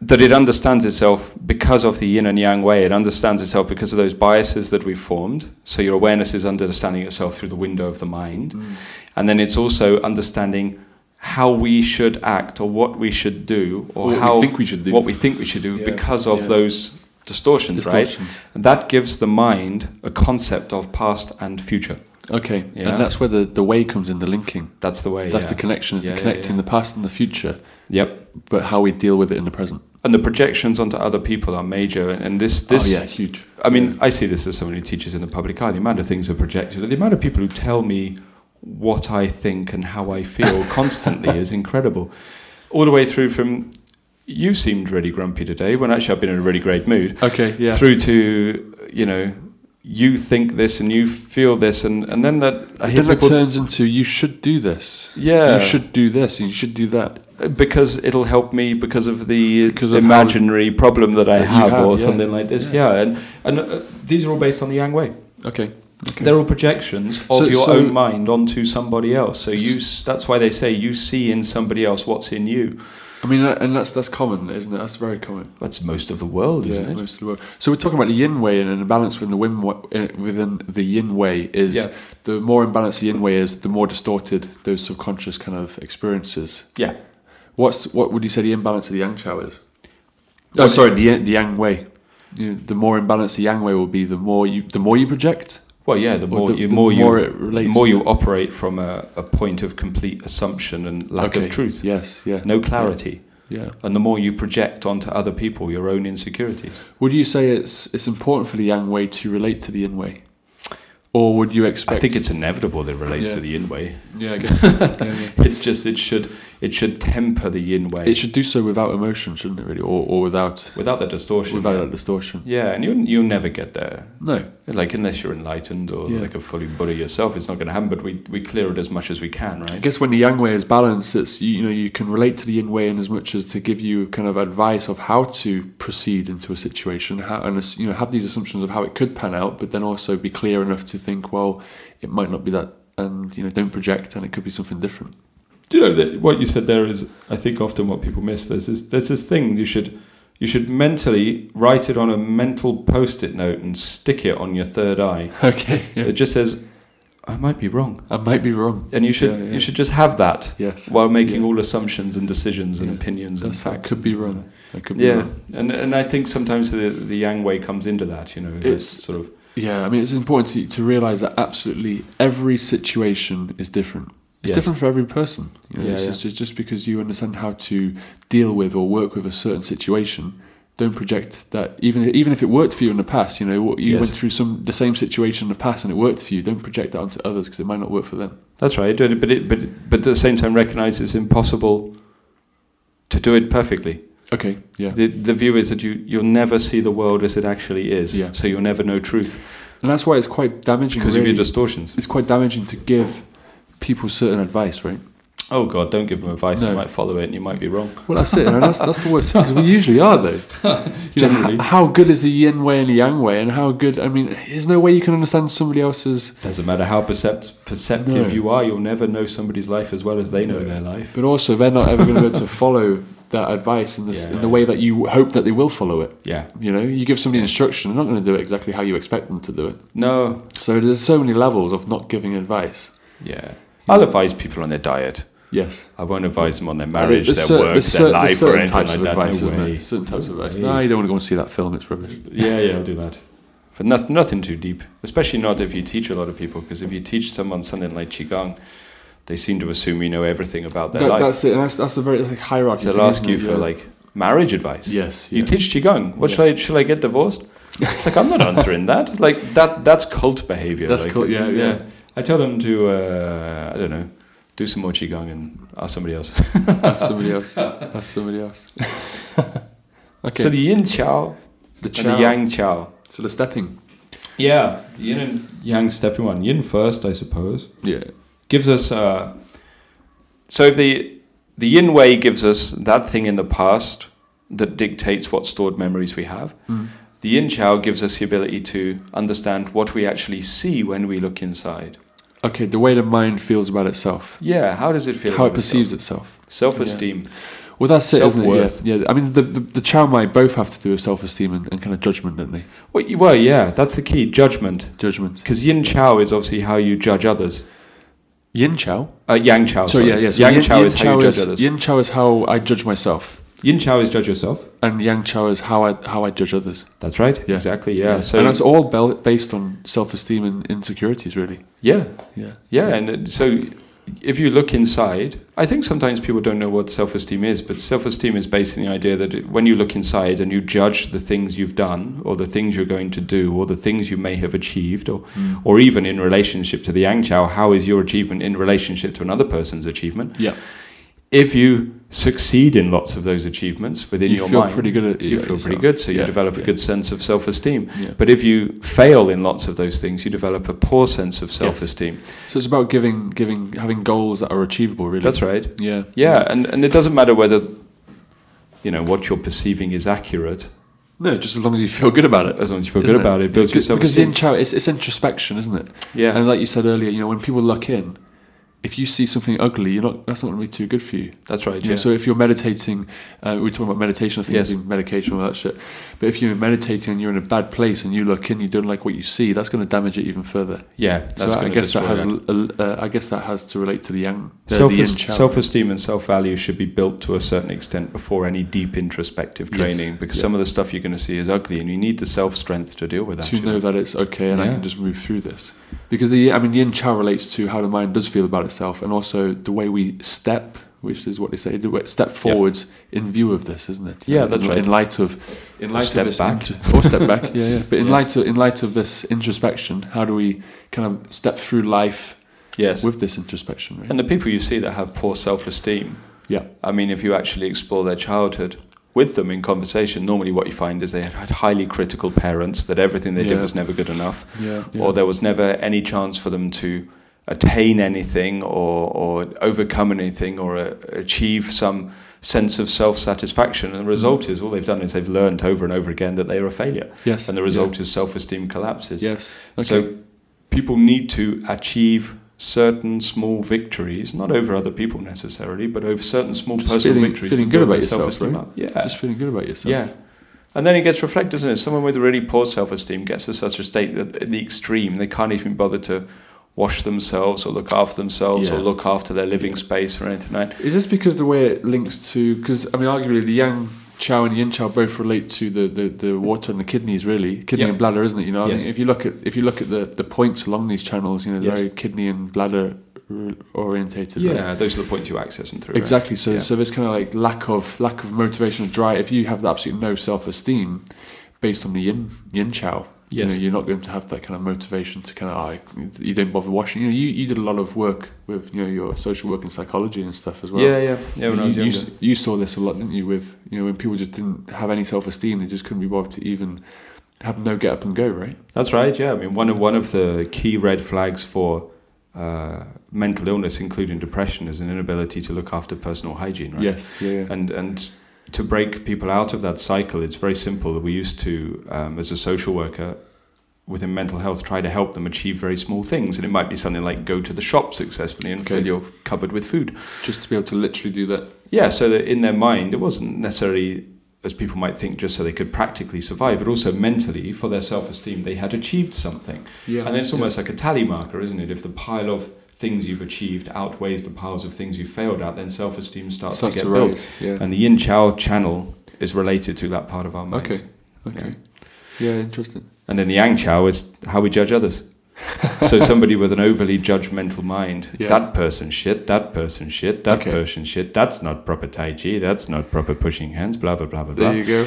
Speaker 1: That it understands itself because of the yin and yang way. It understands itself because of those biases that we've formed. So your awareness is understanding itself through the window of the mind.
Speaker 2: Mm.
Speaker 1: And then it's also understanding how we should act or what we should do or
Speaker 2: What we
Speaker 1: how
Speaker 2: think we should do.
Speaker 1: what we think we should do
Speaker 2: Yeah,
Speaker 1: because of
Speaker 2: yeah.
Speaker 1: those distortions,
Speaker 2: Distortions.
Speaker 1: right? And that gives the mind a concept of past and future.
Speaker 2: Okay,
Speaker 1: Yeah.
Speaker 2: and that's where the, the way comes in, the linking.
Speaker 1: That's the way.
Speaker 2: That's
Speaker 1: yeah.
Speaker 2: the connection, is
Speaker 1: Yeah,
Speaker 2: the
Speaker 1: yeah,
Speaker 2: connecting
Speaker 1: yeah.
Speaker 2: the past and the future,
Speaker 1: Yep.
Speaker 2: but how we deal with it in the present.
Speaker 1: And the projections onto other people are major. And this, this
Speaker 2: oh yeah, huge.
Speaker 1: I mean, I see this as someone who teaches in the public eye. The amount of things are projected, the amount of people who tell me what I think and how I feel constantly is incredible. All the way through from you seemed really grumpy today, when actually I've been in a really great mood,
Speaker 2: Okay, yeah.
Speaker 1: through to you know you think this and you feel this, and and then that I hear
Speaker 2: then it
Speaker 1: people
Speaker 2: turns into you should do this.
Speaker 1: yeah
Speaker 2: You should do this. You should do that.
Speaker 1: because it'll help me because of the
Speaker 2: Because of how-
Speaker 1: imaginary problem that I
Speaker 2: That you
Speaker 1: have,
Speaker 2: have,
Speaker 1: or
Speaker 2: yeah.
Speaker 1: something like this. Yeah,
Speaker 2: Yeah.
Speaker 1: and and uh, these are all based on the Yang way.
Speaker 2: Okay. okay.
Speaker 1: They're all projections of
Speaker 2: So-
Speaker 1: your
Speaker 2: so-
Speaker 1: own mind onto somebody else. So you s- that's why they say you see in somebody else what's in you.
Speaker 2: I mean, uh, and that's that's common, isn't it? That's very common.
Speaker 1: That's most of the world,
Speaker 2: Yeah,
Speaker 1: isn't it?
Speaker 2: most of the world. So we're talking about the yin way, and an imbalance within the yin wa- uh, within the yin way is
Speaker 1: Yeah.
Speaker 2: the more imbalanced the yin way is, the more distorted those subconscious kind of experiences.
Speaker 1: Yeah.
Speaker 2: What's what would you say the imbalance of the yang chow is? Oh, sorry, the yin- the yang way. You know, the more imbalanced the yang way will be, the more you the more you project.
Speaker 1: Well, yeah. The
Speaker 2: or
Speaker 1: more
Speaker 2: the,
Speaker 1: you
Speaker 2: the
Speaker 1: more
Speaker 2: more
Speaker 1: you
Speaker 2: it
Speaker 1: the
Speaker 2: relates.
Speaker 1: more
Speaker 2: to-
Speaker 1: you operate from a, a point of complete assumption and lack
Speaker 2: Okay,
Speaker 1: of truth,
Speaker 2: Yes. Yeah.
Speaker 1: no clarity,
Speaker 2: Yeah.
Speaker 1: and the more you project onto other people your own insecurities.
Speaker 2: Would you say it's it's important for the yang way to relate to the yin way, or would you expect?
Speaker 1: I think it's inevitable that it relates
Speaker 2: Yeah.
Speaker 1: to the yin way.
Speaker 2: yeah. I guess. yeah, yeah.
Speaker 1: It's just it should it should temper the yin way
Speaker 2: It should do so without emotion, shouldn't it? Really, or, or without
Speaker 1: without the distortion.
Speaker 2: without
Speaker 1: yeah.
Speaker 2: that distortion.
Speaker 1: yeah, and you you'll never get there.
Speaker 2: No.
Speaker 1: Like unless you're enlightened or
Speaker 2: Yeah.
Speaker 1: like a fully Buddha yourself, it's not going to happen. But we, we clear it as much as we can,
Speaker 2: I
Speaker 1: right?
Speaker 2: guess when the yang way is balanced, it's you, you know you can relate to the yin way in as much as to give you kind of advice of how to proceed into a situation, how, and as- you know have these assumptions of how it could pan out, but then also be clear enough to think, well, it might not be that, and you know don't project, and it could be something different.
Speaker 1: Do you know that what you said there is, I think, often what people miss. There's this, there's this thing you should you should mentally write it on a mental post-it note and stick it on your third eye.
Speaker 2: Okay, yeah.
Speaker 1: It just says, "I might be wrong,"
Speaker 2: I might be wrong.
Speaker 1: and you should
Speaker 2: Yeah, yeah.
Speaker 1: you should just have that
Speaker 2: Yes,
Speaker 1: while making
Speaker 2: Yeah.
Speaker 1: all assumptions and decisions and
Speaker 2: Yeah.
Speaker 1: opinions and
Speaker 2: That's- that
Speaker 1: facts.
Speaker 2: could be wrong. I could be
Speaker 1: Yeah,
Speaker 2: wrong.
Speaker 1: and and I think sometimes the the Yang way comes into that. You know, it's
Speaker 2: It's-
Speaker 1: sort of
Speaker 2: Yeah, I mean, it's important to, to realize that absolutely every situation is different. It's
Speaker 1: Yes.
Speaker 2: different for every person. You know,
Speaker 1: Yeah,
Speaker 2: it's
Speaker 1: yeah.
Speaker 2: Just, it's just because you understand how to deal with or work with a certain situation, don't project that. Even even if it worked for you in the past, you know, what- you
Speaker 1: Yes.
Speaker 2: went through some the same situation in the past and it worked for you. Don't project that onto others because it might not work for them.
Speaker 1: That's right. But but, it, but but at the same time, recognize it's impossible to do it perfectly.
Speaker 2: Okay, yeah,
Speaker 1: The, the view is that you you'll never see the world as it actually is.
Speaker 2: Yeah.
Speaker 1: So you'll never know truth
Speaker 2: and that's why it's quite damaging.
Speaker 1: because of
Speaker 2: really.
Speaker 1: your distortions.
Speaker 2: it's quite damaging to give people certain advice, right?
Speaker 1: Oh God, don't give them advice. They
Speaker 2: No.
Speaker 1: might follow it, and you might be wrong.
Speaker 2: Well, that's it. And that's, that's the worst because we usually are, though. You know,
Speaker 1: Generally.
Speaker 2: h- how good is the yin way and the yang way? And how good, I mean, there's no way you can understand somebody else's,
Speaker 1: Doesn't matter how percept, perceptive
Speaker 2: No.
Speaker 1: you are, you'll never know somebody's life as well as they know their life.
Speaker 2: but also they're not ever going to be able to follow that advice in the, s
Speaker 1: Yeah.
Speaker 2: in the way that you hope that they will follow it.
Speaker 1: Yeah.
Speaker 2: You know, you give somebody instruction, they're not going to do it exactly how you expect them to do it.
Speaker 1: No.
Speaker 2: So there's so many levels of not giving advice.
Speaker 1: Yeah. I'll advise people on their diet.
Speaker 2: Yes.
Speaker 1: I won't advise them on their marriage,
Speaker 2: There's
Speaker 1: their
Speaker 2: cer-
Speaker 1: work,
Speaker 2: there's cer-
Speaker 1: their life,
Speaker 2: there's
Speaker 1: or
Speaker 2: certain
Speaker 1: anything
Speaker 2: types
Speaker 1: like
Speaker 2: of
Speaker 1: that.
Speaker 2: advice,
Speaker 3: No
Speaker 2: isn't there?
Speaker 3: way.
Speaker 2: Certain types of advice.
Speaker 3: way.
Speaker 2: No, you don't want to go and see that film. It's rubbish.
Speaker 3: Yeah, yeah, I'll do that.
Speaker 1: But nothing, nothing too deep, especially not if you teach a lot of people. Because if you teach someone something like qigong, they seem to assume you know everything about their
Speaker 2: That-
Speaker 1: life.
Speaker 2: that's it. And that's that's a very like, hierarchy.
Speaker 1: They'll
Speaker 2: thing,
Speaker 1: ask
Speaker 2: isn't
Speaker 1: you
Speaker 2: it?
Speaker 1: for
Speaker 2: Yeah.
Speaker 1: like marriage advice.
Speaker 2: Yes.
Speaker 1: You
Speaker 2: yeah.
Speaker 1: teach qigong. What
Speaker 2: Yeah.
Speaker 1: shall I? Shall I get divorced? It's like I'm not answering that. Like that. That's cult behavior.
Speaker 2: That's
Speaker 1: like,
Speaker 2: cult, yeah, yeah.
Speaker 1: I tell them to. Uh, I don't know. Do some more qigong and ask somebody else.
Speaker 2: That's somebody else. That's somebody else. okay.
Speaker 1: So the yin chao
Speaker 2: the
Speaker 1: and the
Speaker 2: chow.
Speaker 1: yang chao.
Speaker 2: So the stepping.
Speaker 3: Yeah, yin and yang stepping one. Yin first, I suppose.
Speaker 2: Yeah.
Speaker 3: Gives us uh,
Speaker 1: So if the the yin way gives us that thing in the past that dictates what stored memories we have.
Speaker 2: Hmm.
Speaker 1: The yin chao gives us the ability to understand what we actually see when we look inside.
Speaker 2: Okay. The way the mind feels about itself.
Speaker 1: Yeah, how does it feel?
Speaker 2: How
Speaker 1: about
Speaker 2: it perceives
Speaker 1: itself?
Speaker 2: itself.
Speaker 1: Self-esteem.
Speaker 2: Well, that's it, isn't it?
Speaker 1: Self-worth.
Speaker 2: Yeah. yeah. I mean, the, the, the chow mai both have to do with self esteem and, and kind of judgment, don't they?
Speaker 1: Well, you- well, yeah, that's the key, judgment.
Speaker 2: Judgment.
Speaker 1: Because yin chao is obviously how you judge others.
Speaker 2: Yin chow.
Speaker 1: Uh, yang chao.
Speaker 2: So
Speaker 1: sorry.
Speaker 2: yeah, yeah. So
Speaker 1: yang chao is how you judge
Speaker 2: is-
Speaker 1: others.
Speaker 2: Yin chow is how I judge myself,
Speaker 3: yin chao is judge yourself.
Speaker 2: and yang chow is how I how I judge others.
Speaker 1: That's right.
Speaker 2: Yeah.
Speaker 1: Exactly. Yeah. So
Speaker 2: and that's all bel- based on self esteem and insecurities, really.
Speaker 1: yeah,
Speaker 2: Yeah.
Speaker 1: Yeah, and it- so if you look inside, I think sometimes people don't know what self esteem is, but self esteem is based on the idea that it, when you look inside and you judge the things you've done, or the things you're going to do, or the things you may have achieved, or, or even in relationship to the Yang Chao, how is your achievement in relationship to another person's achievement?
Speaker 2: Yeah.
Speaker 1: If you succeed in lots of those achievements within
Speaker 2: You
Speaker 1: your
Speaker 2: feel
Speaker 1: mind,
Speaker 2: pretty good at
Speaker 1: you
Speaker 2: at
Speaker 1: feel pretty
Speaker 2: yourself.
Speaker 1: good, so you
Speaker 2: Yeah,
Speaker 1: develop a
Speaker 2: yeah.
Speaker 1: good sense of self esteem.
Speaker 2: Yeah.
Speaker 1: But if you fail in lots of those things, you develop a poor sense of self esteem.
Speaker 2: So it's about giving, giving, having goals that are achievable, really.
Speaker 1: That's right.
Speaker 2: yeah.
Speaker 1: Yeah, and, and it doesn't matter whether you know what you're perceiving is accurate,
Speaker 2: No, just as long as you feel good about it.
Speaker 1: as long as you feel
Speaker 2: isn't
Speaker 1: good about it, builds your
Speaker 2: because
Speaker 1: self
Speaker 2: because the
Speaker 1: esteem.
Speaker 2: intro it's, it's introspection, isn't it?
Speaker 1: Yeah.
Speaker 2: And like you said earlier, you know, when people look in, if you see something ugly, you're not. That's not going to be too good for you.
Speaker 1: That's right.
Speaker 2: You know,
Speaker 1: Yeah.
Speaker 2: so if you're meditating, uh, we we're talking about meditation, I think
Speaker 1: Yes.
Speaker 2: yes. medication, all that shit. But if you're meditating and you're in a bad place and you look in, you don't like what you see, that's going to damage it even further.
Speaker 1: yeah,
Speaker 2: So
Speaker 1: that's
Speaker 2: I
Speaker 1: gonna
Speaker 2: guess
Speaker 1: destroy
Speaker 2: that has,
Speaker 1: it.
Speaker 2: l- uh, I guess that has to relate to the yang, the,
Speaker 1: Self,
Speaker 2: the yin chao.
Speaker 1: self esteem and self value should be built to a certain extent before any deep introspective
Speaker 2: Yes.
Speaker 1: training because
Speaker 2: Yeah.
Speaker 1: some of the stuff you're going to see is ugly and you need the self strength to deal with that.
Speaker 2: to know that it's okay and I
Speaker 3: Yeah.
Speaker 2: can just move through this. Because the I mean yin chow relates to how the mind does feel about itself and also the way we step, which is what they say, the way step forwards in view of this, isn't it?
Speaker 1: Yeah, that's
Speaker 2: in,
Speaker 1: right.
Speaker 2: In light of in light
Speaker 1: step
Speaker 2: of this
Speaker 1: back.
Speaker 2: or step back, yeah, yeah. But in
Speaker 1: Yes.
Speaker 2: light of in light of this introspection, how do we kind of step through life
Speaker 1: yes.
Speaker 2: with this introspection, right?
Speaker 1: And the people you see that have poor self esteem,
Speaker 2: yeah.
Speaker 1: I mean, if you actually explore their childhood with them in conversation, normally what you find is they had had highly critical parents, that everything they did
Speaker 2: Yeah.
Speaker 1: was never good enough,
Speaker 2: Yeah.
Speaker 1: or there was never any chance for them to attain anything or, or overcome anything or uh, achieve some sense of self satisfaction. And the result is all they've done is they've learned over and over again that they are a failure.
Speaker 2: yes.
Speaker 1: And the result is self esteem collapses.
Speaker 2: yeah. Yes. Okay.
Speaker 1: So people need to achieve certain small victories, not over other people necessarily, but over certain small
Speaker 2: Just
Speaker 1: personal
Speaker 2: feeling-
Speaker 1: victories
Speaker 2: feeling
Speaker 1: to
Speaker 2: good
Speaker 1: build
Speaker 2: about
Speaker 1: their
Speaker 2: yourself,
Speaker 1: self-esteem
Speaker 2: right?
Speaker 1: up. Yeah,
Speaker 2: just feeling good about yourself.
Speaker 1: yeah. And then it gets reflected, doesn't it? Someone with really poor self-esteem gets to such a state that, at the extreme, they can't even bother to wash themselves or look after themselves or
Speaker 2: Yeah.
Speaker 1: look after their living space or anything like. that.
Speaker 2: Is this because the way it links to? Because I mean, arguably, the yang chow and yin chow both relate to the, the, the water and the kidneys, really, kidney
Speaker 1: Yeah.
Speaker 2: and bladder, isn't it? You know, I
Speaker 1: Yes.
Speaker 2: think if you look at if you look at the, the points along these channels, you know, they're
Speaker 1: Yes.
Speaker 2: very kidney and bladder r- orientated. right?
Speaker 1: Yeah, those are the points you access them through. right?
Speaker 2: Exactly. So,
Speaker 1: Yeah.
Speaker 2: so this kind of like lack of lack of motivation or drive. If you have absolutely no self esteem, based on the yin yin chow,
Speaker 1: Yes.
Speaker 2: you know, you're not going to have that kind of motivation to kind of like you don't bother washing. You know, you, you did a lot of work with you know your social work and psychology and stuff as well.
Speaker 1: yeah, yeah, yeah. When
Speaker 2: you,
Speaker 1: I was
Speaker 2: you,
Speaker 1: younger.
Speaker 2: s- you saw this a lot, didn't you? With you know when people just didn't have any self esteem, they just couldn't be bothered to even have no get up and go, right?
Speaker 1: That's right. Yeah, I mean, one of one of the key red flags for uh, mental illness, including depression, is an inability to look after personal hygiene. Right.
Speaker 2: Yes, yeah, yeah.
Speaker 1: And and to break people out of that cycle, it's very simple. We used to, um, as a social worker within mental health, try to help them achieve very small things, and it might be something like go to the shop successfully and
Speaker 2: Okay.
Speaker 1: fill your cupboard with food.
Speaker 2: just to be able to literally do that.
Speaker 1: Yeah, so that in their mind, it wasn't necessarily as people might think, just so they could practically survive, but also mentally for their self esteem, they had achieved something.
Speaker 2: Yeah,
Speaker 1: And then it's almost like a tally marker, isn't it? If the pile of things you've achieved outweighs the powers of things you've failed at, then self esteem starts,
Speaker 2: Starts
Speaker 1: to get
Speaker 2: to
Speaker 1: built.
Speaker 2: rise. Yeah.
Speaker 1: And the yin chow channel is related to that part of our mind.
Speaker 2: Okay. Okay. Yeah. Interesting.
Speaker 1: And then the yang chow is how we judge others. so somebody with an overly judgmental mind,
Speaker 2: Yeah.
Speaker 1: that person shit, that person shit, that
Speaker 2: Okay.
Speaker 1: person shit, that's not proper Tai Chi, that's not proper pushing hands, blah, blah, blah, blah,
Speaker 2: There
Speaker 1: blah,
Speaker 2: you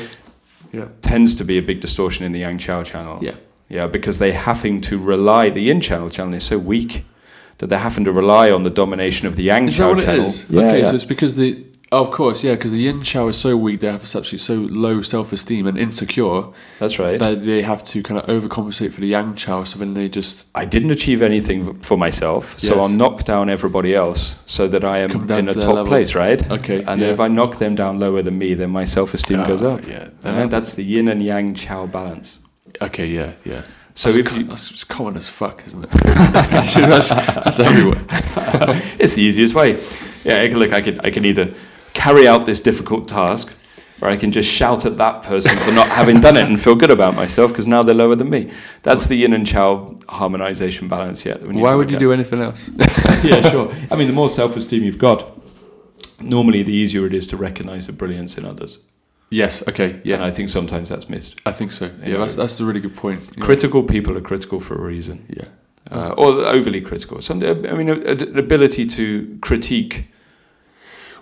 Speaker 2: go.
Speaker 1: tends to be a big distortion in the yang chow channel.
Speaker 2: Yeah.
Speaker 1: Yeah, because they having to rely, the yin channel channel is so weak that they're having to rely on the domination of the yang
Speaker 2: Is that
Speaker 1: chow
Speaker 2: what it
Speaker 1: channel.
Speaker 2: is?
Speaker 1: Yeah,
Speaker 2: okay,
Speaker 1: yeah.
Speaker 2: so it's because the oh, of course, yeah, because the yin chow is so weak, they have absolutely so low self esteem and insecure
Speaker 1: that's right.
Speaker 2: that they have to kind of overcompensate for the yang chow. So then they just
Speaker 1: I didn't achieve anything v- for myself, so
Speaker 2: Yes.
Speaker 1: I'll knock down everybody else so that I am
Speaker 2: Come down
Speaker 1: in
Speaker 2: to
Speaker 1: a
Speaker 2: their
Speaker 1: top
Speaker 2: level.
Speaker 1: place, right?
Speaker 2: okay.
Speaker 1: And
Speaker 2: yeah.
Speaker 1: then if I knock them down lower than me, then my self esteem goes
Speaker 2: Ah,
Speaker 1: up.
Speaker 2: Yeah.
Speaker 1: Alright, That's the yin and yang chow balance.
Speaker 2: okay. Yeah. Yeah.
Speaker 1: So
Speaker 2: that's
Speaker 1: if
Speaker 2: co-
Speaker 1: you,
Speaker 2: that's it's common as fuck, isn't it? that's, that's everywhere.
Speaker 1: it's the easiest way. Yeah, I can- look, I can I can either carry out this difficult task, or I can just shout at that person for not having done it and feel good about myself because now they're lower than me. That's the yin and chow harmonization balance. Yeah. that we need
Speaker 2: Why
Speaker 1: to
Speaker 2: would
Speaker 1: look at.
Speaker 2: you do anything else?
Speaker 1: yeah, sure. I mean, the more self esteem you've got, normally the easier it is to recognize the brilliance in others.
Speaker 2: yes. Okay.
Speaker 1: Yeah.
Speaker 2: Yeah.
Speaker 1: And I think sometimes that's missed.
Speaker 2: I think so.
Speaker 1: Yeah.
Speaker 2: Yeah. That's that's a really good point. Yeah.
Speaker 1: Critical people are critical for a reason,
Speaker 2: Yeah.
Speaker 1: uh, or overly critical. Some, uh, I mean, a- a- the ability to critique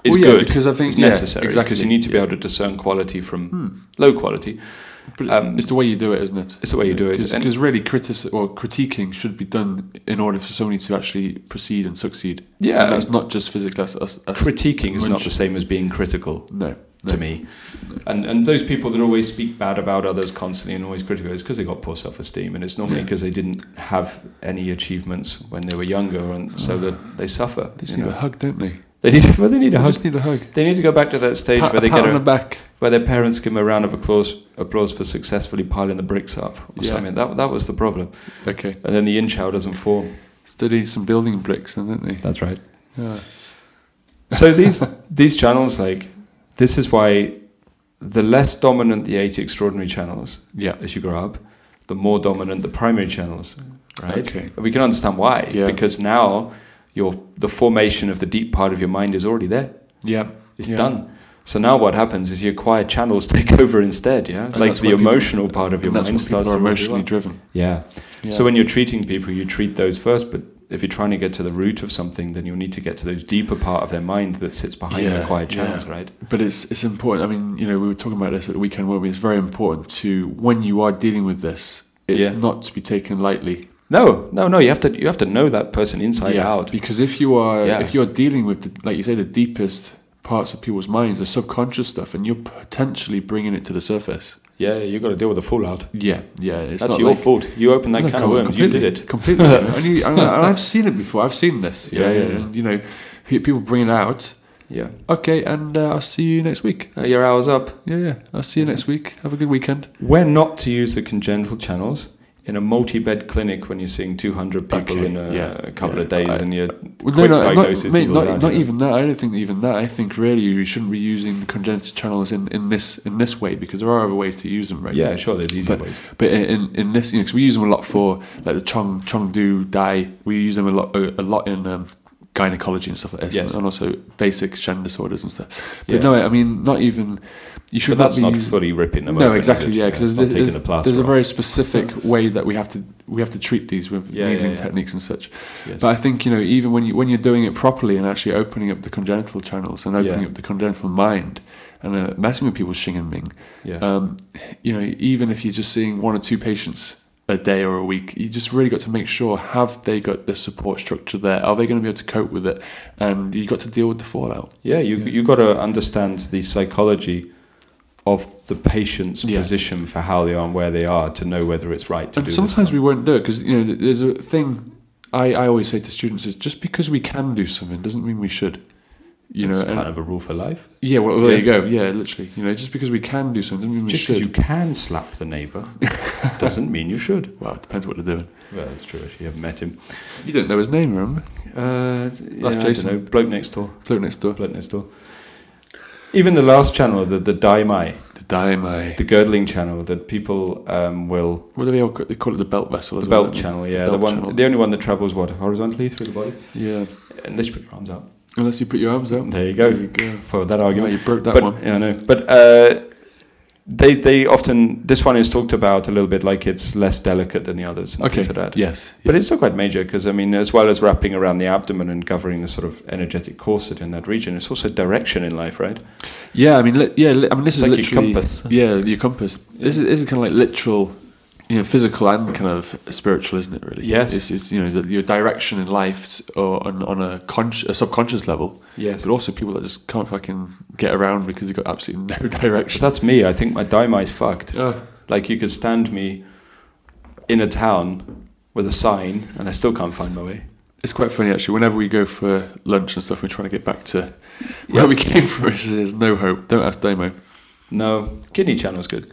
Speaker 1: is
Speaker 2: Well, yeah,
Speaker 1: good.
Speaker 2: because I think
Speaker 1: it's
Speaker 2: yeah,
Speaker 1: necessary
Speaker 2: Exactly.
Speaker 1: because you need to be
Speaker 2: Yeah.
Speaker 1: able to discern quality from
Speaker 2: Hmm.
Speaker 1: low quality.
Speaker 2: But
Speaker 1: Um,
Speaker 2: it's the way you do it, isn't it?
Speaker 1: It's the way you do it. And-
Speaker 2: Because really, critic or critiquing should be done in order for somebody to actually proceed and succeed.
Speaker 1: Yeah,
Speaker 2: and that's not just physical. That's, that's, that's
Speaker 1: critiquing is not
Speaker 2: Munch.
Speaker 1: the same as being critical.
Speaker 2: no, no.
Speaker 1: to me. And and those people that always speak bad about others constantly and always critical is because they got poor self esteem, and it's normally
Speaker 2: Yeah.
Speaker 1: because they didn't have any achievements when they were younger, and so that they suffer.
Speaker 2: They just
Speaker 1: you
Speaker 2: need
Speaker 1: know.
Speaker 2: a hug, don't they?
Speaker 1: They need well, they need a
Speaker 2: They
Speaker 1: hug.
Speaker 2: just need a hug.
Speaker 1: They need to go back to that stage
Speaker 2: Pat,
Speaker 1: where they
Speaker 2: pat
Speaker 1: get
Speaker 2: on
Speaker 1: a,
Speaker 2: the back.
Speaker 1: where their parents give them a round of applause applause for successfully piling the bricks up or
Speaker 2: Yeah.
Speaker 1: something. That that was the problem,
Speaker 2: Okay,
Speaker 1: and then the in chow doesn't form.
Speaker 2: study some building bricks, then, don't they?
Speaker 1: That's right.
Speaker 2: Yeah.
Speaker 1: So these these channels, like this, is why the less dominant the eight extraordinary channels,
Speaker 2: yeah.
Speaker 1: as you grow up, the more dominant the primary channels, right?
Speaker 2: Okay.
Speaker 1: And We can understand why,
Speaker 2: Yeah.
Speaker 1: because now your the formation of the deep part of your mind is already there.
Speaker 2: Yeah.
Speaker 1: It's
Speaker 2: Yeah.
Speaker 1: done. So now what happens is your quiet channels take over instead, yeah?
Speaker 2: And
Speaker 1: like
Speaker 2: that's
Speaker 1: the
Speaker 2: why people-
Speaker 1: emotional part of your
Speaker 2: and that's
Speaker 1: mind
Speaker 2: when people
Speaker 1: starts
Speaker 2: are
Speaker 1: to really
Speaker 2: emotionally
Speaker 1: develop.
Speaker 2: driven.
Speaker 1: Yeah.
Speaker 2: Yeah.
Speaker 1: So when you're treating people, you treat those first, but if you're trying to get to the root of something, then you'll need to get to those deeper part of their mind that sits behind the
Speaker 2: Yeah,
Speaker 1: quiet
Speaker 2: yeah.
Speaker 1: channels, right?
Speaker 2: But it's it's important. I mean, you know, we were talking about this at the weekend, weren't we? It's very important to when you are dealing with this, it's
Speaker 1: Yeah.
Speaker 2: not to be taken lightly.
Speaker 1: No, no, no. You have to you have to know that person inside out.
Speaker 2: Because if you are
Speaker 1: Yeah.
Speaker 2: if you are dealing with the, like you say the deepest parts of people's minds, the subconscious stuff, and you're potentially bringing it to the surface.
Speaker 1: Yeah, you got to deal with the fallout.
Speaker 2: Yeah, yeah. It's
Speaker 1: That's
Speaker 2: not
Speaker 1: your
Speaker 2: like,
Speaker 1: fault. You opened that
Speaker 2: No,
Speaker 1: can of
Speaker 2: com-
Speaker 1: worms. You did it.
Speaker 2: completely- completely. and, you, and I- and I've seen it before. I've seen this. you
Speaker 1: Yeah,
Speaker 2: know,
Speaker 1: yeah, yeah.
Speaker 2: And, you know, pe- people bring it out.
Speaker 1: Yeah.
Speaker 2: Okay, and uh, I'll see you next week.
Speaker 1: Uh, your hour's up.
Speaker 2: Yeah, yeah. I'll see you next week. Have a good weekend.
Speaker 1: Where not to use the congenital channels in a multi bed clinic when you're seeing 200 people
Speaker 2: Okay,
Speaker 1: in a,
Speaker 2: yeah,
Speaker 1: a couple
Speaker 2: yeah.
Speaker 1: of days
Speaker 2: I-
Speaker 1: and you're
Speaker 2: Well,
Speaker 1: quick
Speaker 2: no, no,
Speaker 1: diagnosis
Speaker 2: not, mate,
Speaker 1: equals
Speaker 2: not,
Speaker 1: out,
Speaker 2: not
Speaker 1: you know.
Speaker 2: even that. I don't think even that. I think really you shouldn't be using congenital channels in, in this in this way because there are other ways to use them, right?
Speaker 1: Yeah, sure, there's easier
Speaker 2: But-
Speaker 1: ways.
Speaker 2: But in, in, in this, you know, 'cause we use them a lot for like the Chong Chong Do Dai. We use them a lot a, a lot in um, gynecology and stuff like this,
Speaker 1: Yes.
Speaker 2: and also basic Shen disorders and stuff. But
Speaker 1: Yeah.
Speaker 2: no, I mean not even. You should
Speaker 1: But that's
Speaker 2: be
Speaker 1: not
Speaker 2: using-
Speaker 1: fully ripping them
Speaker 2: no,
Speaker 1: open, is
Speaker 2: exactly.
Speaker 1: it?
Speaker 2: Yeah, because
Speaker 1: it's not
Speaker 2: there's,
Speaker 1: taking the
Speaker 2: there's,
Speaker 1: plaster
Speaker 2: there's a
Speaker 1: off.
Speaker 2: very specific way that we have to we have to treat these with
Speaker 1: Yeah, yeah,
Speaker 2: needling
Speaker 1: yeah.
Speaker 2: techniques and such.
Speaker 1: Yes.
Speaker 2: But I think you know, even when you when you're doing it properly and actually opening up the congenital channels and opening
Speaker 1: Yeah.
Speaker 2: up the congenital mind and uh, messing with people's shing and ming,
Speaker 1: yeah.
Speaker 2: um, you know, even if you're just seeing one or two patients a day or a week, you just really got to make sure have they got the support structure there? Are they going to be able to cope with it? And you got to deal with the fallout.
Speaker 1: yeah, you,
Speaker 2: yeah.
Speaker 1: you got to understand the psychology of the patient's
Speaker 2: Yeah.
Speaker 1: position for how they are and where they are to know whether it's right to
Speaker 2: and
Speaker 1: do this or
Speaker 2: sometimes
Speaker 1: not.
Speaker 2: we won't do it because you know th- there's a thing I, I always say to students is just because we can do something doesn't mean we should. You know,
Speaker 1: it's
Speaker 2: and-
Speaker 1: kind of a rule for life.
Speaker 2: yeah. Well, there you go. Yeah, literally. You know, just because we can do something doesn't mean we
Speaker 1: Just
Speaker 2: should.
Speaker 1: because you can slap the neighbour doesn't mean you should.
Speaker 2: well, it depends what they're doing.
Speaker 1: Well, that's true. If you haven't met him,
Speaker 2: You don't know his name, remember?
Speaker 1: Uh, yeah,
Speaker 2: That's Jason.
Speaker 1: I don't know. Bloke next door.
Speaker 2: Bloke next door.
Speaker 1: Bloke next door. Even the last channel, the the Daimai,
Speaker 2: The daimai.
Speaker 1: the girdling channel that people um, will
Speaker 2: What do they all call, they call it? The belt vessel.
Speaker 1: the
Speaker 2: as well,
Speaker 1: belt
Speaker 2: don't they?
Speaker 1: channel, yeah, the,
Speaker 2: belt
Speaker 1: one,
Speaker 2: channel.
Speaker 1: the only one that travels what horizontally through the body,
Speaker 2: Yeah.
Speaker 1: unless you put your arms up.
Speaker 2: Unless you put your arms out.
Speaker 1: There you go.
Speaker 2: There you go.
Speaker 1: For that
Speaker 2: Oh,
Speaker 1: argument,
Speaker 2: you broke that
Speaker 1: but,
Speaker 2: one.
Speaker 1: Yeah, I know. But uh, they they often this one is talked about a little bit like it's less delicate than the others. And
Speaker 2: Okay.
Speaker 1: things like that.
Speaker 2: Yes.
Speaker 1: But it's still quite major because, I mean, as well as wrapping around the abdomen and covering the sort of energetic corset in that region, it's also direction in life, right?
Speaker 2: yeah. I mean, li- yeah. Li- I mean, this
Speaker 1: It's
Speaker 2: is
Speaker 1: like your
Speaker 2: literally.
Speaker 1: compass.
Speaker 2: Yeah, your compass. This is, this is kind of like literal, you know, physical and kind of spiritual, isn't it? Really.
Speaker 1: Yes.
Speaker 2: It's, it's you know the, your direction in life or on, on a, con- a subconscious level,
Speaker 1: Yes.
Speaker 2: but also people that just can't fucking get around because they've got absolutely no
Speaker 1: But
Speaker 2: direction.
Speaker 1: that's me. I think my daimai's fucked.
Speaker 2: Oh,
Speaker 1: Like, you could stand me in a town with a sign and I still can't find my way.
Speaker 2: It's quite funny actually. Whenever we go for lunch and stuff, we're trying to get back to where we came from. It's, it's no hope. Don't ask Damo.
Speaker 1: No, kidney channel's good.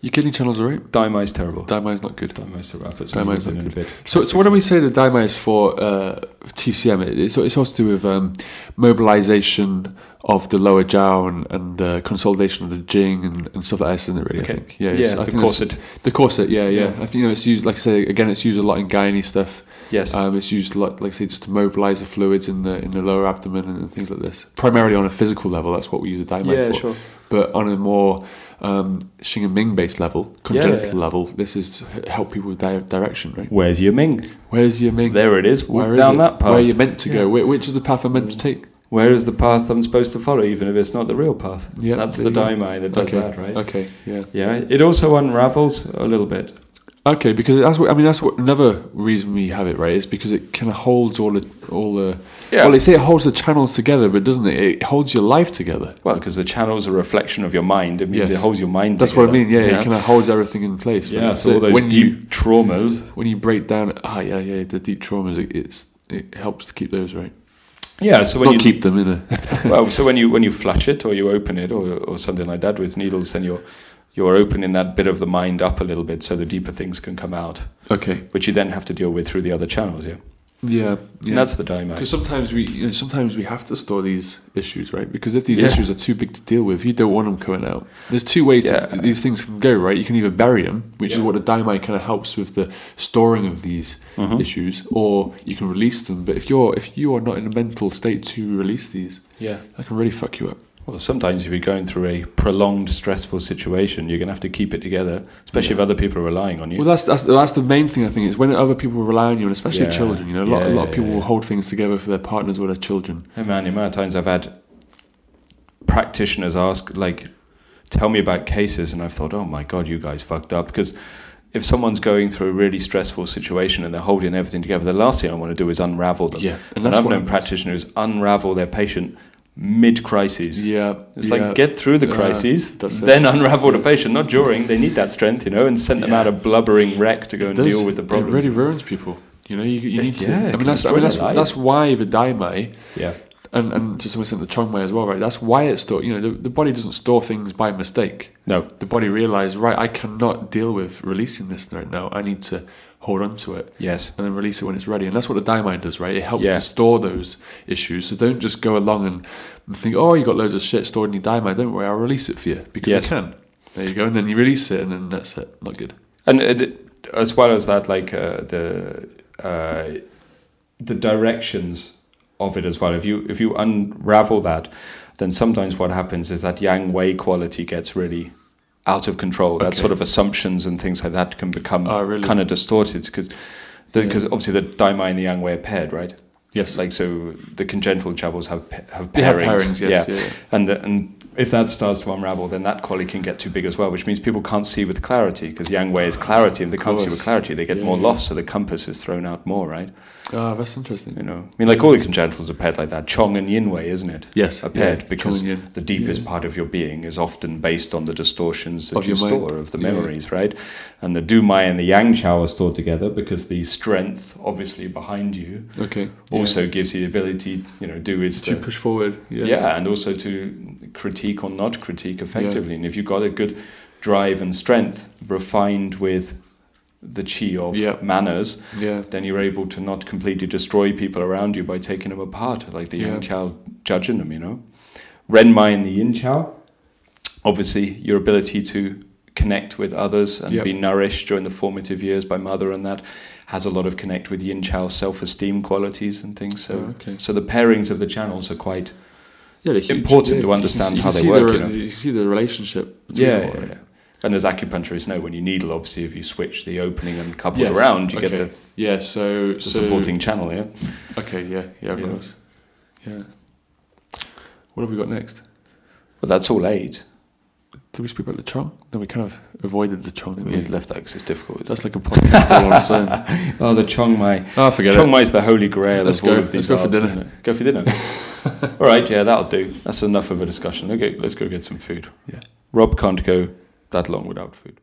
Speaker 2: Your kidney channels are right.
Speaker 1: Daimai's terrible.
Speaker 2: Daimai's not good.
Speaker 1: Daimai's terrible. I'll put
Speaker 2: Daimai's
Speaker 1: some
Speaker 2: not
Speaker 1: in a bit.
Speaker 2: So, so what do we say the Daimai is for uh, TCM? It- It's, it's also to do with um, mobilization of the lower jaw and, and uh, consolidation of the jing and, and stuff like that, isn't it really?
Speaker 1: Okay.
Speaker 2: I think.
Speaker 1: Yeah,
Speaker 2: it's- I
Speaker 1: the
Speaker 2: think that's-
Speaker 1: corset.
Speaker 2: The corset, yeah, yeah.
Speaker 1: Yeah.
Speaker 2: I think you know, it's used, like I say, again, it's used a lot in Guyanese stuff.
Speaker 1: Yes.
Speaker 2: Um, it's used, like, like I say, just to mobilize the fluids in the in the lower abdomen and, and things like this. Primarily on a physical level, that's what we use a Daimai
Speaker 1: yeah,
Speaker 2: for.
Speaker 1: sure.
Speaker 2: But on a more um, Xing and Ming based level,
Speaker 1: Yeah, yeah,
Speaker 2: congenital
Speaker 1: yeah.
Speaker 2: level, this is to h- help people with di- direction, right?
Speaker 4: Where's your Ming?
Speaker 2: Where's your Ming?
Speaker 1: There it is. Walk
Speaker 2: Where is
Speaker 1: down
Speaker 2: it?
Speaker 1: that path. Mm.
Speaker 2: Where you're meant to go. Where, which is the path I'm meant to take?
Speaker 1: Where is the path I'm supposed to follow, even if it's not the real path?
Speaker 2: Yeah,
Speaker 1: That's
Speaker 2: there
Speaker 1: the
Speaker 2: you go.
Speaker 1: daimai that does
Speaker 2: Okay.
Speaker 1: that, right?
Speaker 2: Okay, yeah.
Speaker 1: Yeah, it also unravels a little bit.
Speaker 2: Okay, because that's what I mean. That's what another reason we have it, right? Is because it kind of holds all the all the.
Speaker 1: Yeah.
Speaker 2: Well, they say it holds the channels together, but doesn't it? It holds your life together.
Speaker 1: Well, because the channel's a reflection of your mind. It means
Speaker 2: Yes.
Speaker 1: it holds your mind
Speaker 2: That's what I
Speaker 1: together.
Speaker 2: mean. Yeah,
Speaker 1: yeah.
Speaker 2: it kind of holds everything in place.
Speaker 1: Yeah,
Speaker 2: right?
Speaker 1: so all those
Speaker 2: when
Speaker 1: deep
Speaker 2: you
Speaker 1: traumas.
Speaker 2: when you break down, ah, yeah, yeah, the deep traumas. It, it's it helps to keep those right.
Speaker 1: Yeah, so when
Speaker 2: Not
Speaker 1: you
Speaker 2: keep them in a
Speaker 1: well, so when you when you flash it or you open it or, or something like that with needles, then you're you're opening that bit of the mind up a little bit, so the deeper things can come out,
Speaker 2: okay.
Speaker 1: which you then have to deal with through the other channels. Yeah,
Speaker 2: Yeah, yeah.
Speaker 1: And that's the daimai.
Speaker 2: Because sometimes we, you know, sometimes we have to store these issues, right? Because if these
Speaker 1: Yeah.
Speaker 2: issues are too big to deal with, you don't want them coming out. There's two ways that
Speaker 1: Yeah.
Speaker 2: these things can go, right? You can either bury them, which is
Speaker 1: Yeah.
Speaker 2: what the daimai kind of helps with the storing of these
Speaker 1: Mhm.
Speaker 2: issues, or you can release them. But if you're if you are not in a mental state to release these,
Speaker 1: Yeah.
Speaker 2: that can really fuck you up.
Speaker 1: Well, sometimes if you're going through a prolonged stressful situation, you're going to have to keep it together, especially
Speaker 2: Yeah.
Speaker 1: if other people are relying on you.
Speaker 2: Well, that's that's that's the main thing I think is when other people rely on you, and especially
Speaker 1: Yeah.
Speaker 2: children. You know, a lot a
Speaker 1: Yeah,
Speaker 2: lot of
Speaker 1: yeah,
Speaker 2: people will
Speaker 1: yeah.
Speaker 2: hold things together for their partners or their children.
Speaker 1: Hey man, the amount of times I've had practitioners ask, like, tell me about cases, and I've thought, oh my god, you guys fucked up. Because if someone's going through a really stressful situation and they're holding everything together, the last thing I want to do is unravel them.
Speaker 2: Yeah, and
Speaker 1: And,
Speaker 2: that's
Speaker 1: I've
Speaker 2: what
Speaker 1: known practitioners unravel their patient mid crisis.
Speaker 2: Yeah,
Speaker 1: It's
Speaker 2: yeah.
Speaker 1: like get through the
Speaker 2: Uh,
Speaker 1: crises,
Speaker 2: that's it.
Speaker 1: then unravel the patient, not during. They need that strength, you know, and send them
Speaker 2: Yeah.
Speaker 1: out a blubbering wreck to go
Speaker 2: It
Speaker 1: and
Speaker 2: does.
Speaker 1: deal with the problem.
Speaker 2: It really ruins people. You know, you, you need
Speaker 1: It's-
Speaker 2: to.
Speaker 1: yeah, it
Speaker 2: I
Speaker 1: can
Speaker 2: mean, that's, I
Speaker 1: destroy
Speaker 2: mean, that's,
Speaker 1: their life.
Speaker 2: that's why the daimai
Speaker 1: yeah.
Speaker 2: and, and to some extent the chongmai as well, right? That's why it's stored. You know, the, the body doesn't store things by mistake.
Speaker 1: No.
Speaker 2: The body realized, right, I cannot deal with releasing this right now. I need to hold on to it
Speaker 1: Yes.
Speaker 2: and then release it when it's ready. And that's what the daimai does, right? It helps
Speaker 1: Yeah.
Speaker 2: to store those issues. So don't just go along and, and think, oh, you got loads of shit stored in your daimai. Don't worry, I'll release it for you because
Speaker 1: Yes.
Speaker 2: you can. There you go. And then you release it, and then that's it. Not good.
Speaker 1: and it, as well as that, like uh, the uh, the directions of it as well. If you if you unravel that, then sometimes what happens is that yang wei quality gets really out of control. That
Speaker 2: Okay.
Speaker 1: sort of assumptions and things like that can become
Speaker 2: Oh, really?
Speaker 1: kind of distorted because
Speaker 2: Yeah.
Speaker 1: because obviously the daimai and the yang wei are paired, right?
Speaker 2: Yes.
Speaker 1: Like so, the congenital troubles have pa- have pairings.
Speaker 2: They have pairings, yes.
Speaker 1: Yeah.
Speaker 2: yeah, yeah.
Speaker 1: And the, and if that starts to unravel, then that quality can get too big as well, which means people can't see with clarity because Yang Wei is clarity. If they
Speaker 2: Of
Speaker 1: can't see with
Speaker 2: course.
Speaker 1: clarity, they get
Speaker 2: Yeah,
Speaker 1: more
Speaker 2: yeah.
Speaker 1: lost, so the compass is thrown out more, right?
Speaker 2: Ah, that's interesting.
Speaker 1: You know, I mean, like all the congenitals are paired like that. Chong and Yin Wei, isn't it?
Speaker 2: Yes,
Speaker 1: Are paired
Speaker 2: yeah,
Speaker 1: because
Speaker 2: Chong and Yin.
Speaker 1: the deepest
Speaker 2: Yeah.
Speaker 1: part of your being is often based on the distortions that
Speaker 2: Of
Speaker 1: you
Speaker 2: your mind.
Speaker 1: store of the
Speaker 2: Yeah.
Speaker 1: memories, right? And the Du Mai and the Yang Chao are stored together because the strength, obviously, behind you
Speaker 2: Okay.
Speaker 1: also gives you the ability, you know, do is
Speaker 2: to
Speaker 1: the-
Speaker 2: push forward. Yes.
Speaker 1: yeah, and also to critique or not critique effectively. And if you've got a good drive and strength refined with the chi of
Speaker 2: Yeah.
Speaker 1: manners,
Speaker 2: Yeah.
Speaker 1: then you're able to not completely destroy people around you by taking them apart, like the
Speaker 2: Yeah.
Speaker 1: young child judging them, you know. Renmai and the yin chao obviously your ability to connect with others and
Speaker 2: Yep.
Speaker 1: be nourished during the formative years by mother and that has a lot of connect with yin chao's self-esteem qualities and things so
Speaker 2: Oh, okay.
Speaker 1: so the pairings of the channels are quite
Speaker 2: Yeah, they're huge.
Speaker 1: Important
Speaker 2: Yeah,
Speaker 1: to
Speaker 2: you can
Speaker 1: understand
Speaker 2: see- you
Speaker 1: how
Speaker 2: can
Speaker 1: they
Speaker 2: see
Speaker 1: work,
Speaker 2: The,
Speaker 1: you know.
Speaker 2: You can see the relationship. Between
Speaker 1: yeah,
Speaker 2: them all,
Speaker 1: yeah,
Speaker 2: right?
Speaker 1: yeah. and as acupuncturists know when you needle obviously if you switch the opening and couple
Speaker 2: Yes,
Speaker 1: around you get
Speaker 2: okay.
Speaker 1: the,
Speaker 2: Yeah. So,
Speaker 1: the
Speaker 2: so
Speaker 1: supporting channel yeah
Speaker 2: Okay. Yeah. Yeah. Of
Speaker 1: Yeah.
Speaker 2: course. Yeah. What have we got next?
Speaker 1: well that's all eight
Speaker 2: Did we speak about the Tron? No, we kind of avoided the Tron. Didn't
Speaker 1: we
Speaker 2: we?
Speaker 1: left that because it's difficult
Speaker 2: That's like a podcast all on its own.
Speaker 1: oh the chong mai
Speaker 2: Ah, forget
Speaker 1: Chiang Mai's the holy grail
Speaker 2: Let's
Speaker 1: of all
Speaker 2: go.
Speaker 1: of these
Speaker 2: Let's go for
Speaker 1: arts,
Speaker 2: dinner.
Speaker 1: isn't it? Go for dinner. all right, yeah, that'll do. That's enough of a discussion. Okay, let's go get some food.
Speaker 2: Yeah.
Speaker 1: Rob can't go that long without food.